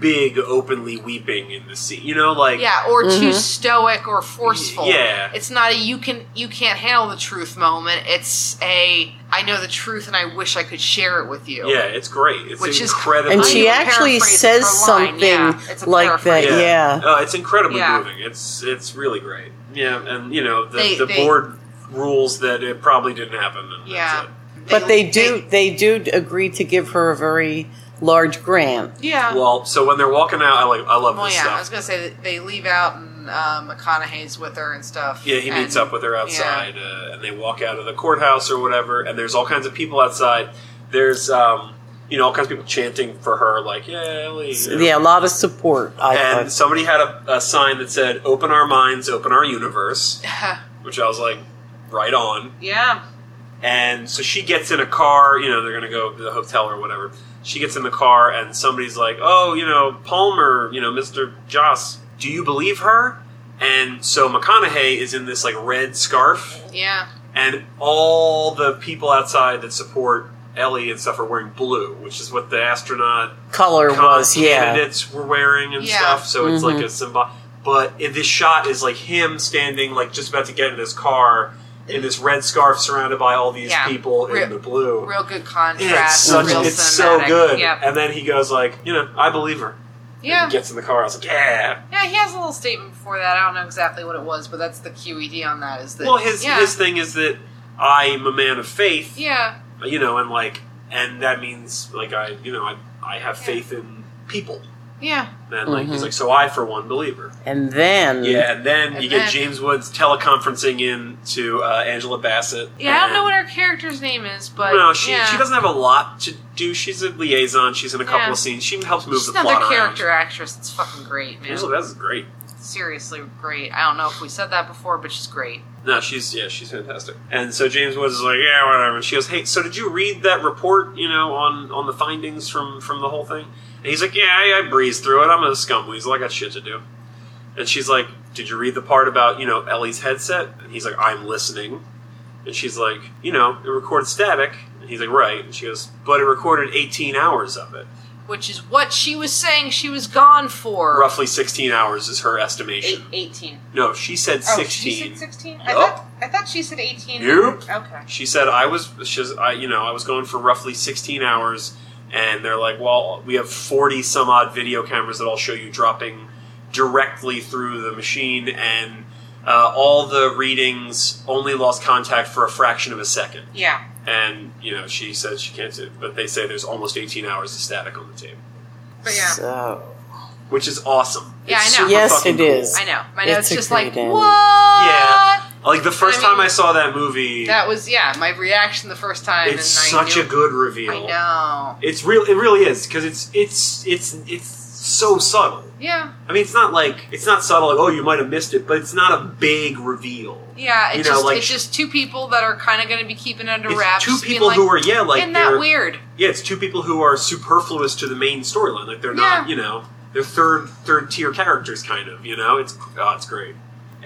big openly weeping in the scene you know like
Yeah, or too
Mhm.
stoic or forceful.
yeah.
It's not a you can you can't handle the truth moment. It's a I know the truth and I wish I could share it with you.
yeah it's great it's
Which is-
incredible
And
I
she
even
actually
paraphrased
says
her line.
something
Yeah, it's a
like that.
paraphrase.
Yeah.
Uh, it's incredibly
Yeah.
moving it's it's really great yeah and you know the,
They-
the
they-
board rules that it probably didn't happen and
Yeah.
that's it.
But they do they do agree to give her a very large grant.
Yeah.
well so when they're walking out i like i love
Well,
this
yeah, I was
stuff
gonna say that they leave out and um, McConaughey's with her and stuff.
yeah, he meets
and-
up with her outside, uh, and they walk out of the courthouse or whatever. And there's all kinds of people outside. There's, um, you know, all kinds of people chanting for her, like "Yeah, Ellie." you know.
Yeah, a lot of support. I
And
thought.
somebody had a, a sign that said "Open our minds, open our universe,"
Yeah.
which I was like, right on.
yeah.
And so she gets in a car. You know, they're gonna go to the hotel or whatever. She gets in the car, and somebody's like, "Oh, you know, Palmer, you know, Mister Joss, do you believe her?" And so McConaughey is in this like red scarf
Yeah.
and all the people outside that support Ellie and stuff are wearing blue, which is what the astronaut
Color
con-
was yeah.
candidates were wearing and
Yeah.
stuff. So it's
Mhm.
like a symbol. But in this shot is like him standing, like just about to get in his car in this red scarf, surrounded by all these
Yeah.
people
Real-
in the blue.
Real good
And
contrast.
it's such,
real
it's so
cinematic.
good.
Yeah.
And then he goes like, you know, I believe her.
Yeah.
And gets in the car. I was like, yeah.
Yeah, he has a little statement before that. I don't know exactly what it was, but that's the QED on that. Is that
Well, his
yeah,
his thing is that I'm a man of faith.
yeah,
you know, and like, and that means like I, you know, I, I have faith in people.
yeah,
And like
Mhm.
he's like, so I for one believe her.
And then
Yeah, and then
And
you
then-
get James Woods teleconferencing in to uh, Angela Bassett.
yeah. I don't know
and-
what her character's name is, but
No, she
yeah.
she doesn't have a lot to do. She's a liaison. She's in a couple
Yeah.
of scenes. She helps move
She's
the
another
plot around.
character actress. It's fucking great, man.
Angela Bassett's great.
Seriously, great. I don't know if we said that before, but she's great.
No, she's yeah, she's fantastic. And so James Woods is like, yeah, whatever. And she goes, hey, so did you read that report? You know, on on the findings from from the whole thing? And he's like, yeah, I, I breezed through it. I'm a scum weasel. I got shit to do. And she's like, did you read the part about you know Ellie's headset? And he's like, I'm listening. And she's like, you know, it records static. And he's like, right. And she goes, but it recorded 18 hours of it.
Which is what she was saying she was gone for.
Roughly 16 hours is her
Eight,
estimation.
18.
No, she said
Oh,
16.
she said 16? I
Yup.
thought, I
I thought she said 18.
Nope.
Okay.
She said I was, she's, I, you know, I was going for roughly 16 hours, and they're like, well, we have 40 some odd video cameras that all show you dropping directly through the machine, and uh, all the readings only lost contact for a fraction of a second.
Yeah.
And you know, she says she can't do, but they say there's almost 18 hours of static on the tape,
But yeah.
So
which is awesome.
Yeah,
It's
I know.
super
Yes,
fucking
it
cool.
is.
I know. My notes
It's a
just like,
great end.
what?
Yeah. Like the first
I mean-
time I saw that movie,
That was, yeah, my reaction the first time.
it's
and I
such
knew-
a good reveal.
I know.
It's real. It really is because it's it's it's it's so subtle.
Yeah.
I mean, it's not like it's not subtle. Like, oh, you might have missed it, but it's not a big reveal.
Yeah, it's
You know,
just
like-
it's just two people that are kind of going to be keeping it under
It's
wraps.
two
just being
people
like,
who are yeah, like
isn't that
they're-
weird?
Yeah, it's two people who are superfluous to the main storyline. Like they're not,
Yeah.
you know, they're third third tier characters, kind of. You know, it's oh, it's great.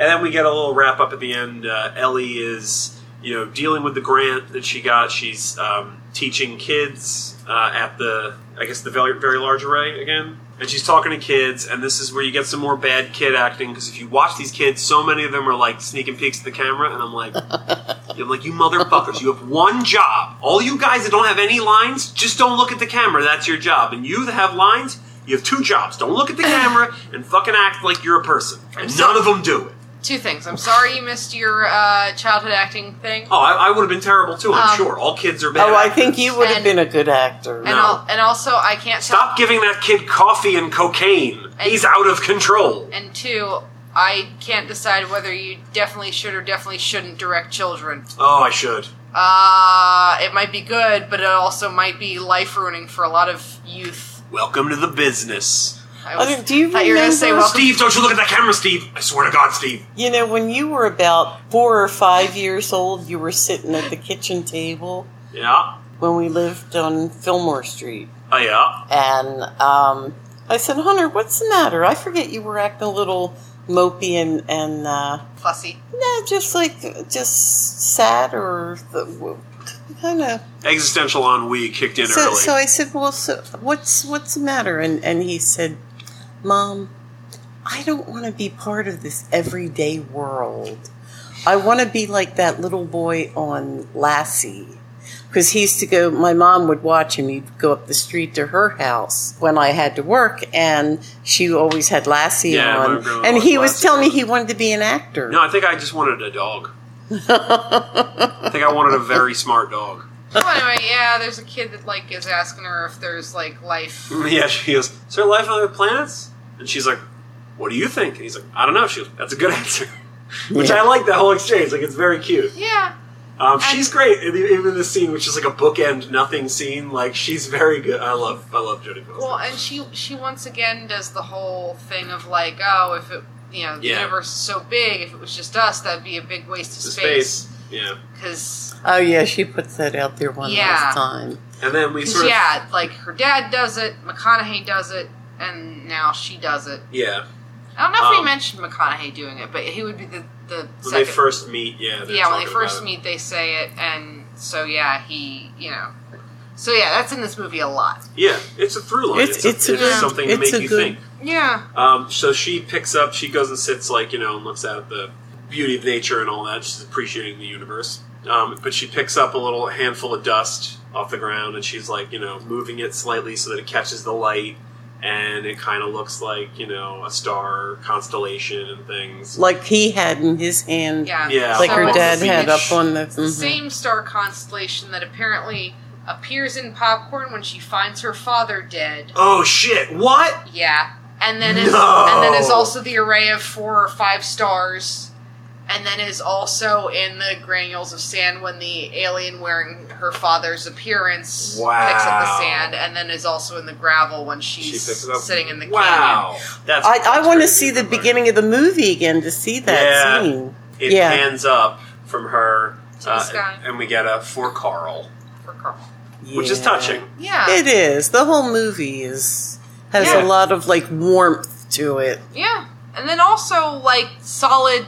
And then we get a little wrap up at the end. Uh, Ellie is, you know, dealing with the grant that she got. She's um, teaching kids uh, at the, I guess, the very very large array again. And she's talking to kids, and this is where you get some more bad kid acting. Because if you watch these kids, so many of them are like sneaking peeks at the camera, and I'm like, I'm like, you motherfuckers, you have one job. All you guys that don't have any lines, just don't look at the camera. That's your job. And you that have lines, you have two jobs. Don't look at the camera and fucking act like you're a person. And none of them do it.
Two things. I'm sorry you missed your uh, childhood acting thing,
Oh, I, I would have been terrible too, I'm
Um,
sure. All kids are bad.
oh, I
actors.
think you would have
And-
been a good actor.
and
no.
al- and also I can't tell.
Stop giving that kid coffee and cocaine. He's out of control.
And two, I can't decide whether you definitely should or definitely shouldn't direct children.
Oh, I should.
Uh, it might be good, but it also might be life ruining for a lot of youth.
Welcome to the business.
I
I mean, do you
thought you were gonna say
remember-
welcome.
Steve, don't you look at that camera, Steve. I swear to God, Steve.
You know, when you were about four or five years old, you were sitting at the kitchen table
Yeah.
when we lived on Fillmore Street.
Oh, yeah.
And um, I said, Hunter, what's the matter? I forget you were acting a little mopey and, and uh,
fussy.
no, just like, just sad or kind of.
Existential ennui kicked in
So,
early.
so I said, well, so what's, what's the matter? And, and he said, Mom, I don't want to be part of this everyday world. I want to be like that little boy on Lassie. Because he used to go, my mom would watch him. He'd go up the street to her house when I had to work, and she always had Lassie
Yeah, my grandma
on. And he
watched
was
Lassie.
telling me he wanted to be an actor.
No, I think I just wanted a dog. I think I wanted a very smart dog.
well, anyway, yeah, there's a kid that like is asking her if there's like life.
Yeah, she goes, Is there life on other planets? And she's like, What do you think? And he's like, I don't know. She goes, That's a good answer. Which I like that whole exchange. Like, it's very cute.
Yeah,
Um, she's great, in- even in this scene, which is like a bookend nothing scene. Like, she's very good. I love, I love Jodie Foster.
Well, and she she once again does the whole thing of like, oh, if it you know the
Yeah.
universe is so big, if it was just us, that'd be a big waste
The
of space.
space. Yeah.
Because
Oh, yeah, she puts that out there one
Yeah.
last time.
And then we sort of.
yeah, like her dad does it, McConaughey does it, and now she does it.
Yeah.
I don't know if we
Um,
mentioned McConaughey doing it, but he would be the the
When
second.
they first meet, yeah. they're
yeah, when they
talking
first
about it.
meet, they say it, and so yeah, he you know, so yeah, that's in this movie a lot.
Yeah, it's a through line. It's,
It's-
a-
it's a
it's
good-
something to
it's
make
a
you
good-
think.
Yeah,
Um, so she picks up, she goes and sits, like, you know, and looks out at the beauty of nature and all that. She's appreciating the universe. Um, but she picks up a little handful of dust off the ground and she's, like, you know, moving it slightly so that it catches the light. And it kind of looks like, you know, a star constellation and things.
Like he had in his hand.
yeah,
Yeah,
like her
Up on
dad
the
had
beach.
up on the.
the
Mm-hmm.
mhm.
same star constellation that apparently appears in popcorn when she finds her father dead.
Oh, shit. What?
Yeah, and then is,
No!
and then is also the array of four or five stars, and then is also in the granules of sand when the alien wearing her father's appearance
Wow.
picks up the sand, and then is also in the gravel when she's
She picks it up.
sitting in the
Wow. That's
I, I
that's
want to
crazy.
see the beginning of the movie again to see that
Yeah.
scene.
It
yeah.
pans up from her. uh,
the sky.
and we get a for Carl,
canyon for Carl.
which is
Yeah.
touching.
Yeah,
It is. The whole movie is has
Yeah.
a lot of like warmth to it.
yeah, and then also like solid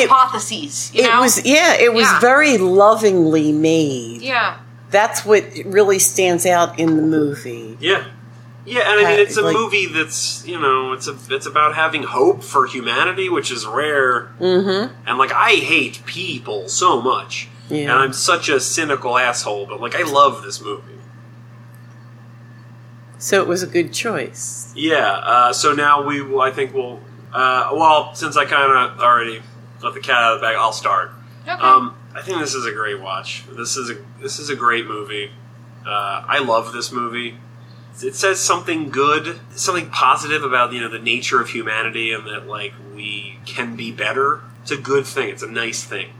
hypotheses. you
it
know?
was yeah, it was
Yeah.
very lovingly made.
yeah.
That's what really stands out in the movie.
Yeah. Yeah, and I mean
Uh,
it's a
like-
movie that's you know it's a it's about having hope for humanity, which is rare.
Mm-hmm.
And like I hate people so much, and
Yeah.
I'm such a cynical asshole, but like I love this movie.
So it was a good choice.
Yeah. Uh, so now we will. I think we'll. Uh, well, since I kind of already let the cat out of the bag, I'll start.
Okay.
Um, I think this is a great watch. This is a this is a great movie. Uh, I love this movie. It says something good, something positive about you know the nature of humanity and that like we can be better. It's a good thing. It's a nice thing.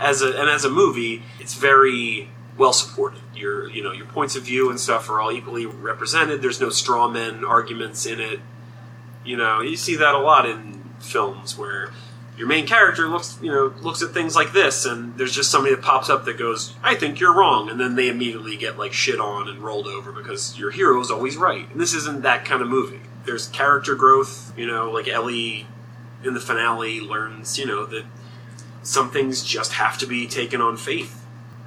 As a and as a movie, it's very well supported. Your you know your points of view and stuff are all equally represented. There's no straw men arguments in it. You know you see that a lot in films where your main character looks you know looks at things like this and there's just somebody that pops up that goes i think you're wrong and then they immediately get like shit on and rolled over because your hero is always right and this isn't that kind of movie there's character growth you know like ellie in the finale learns you know that some things just have to be taken on faith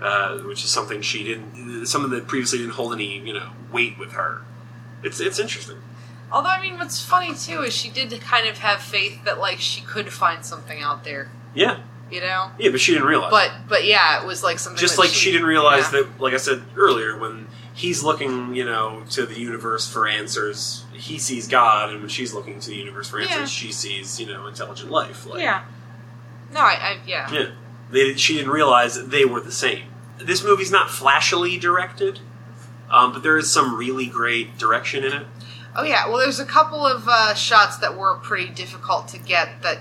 uh, which is something she didn't something that previously didn't hold any you know weight with her it's it's interesting
Although, I mean, what's funny too is she did kind of have faith that like she could find something out there,
yeah
you know.
yeah but she didn't realize
But but yeah, it was like something
just
that
like she, didn't realize
yeah.
that like i said earlier when he's looking you know to the universe for answers he sees god and when she's looking to the universe for answers
Yeah.
she sees you know intelligent life like
Yeah.
No, I, I yeah.
yeah. They, she didn't realize that they were the same. This movie's not flashily directed, um, but there is some really great direction in it.
Oh yeah. Well, there's a couple of uh, shots that were pretty difficult to get. That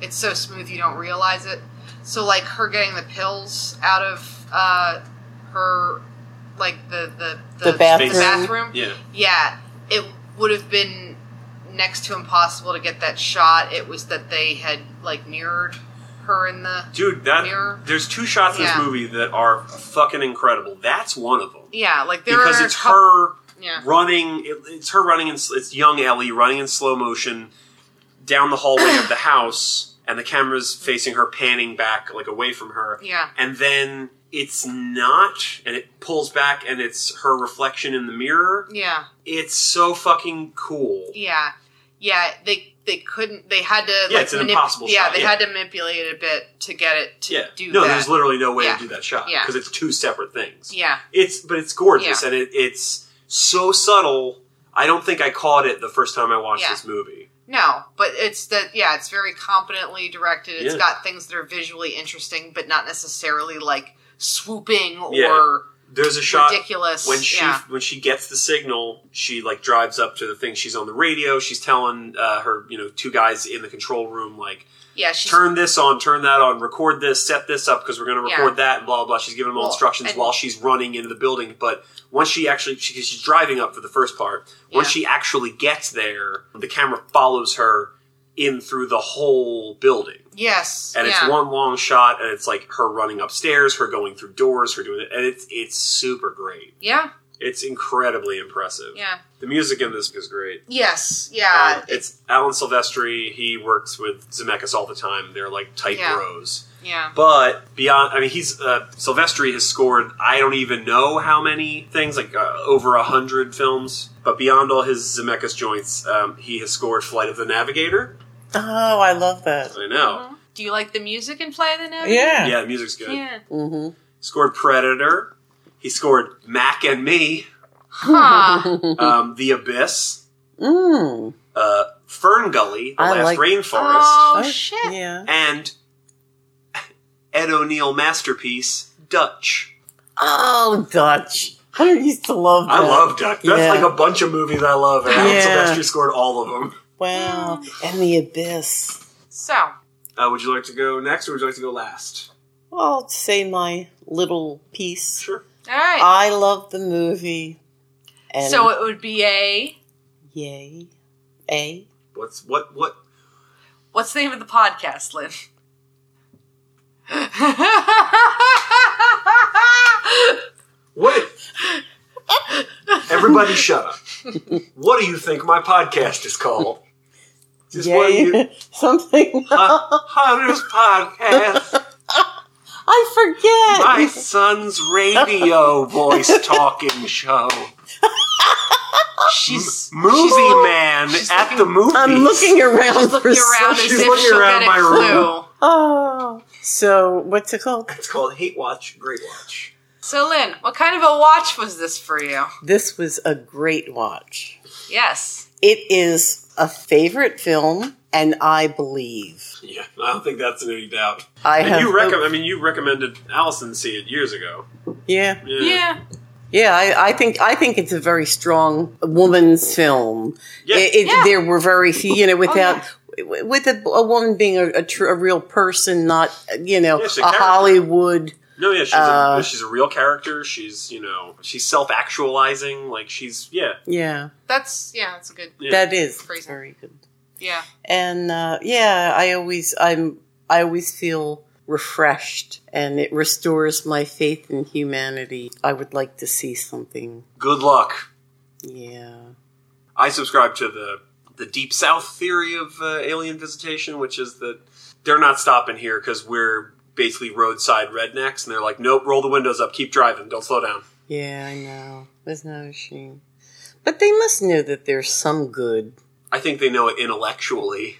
it's so smooth you don't realize it. So like her getting the pills out of uh, her, like the the
The bathroom.
bathroom.
Yeah.
Yeah, it would have been next to impossible to get that shot. It was that they had like mirrored her in the
Dude, that
Mirror.
there's two shots in this
Yeah.
movie that are fucking incredible. That's one of them.
yeah, like there
Because
are a
it's
couple-
her
Yeah,
running. It, it's her running. In, s- it's young Ellie running in slow motion down the hallway of the house, and the camera's facing her, panning back like away from her.
yeah,
And then it's not, and it pulls back, and it's her reflection in the mirror.
yeah,
It's so fucking cool.
yeah, yeah. They they couldn't. They had to.
Yeah,
like,
it's an impossible
Yeah,
shot,
they
yeah.
had to manipulate it a bit to get it to
Yeah,
do
no,
that.
there's literally no way
Yeah.
to do that shot
Yeah.
because it's two separate things.
yeah,
It's but it's gorgeous
Yeah.
and it, it's so subtle. I don't think I caught it the first time I watched
Yeah.
this movie.
no, but it's that. Yeah, it's very competently directed. It's
Yeah.
got things that are visually interesting, but not necessarily like swooping or
Yeah. There's a shot
ridiculous.
when she
yeah.
when she gets the signal, she like drives up to the thing. She's on the radio. She's telling uh, her you know two guys in the control room like
yeah, she's
turn this on, turn that on, record this, set this up because we're going to
Yeah.
record that, and blah blah. blah. She's giving them all
Well,
instructions
and-
while she's running into the building. But once she actually, she, 'cause she's driving up for the first part. Once
Yeah.
she actually gets there, the camera follows her in through the whole building.
yes,
And
yeah.
it's one long shot, and it's like her running upstairs, her going through doors, her doing it, and it's it's super great.
Yeah,
It's incredibly impressive.
yeah.
The music in this is great.
Yes, yeah.
Um, it's Alan Silvestri. He works with Zemeckis all the time. They're like tight
Yeah.
bros.
yeah.
But beyond, I mean, he's uh, Silvestri has scored I don't even know how many things, like uh, over a hundred films. But beyond all his Zemeckis joints, um, he has scored Flight of the Navigator.
Oh, I love that.
I know.
Do you like the music and play the note?
Yeah.
Yeah, the music's good.
Mm-hmm. Yeah.
hmm
Scored Predator. He scored Mac and Me,
Huh.
Mm-hmm.
um, The Abyss,
Mm.
uh, Fern Gully, The
I
Last
like-
Rainforest,
oh
Oh,
shit.
Yeah.
and Ed O'Neill masterpiece Dutch.
Oh, Dutch. I used to love that.
I love Duck. That's
Yeah.
like a bunch of movies I love, and Alan
Yeah.
Silvestri scored all of them.
Wow. And the Abyss.
So
Uh, would you like to go next, or would you like to go last?
Well, I'll say my little piece.
Sure.
all right.
I love the movie. Uh, And
so it would be a
yay. A.
What's what what?
what's the name of the podcast, Lynn?
What? Everybody, shut up! What do you think my podcast is called? Just what do you?
Yay. Something.
Uh, Hunter's podcast,
I forget.
my son's radio voice talking show.
She's
Movie
she's-
man
she's
at
looking-
the movies.
I'm looking around for
looking around as
something.
if
looking
she'll
around
get
my
a
room.
clue.
Oh, so what's it called?
It's called Hate Watch, Great Watch.
So, Lynn, what kind of a watch was this for you?
This was a great watch.
Yes.
It is a favorite film, and I believe
Yeah, I don't think that's in any doubt.
I
And
have.
you recommend? I
hope-
mean, you recommended Allison see it years ago.
yeah,
Yeah.
yeah. I, I think I think it's a very strong woman's film.
Yeah.
It, it-
Yeah. Oh,
There were very few, you know, without.
yeah.
w- With a, a woman being a, a, tr- a real person, not you know
Yes, a
a
character.
Hollywood
No, yeah, she's,
Uh,
a, she's a real character. She's you know she's self actualizing. Like she's yeah.
Yeah,
That's, yeah, that's a good,
Yeah.
that is
Crazy.
very good.
yeah.
And uh, yeah, I always I'm I always feel refreshed, and it restores my faith in humanity. I would like to see something.
Good luck.
Yeah,
I subscribe to the the deep south theory of uh, alien visitation, which is that they're not stopping here because we're basically roadside rednecks, and they're like, nope, roll the windows up, keep driving, don't slow down.
yeah, I know. It's not a shame, but they must know that there's some good.
I think they know it intellectually.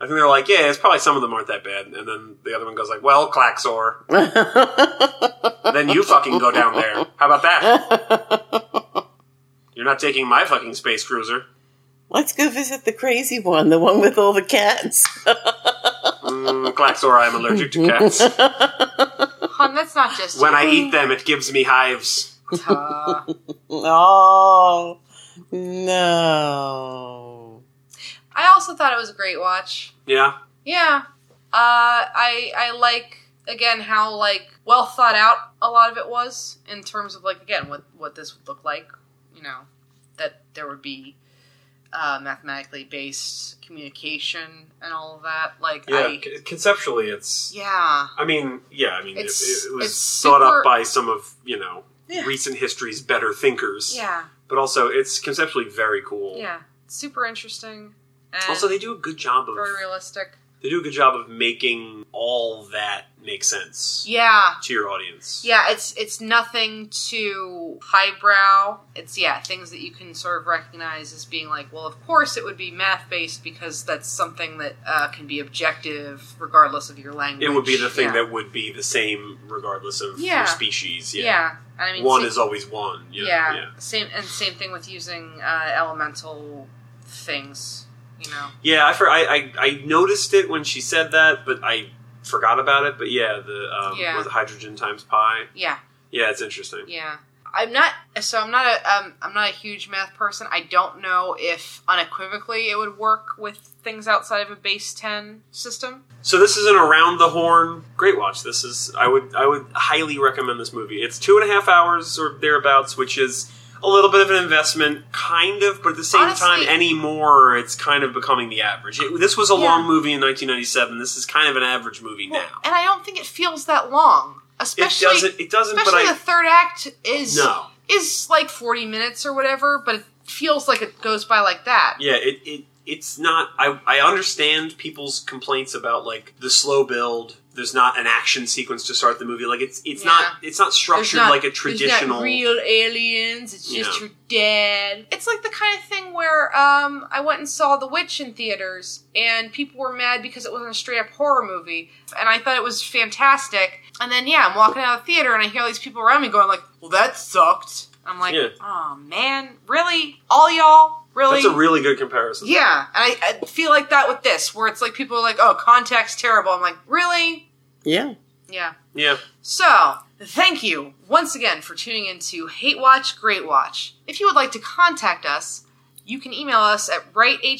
I think they're like, yeah, it's probably some of them aren't that bad, and then the other one goes like, well, Klaxor, then you fucking go down there. How about that? You're not taking my fucking space cruiser.
Let's go visit the crazy one, the one with all the cats.
Mm, Klaxor, I'm allergic to cats.
Hun, that's not just
When I eat them, it gives me hives.
Uh,
oh no!
I also thought it was a great watch.
Yeah.
Yeah. Uh, I I like again how like well thought out a lot of it was in terms of like again what what this would look like, you know, that there would be uh, mathematically based communication and all of that. Like
Yeah,
I,
c- conceptually, it's.
yeah,
I mean, yeah, I mean, it,
It's-
it was
it's
thought
super-
up by some of you know
Yeah.
recent history's better thinkers.
yeah,
but also it's conceptually very cool.
yeah. Super interesting. And
Also, they do a good job of
very realistic.
they do a good job of making all that make sense
Yeah,
to your audience.
Yeah, it's it's nothing too highbrow. It's yeah, things that you can sort of recognize as being like, well, of course it would be math based because that's something that uh, can be objective regardless of your language.
It would be the thing
Yeah.
that would be the same regardless of
Yeah.
your species.
yeah.
Yeah,
And I mean,
one
same-
is always one. Yeah,
yeah,
yeah.
same and same thing with using uh, elemental things. You know,
Yeah, I, for, I, I I noticed it when she said that, but I forgot about it. But yeah, the um,
Yeah.
was it hydrogen times pi.
yeah,
Yeah, it's interesting.
yeah. I'm not so I'm not a um, I'm not a huge math person. I don't know if unequivocally it would work with things outside of a base ten system.
So this is an around the horn great watch. This is I would I would highly recommend this movie. It's two and a half hours or thereabouts, which is a little bit of an investment, kind of, but at the same
Honestly-
time, anymore, it's kind of becoming the average. It, this was a
Yeah.
long movie in 1997. This is kind of an average movie
Well,
now.
And I don't think it feels that long,
It
especially
doesn't. It doesn't. But
especially the
I
third act is
no.
is like forty minutes or whatever, but it feels like it goes by like that.
Yeah, it, it it's not. I I understand people's complaints about like the slow build. There's not an action sequence to start the movie. Like it's it's not it's not
There's
structured
not-
like a
there's not
traditional.
real aliens. It's just
Yeah.
your dad. It's like the kind of thing where um, I went and saw The Witch in theaters, and people were mad because it wasn't a straight up horror movie, and I thought it was fantastic. And then yeah, I'm walking out of the theater, and I hear all these people around me going like, "Well, that sucked." I'm like,
Yeah.
"Oh man, really? All y'all really?"
that's a really good comparison.
yeah, and I, I feel like that with this, where it's like people are like, "Oh, contact's terrible." I'm like, "Really?"
Yeah.
Yeah.
yeah.
So, thank you once again for tuning in to Hate Watch, Great Watch. If you would like to contact us, you can email us at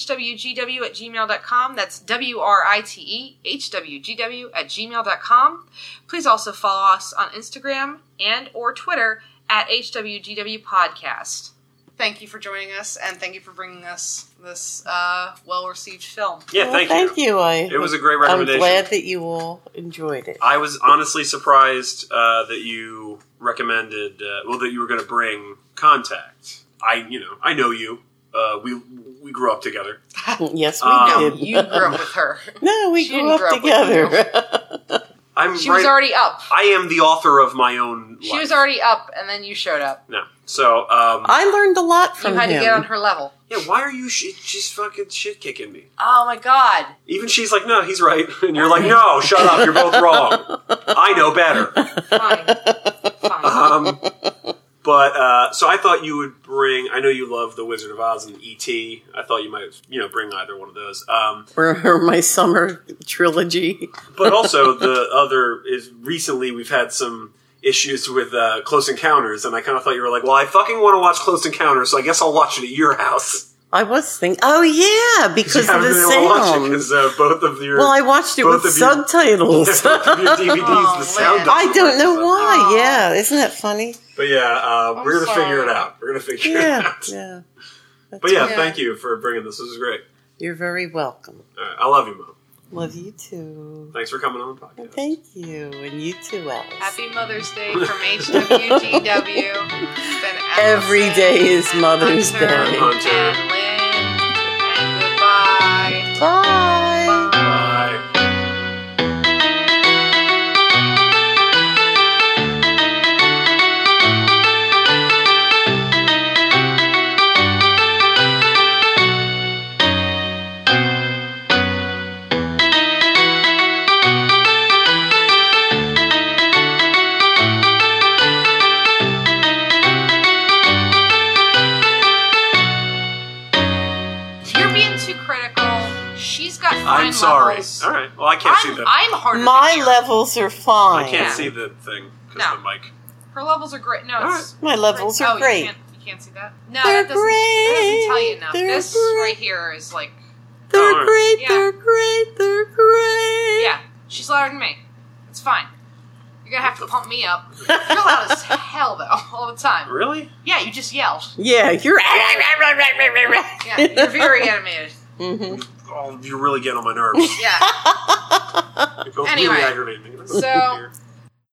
writehwgw at gmail.com. That's W R I T E H W G W at gmail.com. Please also follow us on Instagram and or Twitter at HWGW Podcast. Thank you for joining us, and thank you for bringing us this uh, well-received film.
Yeah,
Well,
thank,
thank
you.
you. I
It was a great recommendation.
I'm glad that you all enjoyed it.
I was honestly surprised uh, that you recommended, uh, well, that you were going to bring Contact. I, you know, I know you. Uh, we we grew up together.
yes, we
Um,
did.
You grew up with her.
no, we
She
grew
didn't
up
grow up with
I
together.
I'm
She
right,
was already up.
I am the author of my own.
She
life.
was already up, and then you showed up.
No. So, um,
I learned a lot
You
from
had
him.
to get on her level.
yeah, why are you sh- just fucking shit kicking me?
Oh my god.
Even she's like, no, he's right. And you're like, no, shut up, you're both wrong. I know better.
Fine. Fine.
Um, but, uh, so I thought you would bring, I know you love The Wizard of Oz and E.T. I thought you might, you know, bring either one of those. Um,
for my summer trilogy.
but also the other is recently we've had some issues with uh, Close Encounters, and I kind of thought you were like, well, I fucking want to watch Close Encounters, so I guess I'll watch it at your house.
I was thinking, oh yeah, because
I
of the
really wanna watch it
sound.
'cause, uh, both of your
Well, I watched it
both
with
of you-
subtitles.
both of your DVDs,
Oh,
the sound.
man.
I don't know
doesn't-
why. Yeah, isn't that funny?
But yeah, um, we're gonna
sorry.
figure it out. We're gonna figure it
Yeah,
out.
yeah.
But yeah,
Yeah.
thank you for bringing this. This is great.
You're very welcome.
All right, I love you, mom.
Love you too.
Thanks for coming on the podcast.
Thank you, and you too, Alice.
Happy Mother's Day from HWGW. It's been
Every
Allison,
day is Mother's
Hunter,
Day.
Hunter.
And Lynn. And goodbye.
Bye.
Bye.
You're being too critical. She's got fine
I'm sorry.
levels.
All right. Well, I can't
I'm,
see the.
I'm harder than
My
you.
levels are fine.
I can't
Yeah.
see the thing because
No.
the mic.
Her levels are great. No, it's
My levels
oh,
are
You
great.
can't, you can't see that. No,
They're
that doesn't, that doesn't tell you enough.
great. They're
this
great.
right here is like,
They're
Alright.
great.
Yeah.
They're great. They're great.
yeah, she's louder than me. It's fine. You're gonna have to pump me up. You're loud as hell though, all the time.
Really?
Yeah, you just yell.
Yeah, you're.
Yeah, you're very animated.
Mhm.
Oh, you're really getting on my nerves.
Yeah.
Mm-hmm.
You're both
Anyway.
really aggravating me. That's
So-
weird.